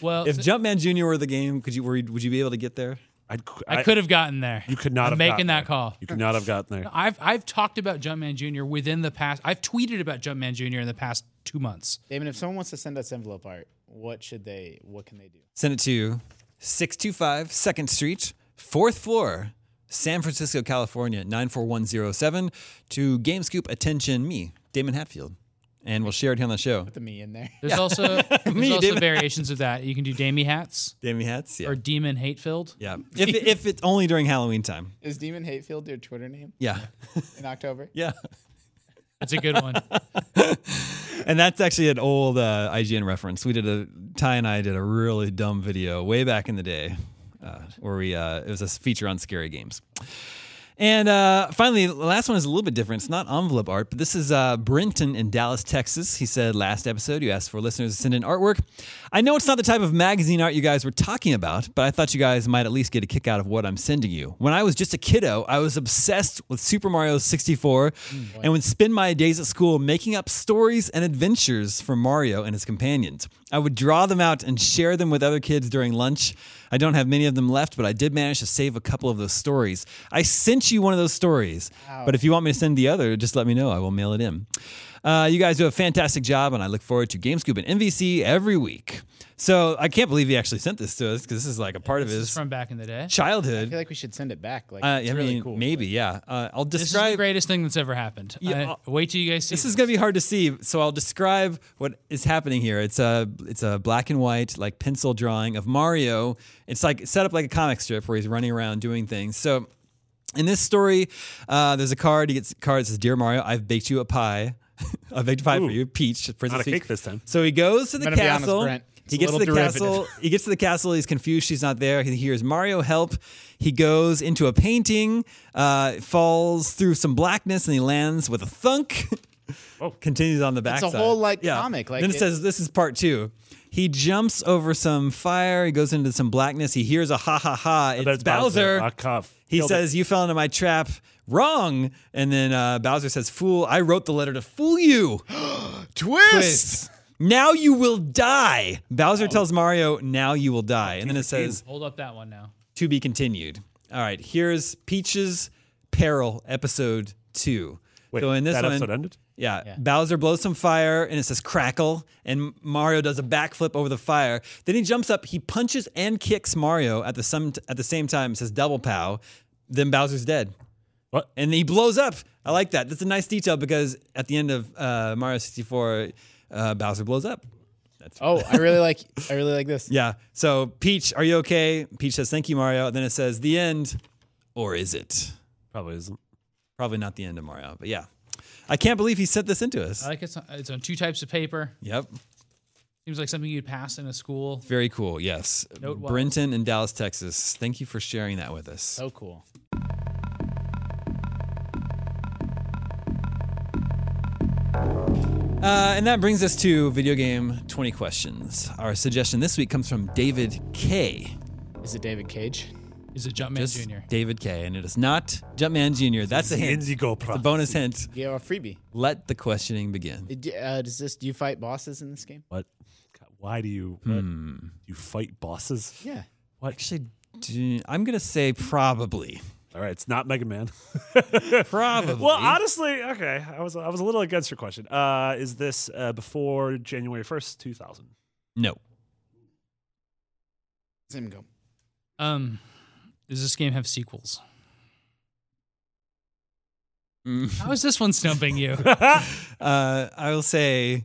[SPEAKER 6] Well,
[SPEAKER 1] if
[SPEAKER 6] so-
[SPEAKER 1] Jumpman Jr. were the game, could you were, you- would you be able to get there?
[SPEAKER 4] I'd,
[SPEAKER 6] I could have gotten there.
[SPEAKER 4] You could not
[SPEAKER 6] I'm
[SPEAKER 4] have
[SPEAKER 6] making
[SPEAKER 4] gotten
[SPEAKER 6] that
[SPEAKER 4] there.
[SPEAKER 6] call.
[SPEAKER 4] You could not have gotten there.
[SPEAKER 6] I've I've talked about Jumpman Jr. within the past. I've tweeted about Jumpman Jr. in the past two months.
[SPEAKER 5] Damon, if someone wants to send us envelope art, what should they, what can they do?
[SPEAKER 1] Send it to 625 2nd Street, 4th floor, San Francisco, California, 94107 to GameScoop Attention Me, Damon Hatfield. And we'll share it here on the show.
[SPEAKER 5] Put the me in there.
[SPEAKER 6] There's also there's
[SPEAKER 1] Me,
[SPEAKER 6] also
[SPEAKER 1] Damon.
[SPEAKER 6] variations of that. You can do Damie hats
[SPEAKER 1] Damien Hats? Yeah.
[SPEAKER 6] or Demon Hatefield.
[SPEAKER 1] yeah. If, if it's only during Halloween time.
[SPEAKER 5] Is Demon Hatefield your Twitter name
[SPEAKER 1] Yeah.
[SPEAKER 5] in October?
[SPEAKER 1] Yeah.
[SPEAKER 6] That's a good one.
[SPEAKER 1] and that's actually an old uh, IGN reference. We did a Ty and I did a really dumb video way back in the day, uh, where we uh, it was a feature on scary games. And uh, finally, the last one is a little bit different. It's not envelope art, but this is uh, Brenton in Dallas, Texas. He said last episode you asked for listeners to send in artwork. I know it's not the type of magazine art you guys were talking about, but I thought you guys might at least get a kick out of what I'm sending you. When I was just a kiddo, I was obsessed with Super Mario 64 and would spend my days at school making up stories and adventures for Mario and his companions. I would draw them out and share them with other kids during lunch. I don't have many of them left, but I did manage to save a couple of those stories. I sent you one of those stories, but if you want me to send the other, just let me know. I will mail it in. Uh, you guys do a fantastic job, and I look forward to GameScoop and MVC every week. So I can't believe he actually sent this to us because this is like a part of
[SPEAKER 6] This is
[SPEAKER 1] his
[SPEAKER 6] from back in the day.
[SPEAKER 5] I
[SPEAKER 1] childhood.
[SPEAKER 5] feel like we should send it back. Like,
[SPEAKER 1] Uh,
[SPEAKER 5] it's
[SPEAKER 1] I
[SPEAKER 5] really
[SPEAKER 1] mean,
[SPEAKER 5] cool.
[SPEAKER 1] maybe, yeah. Uh, I'll
[SPEAKER 6] This is the
[SPEAKER 1] describe.
[SPEAKER 6] greatest thing that's ever happened.
[SPEAKER 1] Yeah,
[SPEAKER 6] I- wait till you guys see.
[SPEAKER 1] This is gonna be hard to see, so I'll describe what is happening here. It's a it's a black and white like pencil drawing of Mario. It's like set up like a comic strip where he's running around doing things. So in this story, uh, there's a card. He gets a card that says, "Dear Mario, I've baked you a pie. I baked a pie for
[SPEAKER 4] Ooh.
[SPEAKER 1] you, Peach, Princess
[SPEAKER 4] Not a
[SPEAKER 1] Peach."
[SPEAKER 4] cake this time.
[SPEAKER 1] So he goes to the
[SPEAKER 5] gonna be honest,
[SPEAKER 1] castle.
[SPEAKER 5] Brent. It's
[SPEAKER 1] he
[SPEAKER 5] a
[SPEAKER 1] gets to the
[SPEAKER 5] little derivative.
[SPEAKER 1] castle. He gets to the castle. He's confused. She's not there. He hears Mario help. He goes into a painting, uh, falls through some blackness, and he lands with a thunk. Continues on the back.
[SPEAKER 5] a whole, like, comic, like,
[SPEAKER 1] then it,
[SPEAKER 5] it-
[SPEAKER 1] says this is part two. He jumps over some fire. He goes into some blackness. He hears a ha ha ha. It's,
[SPEAKER 4] But
[SPEAKER 1] Bowser.
[SPEAKER 4] Ah, cough.
[SPEAKER 1] He
[SPEAKER 4] Killed it.
[SPEAKER 1] says, "You fell into my trap." Wrong. And then uh, Bowser says, "Fool! I wrote the letter to fool you."
[SPEAKER 5] Twist!
[SPEAKER 1] Twist. Now you will die. Bowser tells Mario, "Now you will die," and then it says,
[SPEAKER 6] Hold up that one now.
[SPEAKER 1] "To be continued." All right, here's Peach's Peril, episode two.
[SPEAKER 4] Wait,
[SPEAKER 1] so in this
[SPEAKER 4] that
[SPEAKER 1] one,
[SPEAKER 4] episode ended?
[SPEAKER 1] Yeah, Bowser blows some fire and it says crackle, and Mario does a backflip over the fire. Then he jumps up, he punches and kicks Mario at the some at the same time. It says double pow. Then Bowser's dead.
[SPEAKER 4] What?
[SPEAKER 1] And he blows up. I like that. That's a nice detail because at the end of uh, Mario 64, uh, Bowser blows up.
[SPEAKER 5] Oh, I really like. I really like this.
[SPEAKER 1] Yeah. So Peach, are you okay? Peach says, "Thank you, Mario." Then it says, "The end," or is it?
[SPEAKER 4] Probably isn't.
[SPEAKER 1] Probably not the end of Mario, but yeah. I can't believe he sent this into us.
[SPEAKER 6] I like it's on, it's on two types of paper.
[SPEAKER 1] Yep.
[SPEAKER 6] Seems like something you'd pass in a school.
[SPEAKER 1] Very cool. Yes.
[SPEAKER 6] Note well.
[SPEAKER 1] Brenton in Dallas, Texas. Thank you for sharing that with us.
[SPEAKER 5] So cool.
[SPEAKER 1] Uh, and that brings us to video game 20 questions. Our suggestion this week comes from David K.
[SPEAKER 5] Is it David Cage?
[SPEAKER 6] Is it Jumpman
[SPEAKER 1] Just
[SPEAKER 6] Junior?
[SPEAKER 1] David K. And it is not Jumpman Jr. That's a hint.
[SPEAKER 4] Indigo
[SPEAKER 1] It's a bonus hint.
[SPEAKER 5] You have a freebie.
[SPEAKER 1] Let the questioning begin.
[SPEAKER 5] It- uh, does this? Do you fight bosses in this game?
[SPEAKER 4] What? God, why do you? what? You fight bosses?
[SPEAKER 5] Yeah.
[SPEAKER 1] Hmm. Actually, do- I'm going to say probably.
[SPEAKER 4] All right, it's not Mega Man.
[SPEAKER 1] Probably.
[SPEAKER 4] Well, honestly, okay, I was I was a little against your question. Uh, is this uh, before January first, two thousand?
[SPEAKER 1] no.
[SPEAKER 5] Zim go.
[SPEAKER 6] Um, does this game have sequels? How is this one stumping you?
[SPEAKER 1] Uh, I will say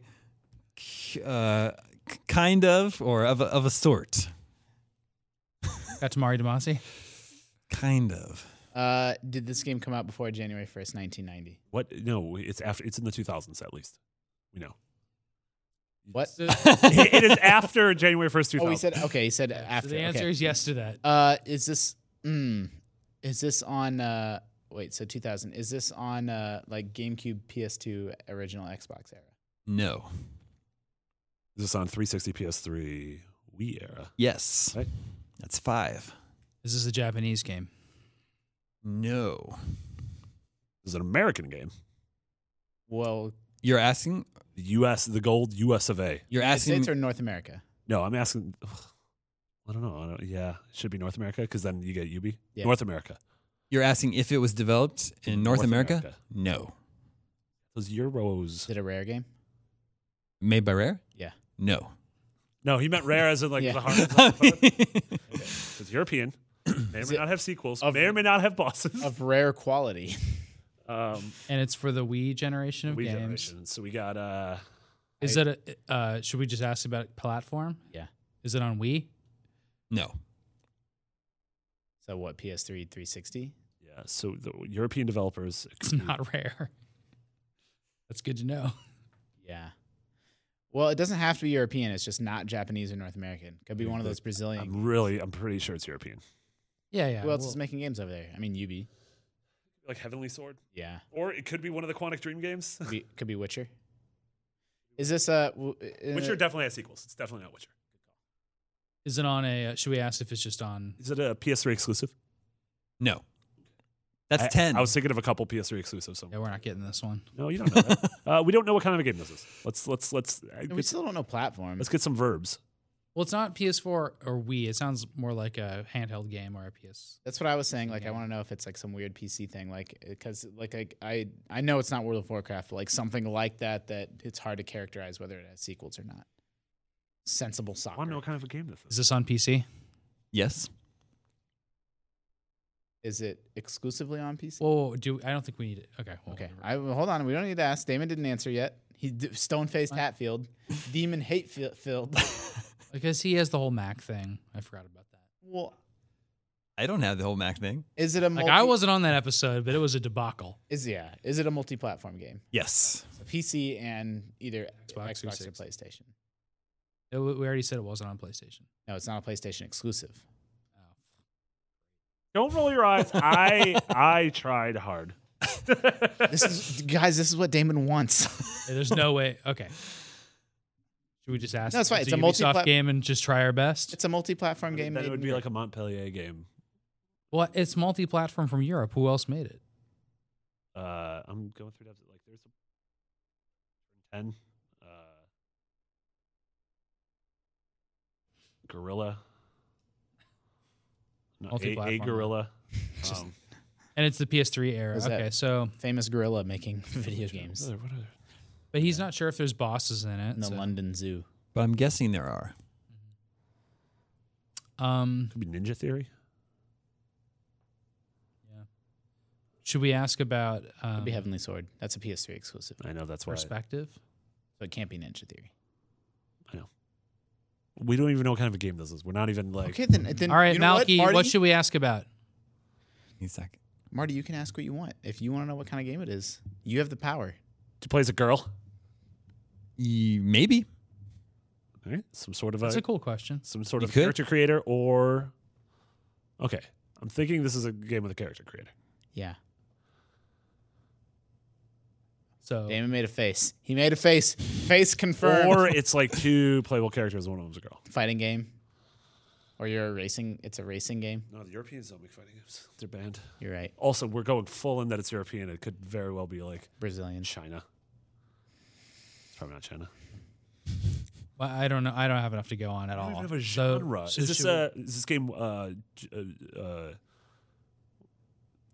[SPEAKER 1] k- uh, k- kind of or of a, of a sort.
[SPEAKER 6] Got Tamari Damasi.
[SPEAKER 1] Kind of.
[SPEAKER 5] Uh, did this game come out before January first, nineteen ninety?
[SPEAKER 4] What? No, it's after. It's in the two thousands at least. We know
[SPEAKER 5] What?
[SPEAKER 4] it it is after January first, two
[SPEAKER 5] Oh, he
[SPEAKER 4] thousand.
[SPEAKER 5] said. Okay, he said after.
[SPEAKER 6] So the answer
[SPEAKER 5] okay.
[SPEAKER 6] is yes to that.
[SPEAKER 5] Uh, is this? Mm, is this on? Uh, wait. So two thousand. Is this on? Uh, like GameCube, PS2, original Xbox era?
[SPEAKER 1] No.
[SPEAKER 4] This is on three sixty PS three Wii era.
[SPEAKER 1] Yes.
[SPEAKER 4] Right.
[SPEAKER 1] That's five.
[SPEAKER 6] Is this a Japanese game?
[SPEAKER 1] No.
[SPEAKER 4] This is an American game.
[SPEAKER 5] Well,
[SPEAKER 1] You're asking.
[SPEAKER 4] The U.S. the gold U.S. of A.
[SPEAKER 1] You're
[SPEAKER 5] United
[SPEAKER 1] asking.
[SPEAKER 5] States or North America?
[SPEAKER 4] No, I'm asking. ugh, I don't know. I don't, yeah, it should be North America because then you get UB.
[SPEAKER 5] Yeah.
[SPEAKER 4] North America.
[SPEAKER 1] You're asking if it was developed in North,
[SPEAKER 4] North
[SPEAKER 1] America?
[SPEAKER 4] America.
[SPEAKER 1] No.
[SPEAKER 4] Those euros.
[SPEAKER 5] Is it a rare game?
[SPEAKER 1] Made by Rare?
[SPEAKER 5] Yeah.
[SPEAKER 1] No.
[SPEAKER 4] No, he meant rare as in like
[SPEAKER 5] Yeah.
[SPEAKER 4] the hard. It's European. May or may
[SPEAKER 5] it-
[SPEAKER 4] not have sequels.
[SPEAKER 5] of-
[SPEAKER 4] may or may not have bosses.
[SPEAKER 5] Of rare quality.
[SPEAKER 4] um,
[SPEAKER 6] And it's for the Wii generation of
[SPEAKER 4] Wii
[SPEAKER 6] games.
[SPEAKER 4] generation. So we got. uh
[SPEAKER 6] Is that a? Uh, should we just ask about platform?
[SPEAKER 5] Yeah.
[SPEAKER 6] Is it on Wii?
[SPEAKER 1] No.
[SPEAKER 5] So what? PS3, 360.
[SPEAKER 6] Hmm.
[SPEAKER 4] Yeah. So the European developers.
[SPEAKER 6] It's not rare. That's good to know.
[SPEAKER 5] Yeah. Well, it doesn't have to be European. It's just not Japanese or North American. Could be one of those Brazilian.
[SPEAKER 4] I'm really, I'm pretty sure it's European.
[SPEAKER 6] Yeah, yeah.
[SPEAKER 5] Who else
[SPEAKER 6] well-
[SPEAKER 5] is making games over there? I mean, UB.
[SPEAKER 4] Like Heavenly Sword,
[SPEAKER 5] Yeah.
[SPEAKER 4] or it could be one of the Quantic Dream games.
[SPEAKER 5] Could be, could be Witcher. Is this a w- uh,
[SPEAKER 4] Witcher definitely has sequels. It's definitely not Witcher.
[SPEAKER 6] Is it on a? uh, Should we ask if it's just on?
[SPEAKER 4] Is it a PS3 exclusive?
[SPEAKER 1] No. That's
[SPEAKER 4] I-
[SPEAKER 1] 10.
[SPEAKER 4] I was thinking of a couple PS3 exclusives.
[SPEAKER 6] Yeah,
[SPEAKER 4] Somewhere.
[SPEAKER 6] we're not getting this one.
[SPEAKER 4] No, you don't know that. uh, we don't know what kind of a game this is. Let's let's let's uh,
[SPEAKER 5] We
[SPEAKER 4] get,
[SPEAKER 5] still don't know platform.
[SPEAKER 4] let's get some verbs.
[SPEAKER 6] Well, it's not PS4 or Wii. It sounds more like a handheld game or a PS.
[SPEAKER 5] That's what I was saying. Like, I
[SPEAKER 6] Yeah.
[SPEAKER 5] want to know if it's like some weird PC thing, like because like I, I I know it's not World of Warcraft, but, like something like that that it's hard to characterize whether it has sequels or not. Sensible
[SPEAKER 4] I
[SPEAKER 5] soccer.
[SPEAKER 4] want to know what kind of a game this
[SPEAKER 6] Is
[SPEAKER 4] is.
[SPEAKER 6] this on PC?
[SPEAKER 1] yes.
[SPEAKER 5] Is it exclusively on PC?
[SPEAKER 6] Whoa, whoa, do I don't think we need it. Okay, well,
[SPEAKER 5] okay,
[SPEAKER 6] never mind.
[SPEAKER 5] I, well, hold on. We don't need to ask. Damon didn't answer yet. He d- stone faced Hatfield, demon hate fi- filled.
[SPEAKER 6] because he has the whole Mac thing. I forgot about that.
[SPEAKER 5] well,
[SPEAKER 1] I don't have the whole Mac thing.
[SPEAKER 5] is it a
[SPEAKER 6] Like
[SPEAKER 5] multi-
[SPEAKER 6] I wasn't on that episode, but it was a debacle.
[SPEAKER 5] Is yeah? Is it a multi platform game?
[SPEAKER 1] Yes.
[SPEAKER 5] So PC and either
[SPEAKER 6] Xbox
[SPEAKER 5] Xbox, or
[SPEAKER 6] 360.
[SPEAKER 5] PlayStation.
[SPEAKER 6] It- we already said it wasn't on PlayStation.
[SPEAKER 5] No, it's not a PlayStation exclusive.
[SPEAKER 4] Don't roll your eyes. I I tried hard.
[SPEAKER 5] This is guys. This is what Damon wants.
[SPEAKER 6] Yeah, There's no way. Okay. Should we just ask?
[SPEAKER 5] No, it's fine. It's a
[SPEAKER 6] Ubisoft
[SPEAKER 5] multi-plat-
[SPEAKER 6] game and just try our best.
[SPEAKER 5] It's a multi-platform game.
[SPEAKER 4] Then it
[SPEAKER 5] made
[SPEAKER 4] would
[SPEAKER 5] in
[SPEAKER 4] be
[SPEAKER 5] Europe.
[SPEAKER 4] like a Montpellier game.
[SPEAKER 6] well, it's multi-platform from Europe. Who else made it?
[SPEAKER 4] Uh, I'm going through that. Like there's a ten. Uh, gorilla. No, a, a
[SPEAKER 6] Multi-platform.
[SPEAKER 4] gorilla.
[SPEAKER 5] Just
[SPEAKER 4] Um,
[SPEAKER 6] And it's the PS3 era.
[SPEAKER 5] Is that-
[SPEAKER 6] Okay, so
[SPEAKER 5] famous gorilla making video
[SPEAKER 4] What
[SPEAKER 5] games.
[SPEAKER 4] are, what are-
[SPEAKER 6] but he's not sure if there's bosses in it.
[SPEAKER 5] In the
[SPEAKER 6] so-
[SPEAKER 5] London Zoo.
[SPEAKER 1] But I'm guessing there are.
[SPEAKER 6] Um,
[SPEAKER 4] could be Ninja Theory.
[SPEAKER 6] should we ask about
[SPEAKER 5] Could
[SPEAKER 6] um,
[SPEAKER 5] be Heavenly Sword. That's a PS3 exclusive, so
[SPEAKER 4] I know that's why.
[SPEAKER 6] perspective?
[SPEAKER 5] it can't be Ninja Theory.
[SPEAKER 4] We don't even know what kind of a game this is. We're not even like.
[SPEAKER 5] Okay, then. then
[SPEAKER 6] All right,
[SPEAKER 5] you know
[SPEAKER 6] Malky,
[SPEAKER 5] what,
[SPEAKER 6] what,
[SPEAKER 5] Marty?
[SPEAKER 6] should we ask about?
[SPEAKER 1] He's like,
[SPEAKER 5] Marty, you can ask what you want. If you want to know what kind of game it is, you have the power.
[SPEAKER 4] She plays a girl.
[SPEAKER 1] "Y- maybe.
[SPEAKER 4] All right. Some sort of
[SPEAKER 6] That's
[SPEAKER 4] a,
[SPEAKER 6] a cool question.
[SPEAKER 4] some sort
[SPEAKER 1] You
[SPEAKER 4] of
[SPEAKER 1] could.
[SPEAKER 4] character creator or. Okay, I'm thinking this is a game with a character creator.
[SPEAKER 5] Yeah.
[SPEAKER 6] So
[SPEAKER 5] Damon made a face. He made a face. Face confirmed.
[SPEAKER 4] Or it's like two playable characters. One of them's a girl.
[SPEAKER 5] fighting game. Or you're a racing. It's a racing game.
[SPEAKER 4] No, the Europeans don't make fighting games. They're banned.
[SPEAKER 5] You're right.
[SPEAKER 4] Also, we're going full in that it's European. It could very well be like
[SPEAKER 5] Brazilian.
[SPEAKER 4] China. It's probably not China.
[SPEAKER 6] well, I don't know. I don't have enough to go on at
[SPEAKER 4] I
[SPEAKER 6] all.
[SPEAKER 4] don't even have a
[SPEAKER 6] So-
[SPEAKER 4] genre.
[SPEAKER 6] so
[SPEAKER 4] is this
[SPEAKER 6] should we-
[SPEAKER 4] uh, is this game uh, j- uh, uh,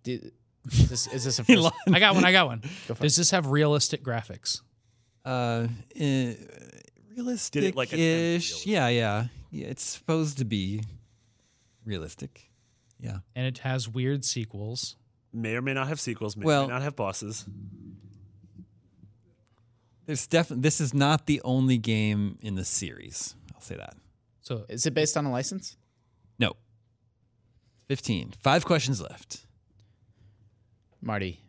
[SPEAKER 5] Did, is, this, is this a first?
[SPEAKER 6] I got one. I got one.
[SPEAKER 5] Go for it.
[SPEAKER 6] Does this have realistic graphics?
[SPEAKER 1] Uh, eh, realistic
[SPEAKER 4] like, attempt
[SPEAKER 1] ish.
[SPEAKER 4] realism?
[SPEAKER 1] Yeah, yeah, yeah. It's supposed to be realistic. Yeah.
[SPEAKER 6] And it has weird sequels.
[SPEAKER 4] may or may not have sequels? May or
[SPEAKER 1] Well-
[SPEAKER 4] may not have bosses.
[SPEAKER 1] There's definitely this is not the only game in the series. I'll say that.
[SPEAKER 6] So
[SPEAKER 5] Is it based on a license?
[SPEAKER 1] No. 15. Five questions left.
[SPEAKER 5] Marty,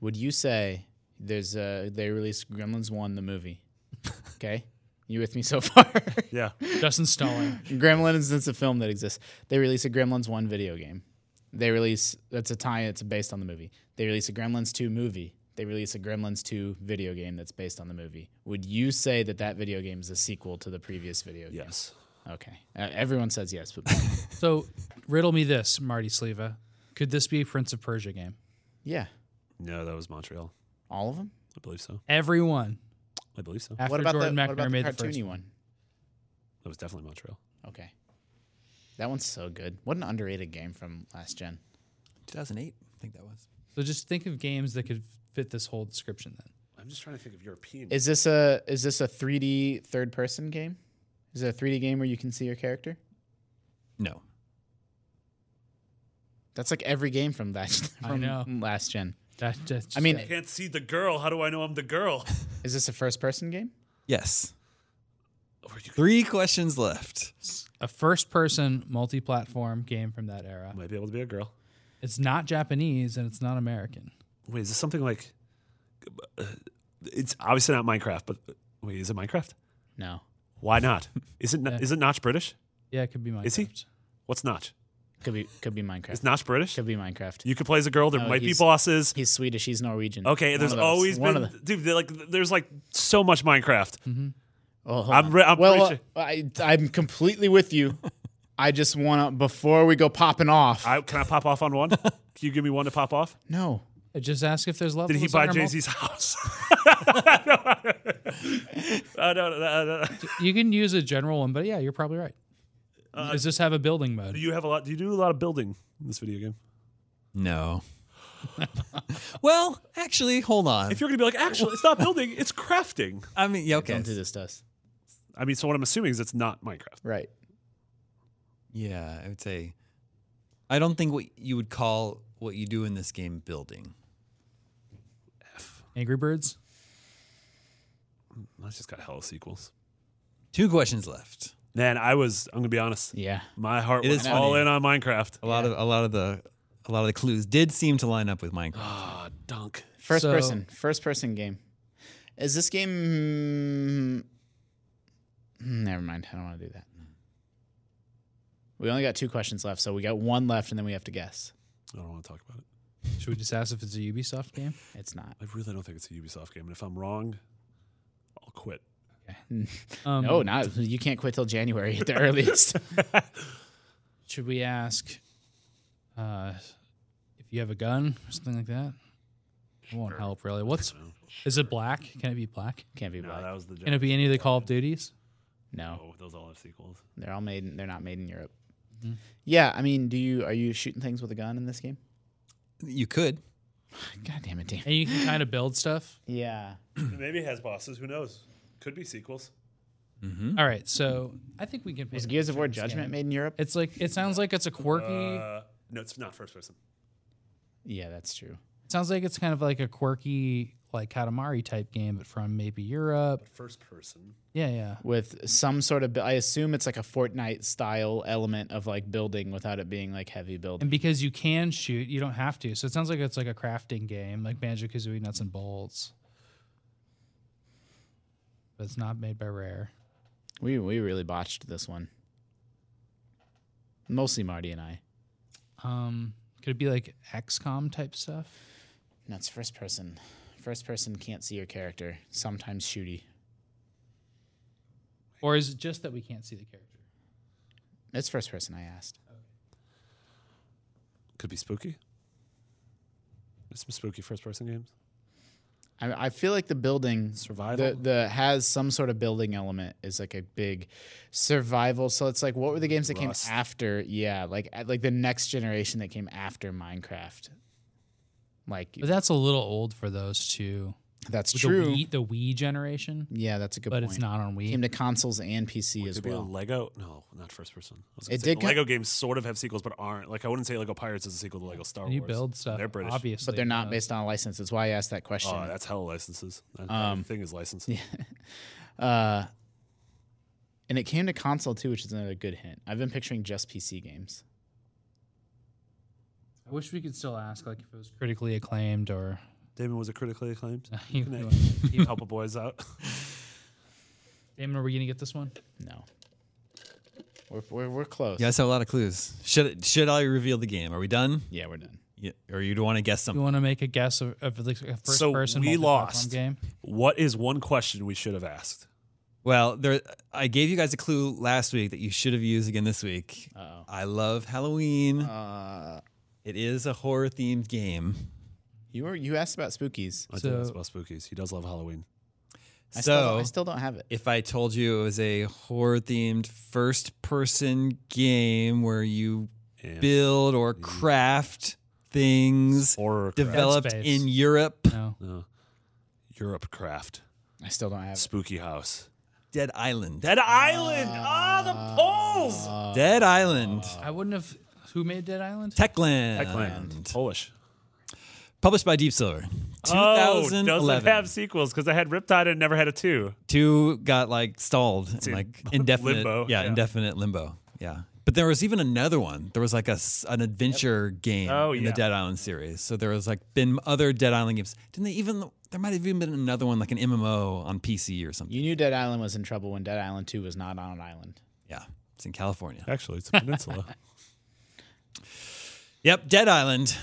[SPEAKER 5] would you say there's a they released Gremlins One the movie? Okay, you with me so far?
[SPEAKER 4] Yeah.
[SPEAKER 6] Justin Stalling.
[SPEAKER 5] Gremlins is a film that exists. They release a Gremlins One video game. They release that's a tie. It's based on the movie. They release a Gremlins Two movie. They release a Gremlins Two video game that's based on the movie. Would you say that that video game is a sequel to the previous video game?
[SPEAKER 4] Yes.
[SPEAKER 5] Okay. Uh, everyone says yes, but
[SPEAKER 6] So riddle me this, Marty Sleva. Could this be a Prince of Persia game?
[SPEAKER 5] yeah,
[SPEAKER 4] No, that was Montreal.
[SPEAKER 5] all of them.
[SPEAKER 4] I believe so.
[SPEAKER 6] Everyone.
[SPEAKER 4] I believe so.
[SPEAKER 6] After
[SPEAKER 5] what about
[SPEAKER 6] Jordan
[SPEAKER 5] the
[SPEAKER 6] Mechner
[SPEAKER 5] what about the
[SPEAKER 6] made the
[SPEAKER 5] cartoony
[SPEAKER 6] first
[SPEAKER 5] one?
[SPEAKER 4] That was definitely Montreal.
[SPEAKER 5] Okay, that one's so good. What an underrated game from last gen.
[SPEAKER 1] 2008, I think that was.
[SPEAKER 6] So just think of games that could fit this whole description then.
[SPEAKER 4] I'm just trying to think of European.
[SPEAKER 5] Is this a is this a 3D third person game? Is it a 3D game where you can see your character?
[SPEAKER 1] No.
[SPEAKER 5] That's like every game from last
[SPEAKER 6] I
[SPEAKER 5] from
[SPEAKER 6] know.
[SPEAKER 5] last gen.
[SPEAKER 6] That, that's
[SPEAKER 5] I mean,
[SPEAKER 4] I can't see the girl. How do I know I'm the girl?
[SPEAKER 5] is this a first person game?
[SPEAKER 1] Yes. Three questions left.
[SPEAKER 6] a first person multi platform game from that era.
[SPEAKER 4] Might be able to be a girl.
[SPEAKER 6] It's not Japanese and it's not American.
[SPEAKER 4] Wait, is this something like uh, It's obviously not Minecraft, but uh, wait, is it Minecraft?
[SPEAKER 5] No.
[SPEAKER 4] Why not? Is it is it Notch British?
[SPEAKER 6] Yeah, it could be Minecraft.
[SPEAKER 4] Is he? What's Notch?
[SPEAKER 5] Could be could be Minecraft.
[SPEAKER 4] Is Notch British?
[SPEAKER 5] Could be Minecraft.
[SPEAKER 4] You could play as a girl. There
[SPEAKER 5] No,
[SPEAKER 4] might be
[SPEAKER 5] he's-
[SPEAKER 4] bosses.
[SPEAKER 5] He's Swedish. He's Norwegian.
[SPEAKER 4] Okay,
[SPEAKER 5] One
[SPEAKER 4] there's
[SPEAKER 5] of those.
[SPEAKER 4] always
[SPEAKER 5] one
[SPEAKER 4] been
[SPEAKER 5] of the.
[SPEAKER 4] dude. they're Like there's like so much Minecraft.
[SPEAKER 5] Oh, hold
[SPEAKER 4] I'm
[SPEAKER 5] on.
[SPEAKER 4] re- I'm
[SPEAKER 5] well,
[SPEAKER 4] pretty
[SPEAKER 5] uh, I, I'm completely with you. I just want to before we go popping off.
[SPEAKER 4] I, can I pop off on one? Can you give me one to pop off?
[SPEAKER 5] no.
[SPEAKER 6] Uh, Just ask if there's levels.
[SPEAKER 4] Did he buy
[SPEAKER 6] on our mul-
[SPEAKER 4] Jay Z's house? Uh, no, no, no, no.
[SPEAKER 6] You can use a general one, but yeah, you're probably right. Does this have a building
[SPEAKER 4] Do
[SPEAKER 6] mode?
[SPEAKER 4] Uh, you have a lot? Do you do a lot of building in this video game?
[SPEAKER 1] No. well, actually, hold on.
[SPEAKER 4] If you're gonna be like, actually, it's not building, it's crafting.
[SPEAKER 1] I mean, yeah, okay.
[SPEAKER 5] Don't do this to us.
[SPEAKER 4] I mean, so what I'm assuming is it's not Minecraft.
[SPEAKER 5] Right.
[SPEAKER 1] Yeah, I would say. I don't think what you would call what you do in this game building.
[SPEAKER 6] Angry Birds?
[SPEAKER 4] I just got hella sequels.
[SPEAKER 1] Two questions left.
[SPEAKER 4] Man, I was. I'm gonna be honest.
[SPEAKER 5] Yeah.
[SPEAKER 4] My heart
[SPEAKER 1] It
[SPEAKER 4] was
[SPEAKER 1] is
[SPEAKER 4] all
[SPEAKER 1] funny.
[SPEAKER 4] in on Minecraft.
[SPEAKER 1] A lot of a lot of the a lot of the clues did seem to line up with Minecraft.
[SPEAKER 4] Ah, dunk.
[SPEAKER 5] First
[SPEAKER 6] So-
[SPEAKER 5] person. First person game. Is this game? Mm, Never mind. I don't want to do that. We only got two questions left, so we got one left, and then we have to guess.
[SPEAKER 4] I don't want to talk about it.
[SPEAKER 6] Should we just ask if it's a Ubisoft game?
[SPEAKER 5] It's not.
[SPEAKER 4] I really don't think it's a Ubisoft game, and if I'm wrong, I'll quit.
[SPEAKER 6] Um,
[SPEAKER 5] No, not. You can't quit till January at the earliest.
[SPEAKER 6] Should we ask uh, if you have a gun or something like that? It won't help really. What's is it black? Can it be black?
[SPEAKER 5] Can't be
[SPEAKER 4] No,
[SPEAKER 5] black.
[SPEAKER 4] that was the
[SPEAKER 6] Can it be any of the Call of Duties?
[SPEAKER 5] No,
[SPEAKER 4] Oh, those all have sequels.
[SPEAKER 5] they're all made. In, they're not made in Europe. Mm-hmm. Yeah, I mean, do you are you shooting things with a gun in this game?
[SPEAKER 1] You could.
[SPEAKER 5] God damn it, Dan.
[SPEAKER 6] And you can kind of build stuff.
[SPEAKER 5] Yeah.
[SPEAKER 4] Maybe it has bosses. Who knows? Could be sequels.
[SPEAKER 6] All right, so I think we can.
[SPEAKER 5] Was Hmm? Gears of War Judgment made in Europe?
[SPEAKER 6] It's like it sounds like it's a quirky.
[SPEAKER 4] Uh, no, it's not first person.
[SPEAKER 5] Yeah, that's true.
[SPEAKER 6] it sounds like it's kind of like a quirky like Katamari type game, but from maybe Europe.
[SPEAKER 4] First person.
[SPEAKER 6] Yeah, yeah.
[SPEAKER 5] With some sort of, bu- I assume it's like a Fortnite style element of like building without it being like heavy building.
[SPEAKER 6] And because you can shoot, you don't have to. So it sounds like it's like a crafting game, like Banjo Kazooie Nuts and Bolts. But it's not made by Rare.
[SPEAKER 5] We we really botched this one. Mostly Marty and I.
[SPEAKER 6] Um, could it be like XCOM type stuff?
[SPEAKER 5] No, it's first person. First person can't see your character. Sometimes shooty.
[SPEAKER 6] Or is it just that we can't see the character?
[SPEAKER 5] It's first person. I asked.
[SPEAKER 4] Could be spooky. There's some spooky first person games.
[SPEAKER 5] I, I feel like the building the,
[SPEAKER 4] Survival?
[SPEAKER 5] the has some sort of building element is like a big survival. So it's like what were the games that
[SPEAKER 4] Rust.
[SPEAKER 5] came after? Yeah, like at- like the next generation that came after Minecraft. Like
[SPEAKER 6] But that's a little old for those two.
[SPEAKER 5] that's
[SPEAKER 6] With
[SPEAKER 5] true.
[SPEAKER 6] The Wii, the Wii generation,
[SPEAKER 5] Yeah, that's a good
[SPEAKER 6] but
[SPEAKER 5] point.
[SPEAKER 6] it's not on Wii.
[SPEAKER 5] came to consoles and PC as
[SPEAKER 4] Could be a
[SPEAKER 5] well.
[SPEAKER 4] Lego. No, not first person. I was
[SPEAKER 5] It
[SPEAKER 4] it did
[SPEAKER 5] did co-
[SPEAKER 4] Lego games sort of have sequels, but aren't. Like I wouldn't say Lego Pirates is a sequel to Lego Star Wars.
[SPEAKER 6] you build stuff.
[SPEAKER 4] They're British.
[SPEAKER 6] obviously,
[SPEAKER 5] But they're not
[SPEAKER 6] uh,
[SPEAKER 5] based on a license. That's why I asked that question.
[SPEAKER 4] Oh, that's hella licenses. That
[SPEAKER 6] Um,
[SPEAKER 4] thing is licensed.
[SPEAKER 5] uh, and it came to console too, which is another good hint. I've been picturing just PC games.
[SPEAKER 6] I wish we could still ask, like, if it was critically acclaimed or.
[SPEAKER 4] Damon was it critically acclaimed?
[SPEAKER 6] You
[SPEAKER 4] Can
[SPEAKER 6] know,
[SPEAKER 4] I- you help a boys out.
[SPEAKER 6] Damon, are we gonna get this one?
[SPEAKER 5] No, we're we're, we're close.
[SPEAKER 1] You guys have a lot of clues. Should should I reveal the game? Are we done?
[SPEAKER 5] Yeah, we're done.
[SPEAKER 1] Yeah, or you want to guess
[SPEAKER 6] You
[SPEAKER 1] something?
[SPEAKER 6] want to make a guess of, of the first
[SPEAKER 4] So
[SPEAKER 6] person
[SPEAKER 4] we
[SPEAKER 6] multi-platform
[SPEAKER 4] lost.
[SPEAKER 6] game?
[SPEAKER 4] What is one question we should have asked?
[SPEAKER 1] Well, there. I gave you guys a clue last week that you should have used again this week.
[SPEAKER 5] Uh-oh.
[SPEAKER 1] I love Halloween.
[SPEAKER 5] Uh,
[SPEAKER 1] it is a horror themed game.
[SPEAKER 5] you were you asked about spookies.
[SPEAKER 4] I
[SPEAKER 6] So-
[SPEAKER 4] did ask about spookies. He does love Halloween.
[SPEAKER 5] I still, don't-
[SPEAKER 1] so
[SPEAKER 5] I still don't have it.
[SPEAKER 1] if I told you it was a horror themed first person game where you
[SPEAKER 4] And
[SPEAKER 1] build or craft things
[SPEAKER 4] horror craft.
[SPEAKER 1] developed
[SPEAKER 6] Dead Space.
[SPEAKER 1] in Europe,
[SPEAKER 6] No.
[SPEAKER 4] No. Europe craft.
[SPEAKER 5] I still don't have it.
[SPEAKER 4] Spooky house.
[SPEAKER 1] Dead Island.
[SPEAKER 4] Dead Island. Ah, the poles.
[SPEAKER 1] Dead Island.
[SPEAKER 6] I wouldn't have. Who made Dead Island?
[SPEAKER 1] Techland.
[SPEAKER 4] Polish.
[SPEAKER 1] Published by Deep Silver.
[SPEAKER 4] Oh,
[SPEAKER 1] 2011.
[SPEAKER 4] doesn't have sequels because I had Riptide and never had a two.
[SPEAKER 1] Two got like stalled, and, like indefinite.
[SPEAKER 4] limbo,
[SPEAKER 1] Yeah,
[SPEAKER 4] yeah.
[SPEAKER 1] indefinite limbo. Yeah. But there was even another one. There was like a s- an adventure game
[SPEAKER 4] Oh,
[SPEAKER 1] in
[SPEAKER 4] yeah.
[SPEAKER 1] the Dead Island series. So there was like been other Dead Island games. Didn't they even? There might have even been another one like an MMO on PC or something.
[SPEAKER 5] You knew Dead Island was in trouble when Dead Island 2 was not on an island.
[SPEAKER 1] Yeah, it's in California.
[SPEAKER 4] Actually, it's a peninsula.
[SPEAKER 1] Yep, Dead Island.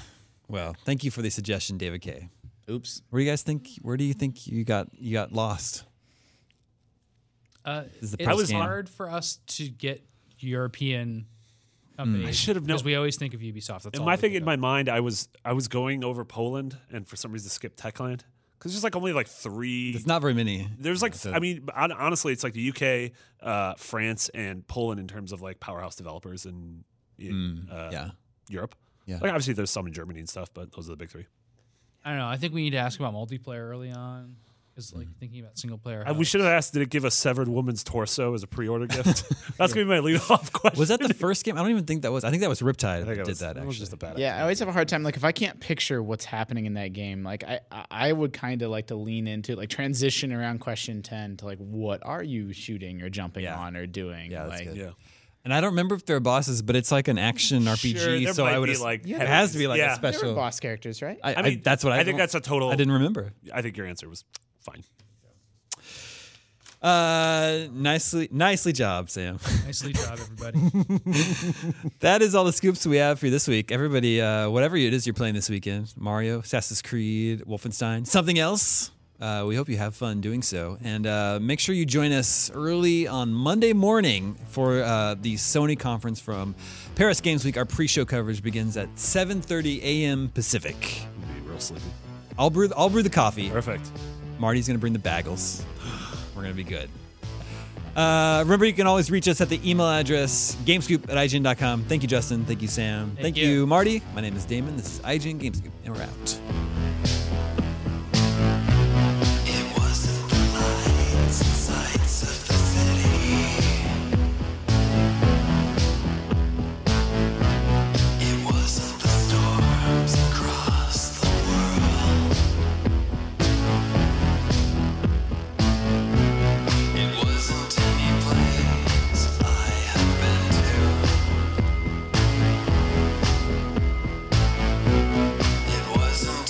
[SPEAKER 1] Well, thank you for the suggestion, David K.
[SPEAKER 5] Oops.
[SPEAKER 1] Where do you guys think? Where do you think you got you got lost?
[SPEAKER 6] Uh,
[SPEAKER 1] Is the
[SPEAKER 6] it
[SPEAKER 1] post
[SPEAKER 6] was
[SPEAKER 1] game.
[SPEAKER 6] hard for us to get European companies. I
[SPEAKER 4] should have known-
[SPEAKER 6] because we always think of Ubisoft. That's
[SPEAKER 4] And
[SPEAKER 6] all
[SPEAKER 4] my
[SPEAKER 6] we
[SPEAKER 4] thing
[SPEAKER 6] think
[SPEAKER 4] in
[SPEAKER 6] of.
[SPEAKER 4] my mind, I was I was going over Poland, and for some reason skipped Techland because there's like only like three.
[SPEAKER 1] It's not very many.
[SPEAKER 4] There's like
[SPEAKER 1] So-
[SPEAKER 4] I mean, hon- honestly, it's like the UK, uh, France, and Poland in terms of like powerhouse developers in, in uh,
[SPEAKER 1] Mm, yeah.
[SPEAKER 4] Europe.
[SPEAKER 1] Yeah.
[SPEAKER 4] Like obviously, there's some in Germany and stuff, but those are the big three.
[SPEAKER 6] I don't know. I think we need to ask about multiplayer early on. Because like thinking about single player,
[SPEAKER 4] I, we should have asked, did it give a severed woman's torso as a pre-order gift? That's gonna be my lead-off question.
[SPEAKER 1] Was that the first game? I don't even think that was. I think that was Riptide
[SPEAKER 4] I
[SPEAKER 1] that
[SPEAKER 4] think it
[SPEAKER 1] did
[SPEAKER 4] was,
[SPEAKER 1] that
[SPEAKER 4] it
[SPEAKER 1] actually.
[SPEAKER 4] was just a bad.
[SPEAKER 5] Yeah, I always have a hard time. Like, if I can't picture what's happening in that game, like I, I- I would kind of like to lean into like transition around question ten to like, what are you shooting or jumping
[SPEAKER 1] Yeah.
[SPEAKER 5] on or doing?
[SPEAKER 1] Yeah, that's
[SPEAKER 5] like,
[SPEAKER 1] good.
[SPEAKER 4] Yeah.
[SPEAKER 1] and I don't remember if there are bosses, but it's like an action RPG.
[SPEAKER 4] there
[SPEAKER 1] so
[SPEAKER 4] might
[SPEAKER 1] I would
[SPEAKER 4] be,
[SPEAKER 1] as-
[SPEAKER 4] like,
[SPEAKER 1] it has to be like
[SPEAKER 4] yeah.
[SPEAKER 1] a
[SPEAKER 4] There
[SPEAKER 5] There were
[SPEAKER 1] special.
[SPEAKER 5] boss characters, right?
[SPEAKER 1] I, I,
[SPEAKER 4] mean,
[SPEAKER 1] that's what I,
[SPEAKER 4] I think
[SPEAKER 1] don't-
[SPEAKER 4] that's a total.
[SPEAKER 1] I didn't remember.
[SPEAKER 4] I think your answer was fine.
[SPEAKER 1] Uh, nicely, nicely job, Sam.
[SPEAKER 6] nicely job, everybody.
[SPEAKER 1] that is all the scoops we have for you this week. Everybody, uh, whatever it is you're playing this weekend, Mario, Assassin's Creed, Wolfenstein, something else. Uh, we hope you have fun doing so, and uh, make sure you join us early on Monday morning for uh, the Sony conference from Paris Games Week. Our pre-show coverage begins at 7:30 a.m. Pacific.
[SPEAKER 4] You'd be real sleepy.
[SPEAKER 1] I'll brew, I'll brew the coffee.
[SPEAKER 4] Perfect.
[SPEAKER 1] Marty's gonna bring the bagels. We're gonna be good. Uh, remember, you can always reach us at the email address gamescoop at IGN.com. Thank you, Justin. Thank you, Sam. Thank,
[SPEAKER 6] you.
[SPEAKER 1] you, Marty. My name is Damon. This is IGN Gamescoop, and we're out.
[SPEAKER 7] It wasn't the lights and sights of the city. It wasn't the storms across the world. It wasn't any place I have been to. It wasn't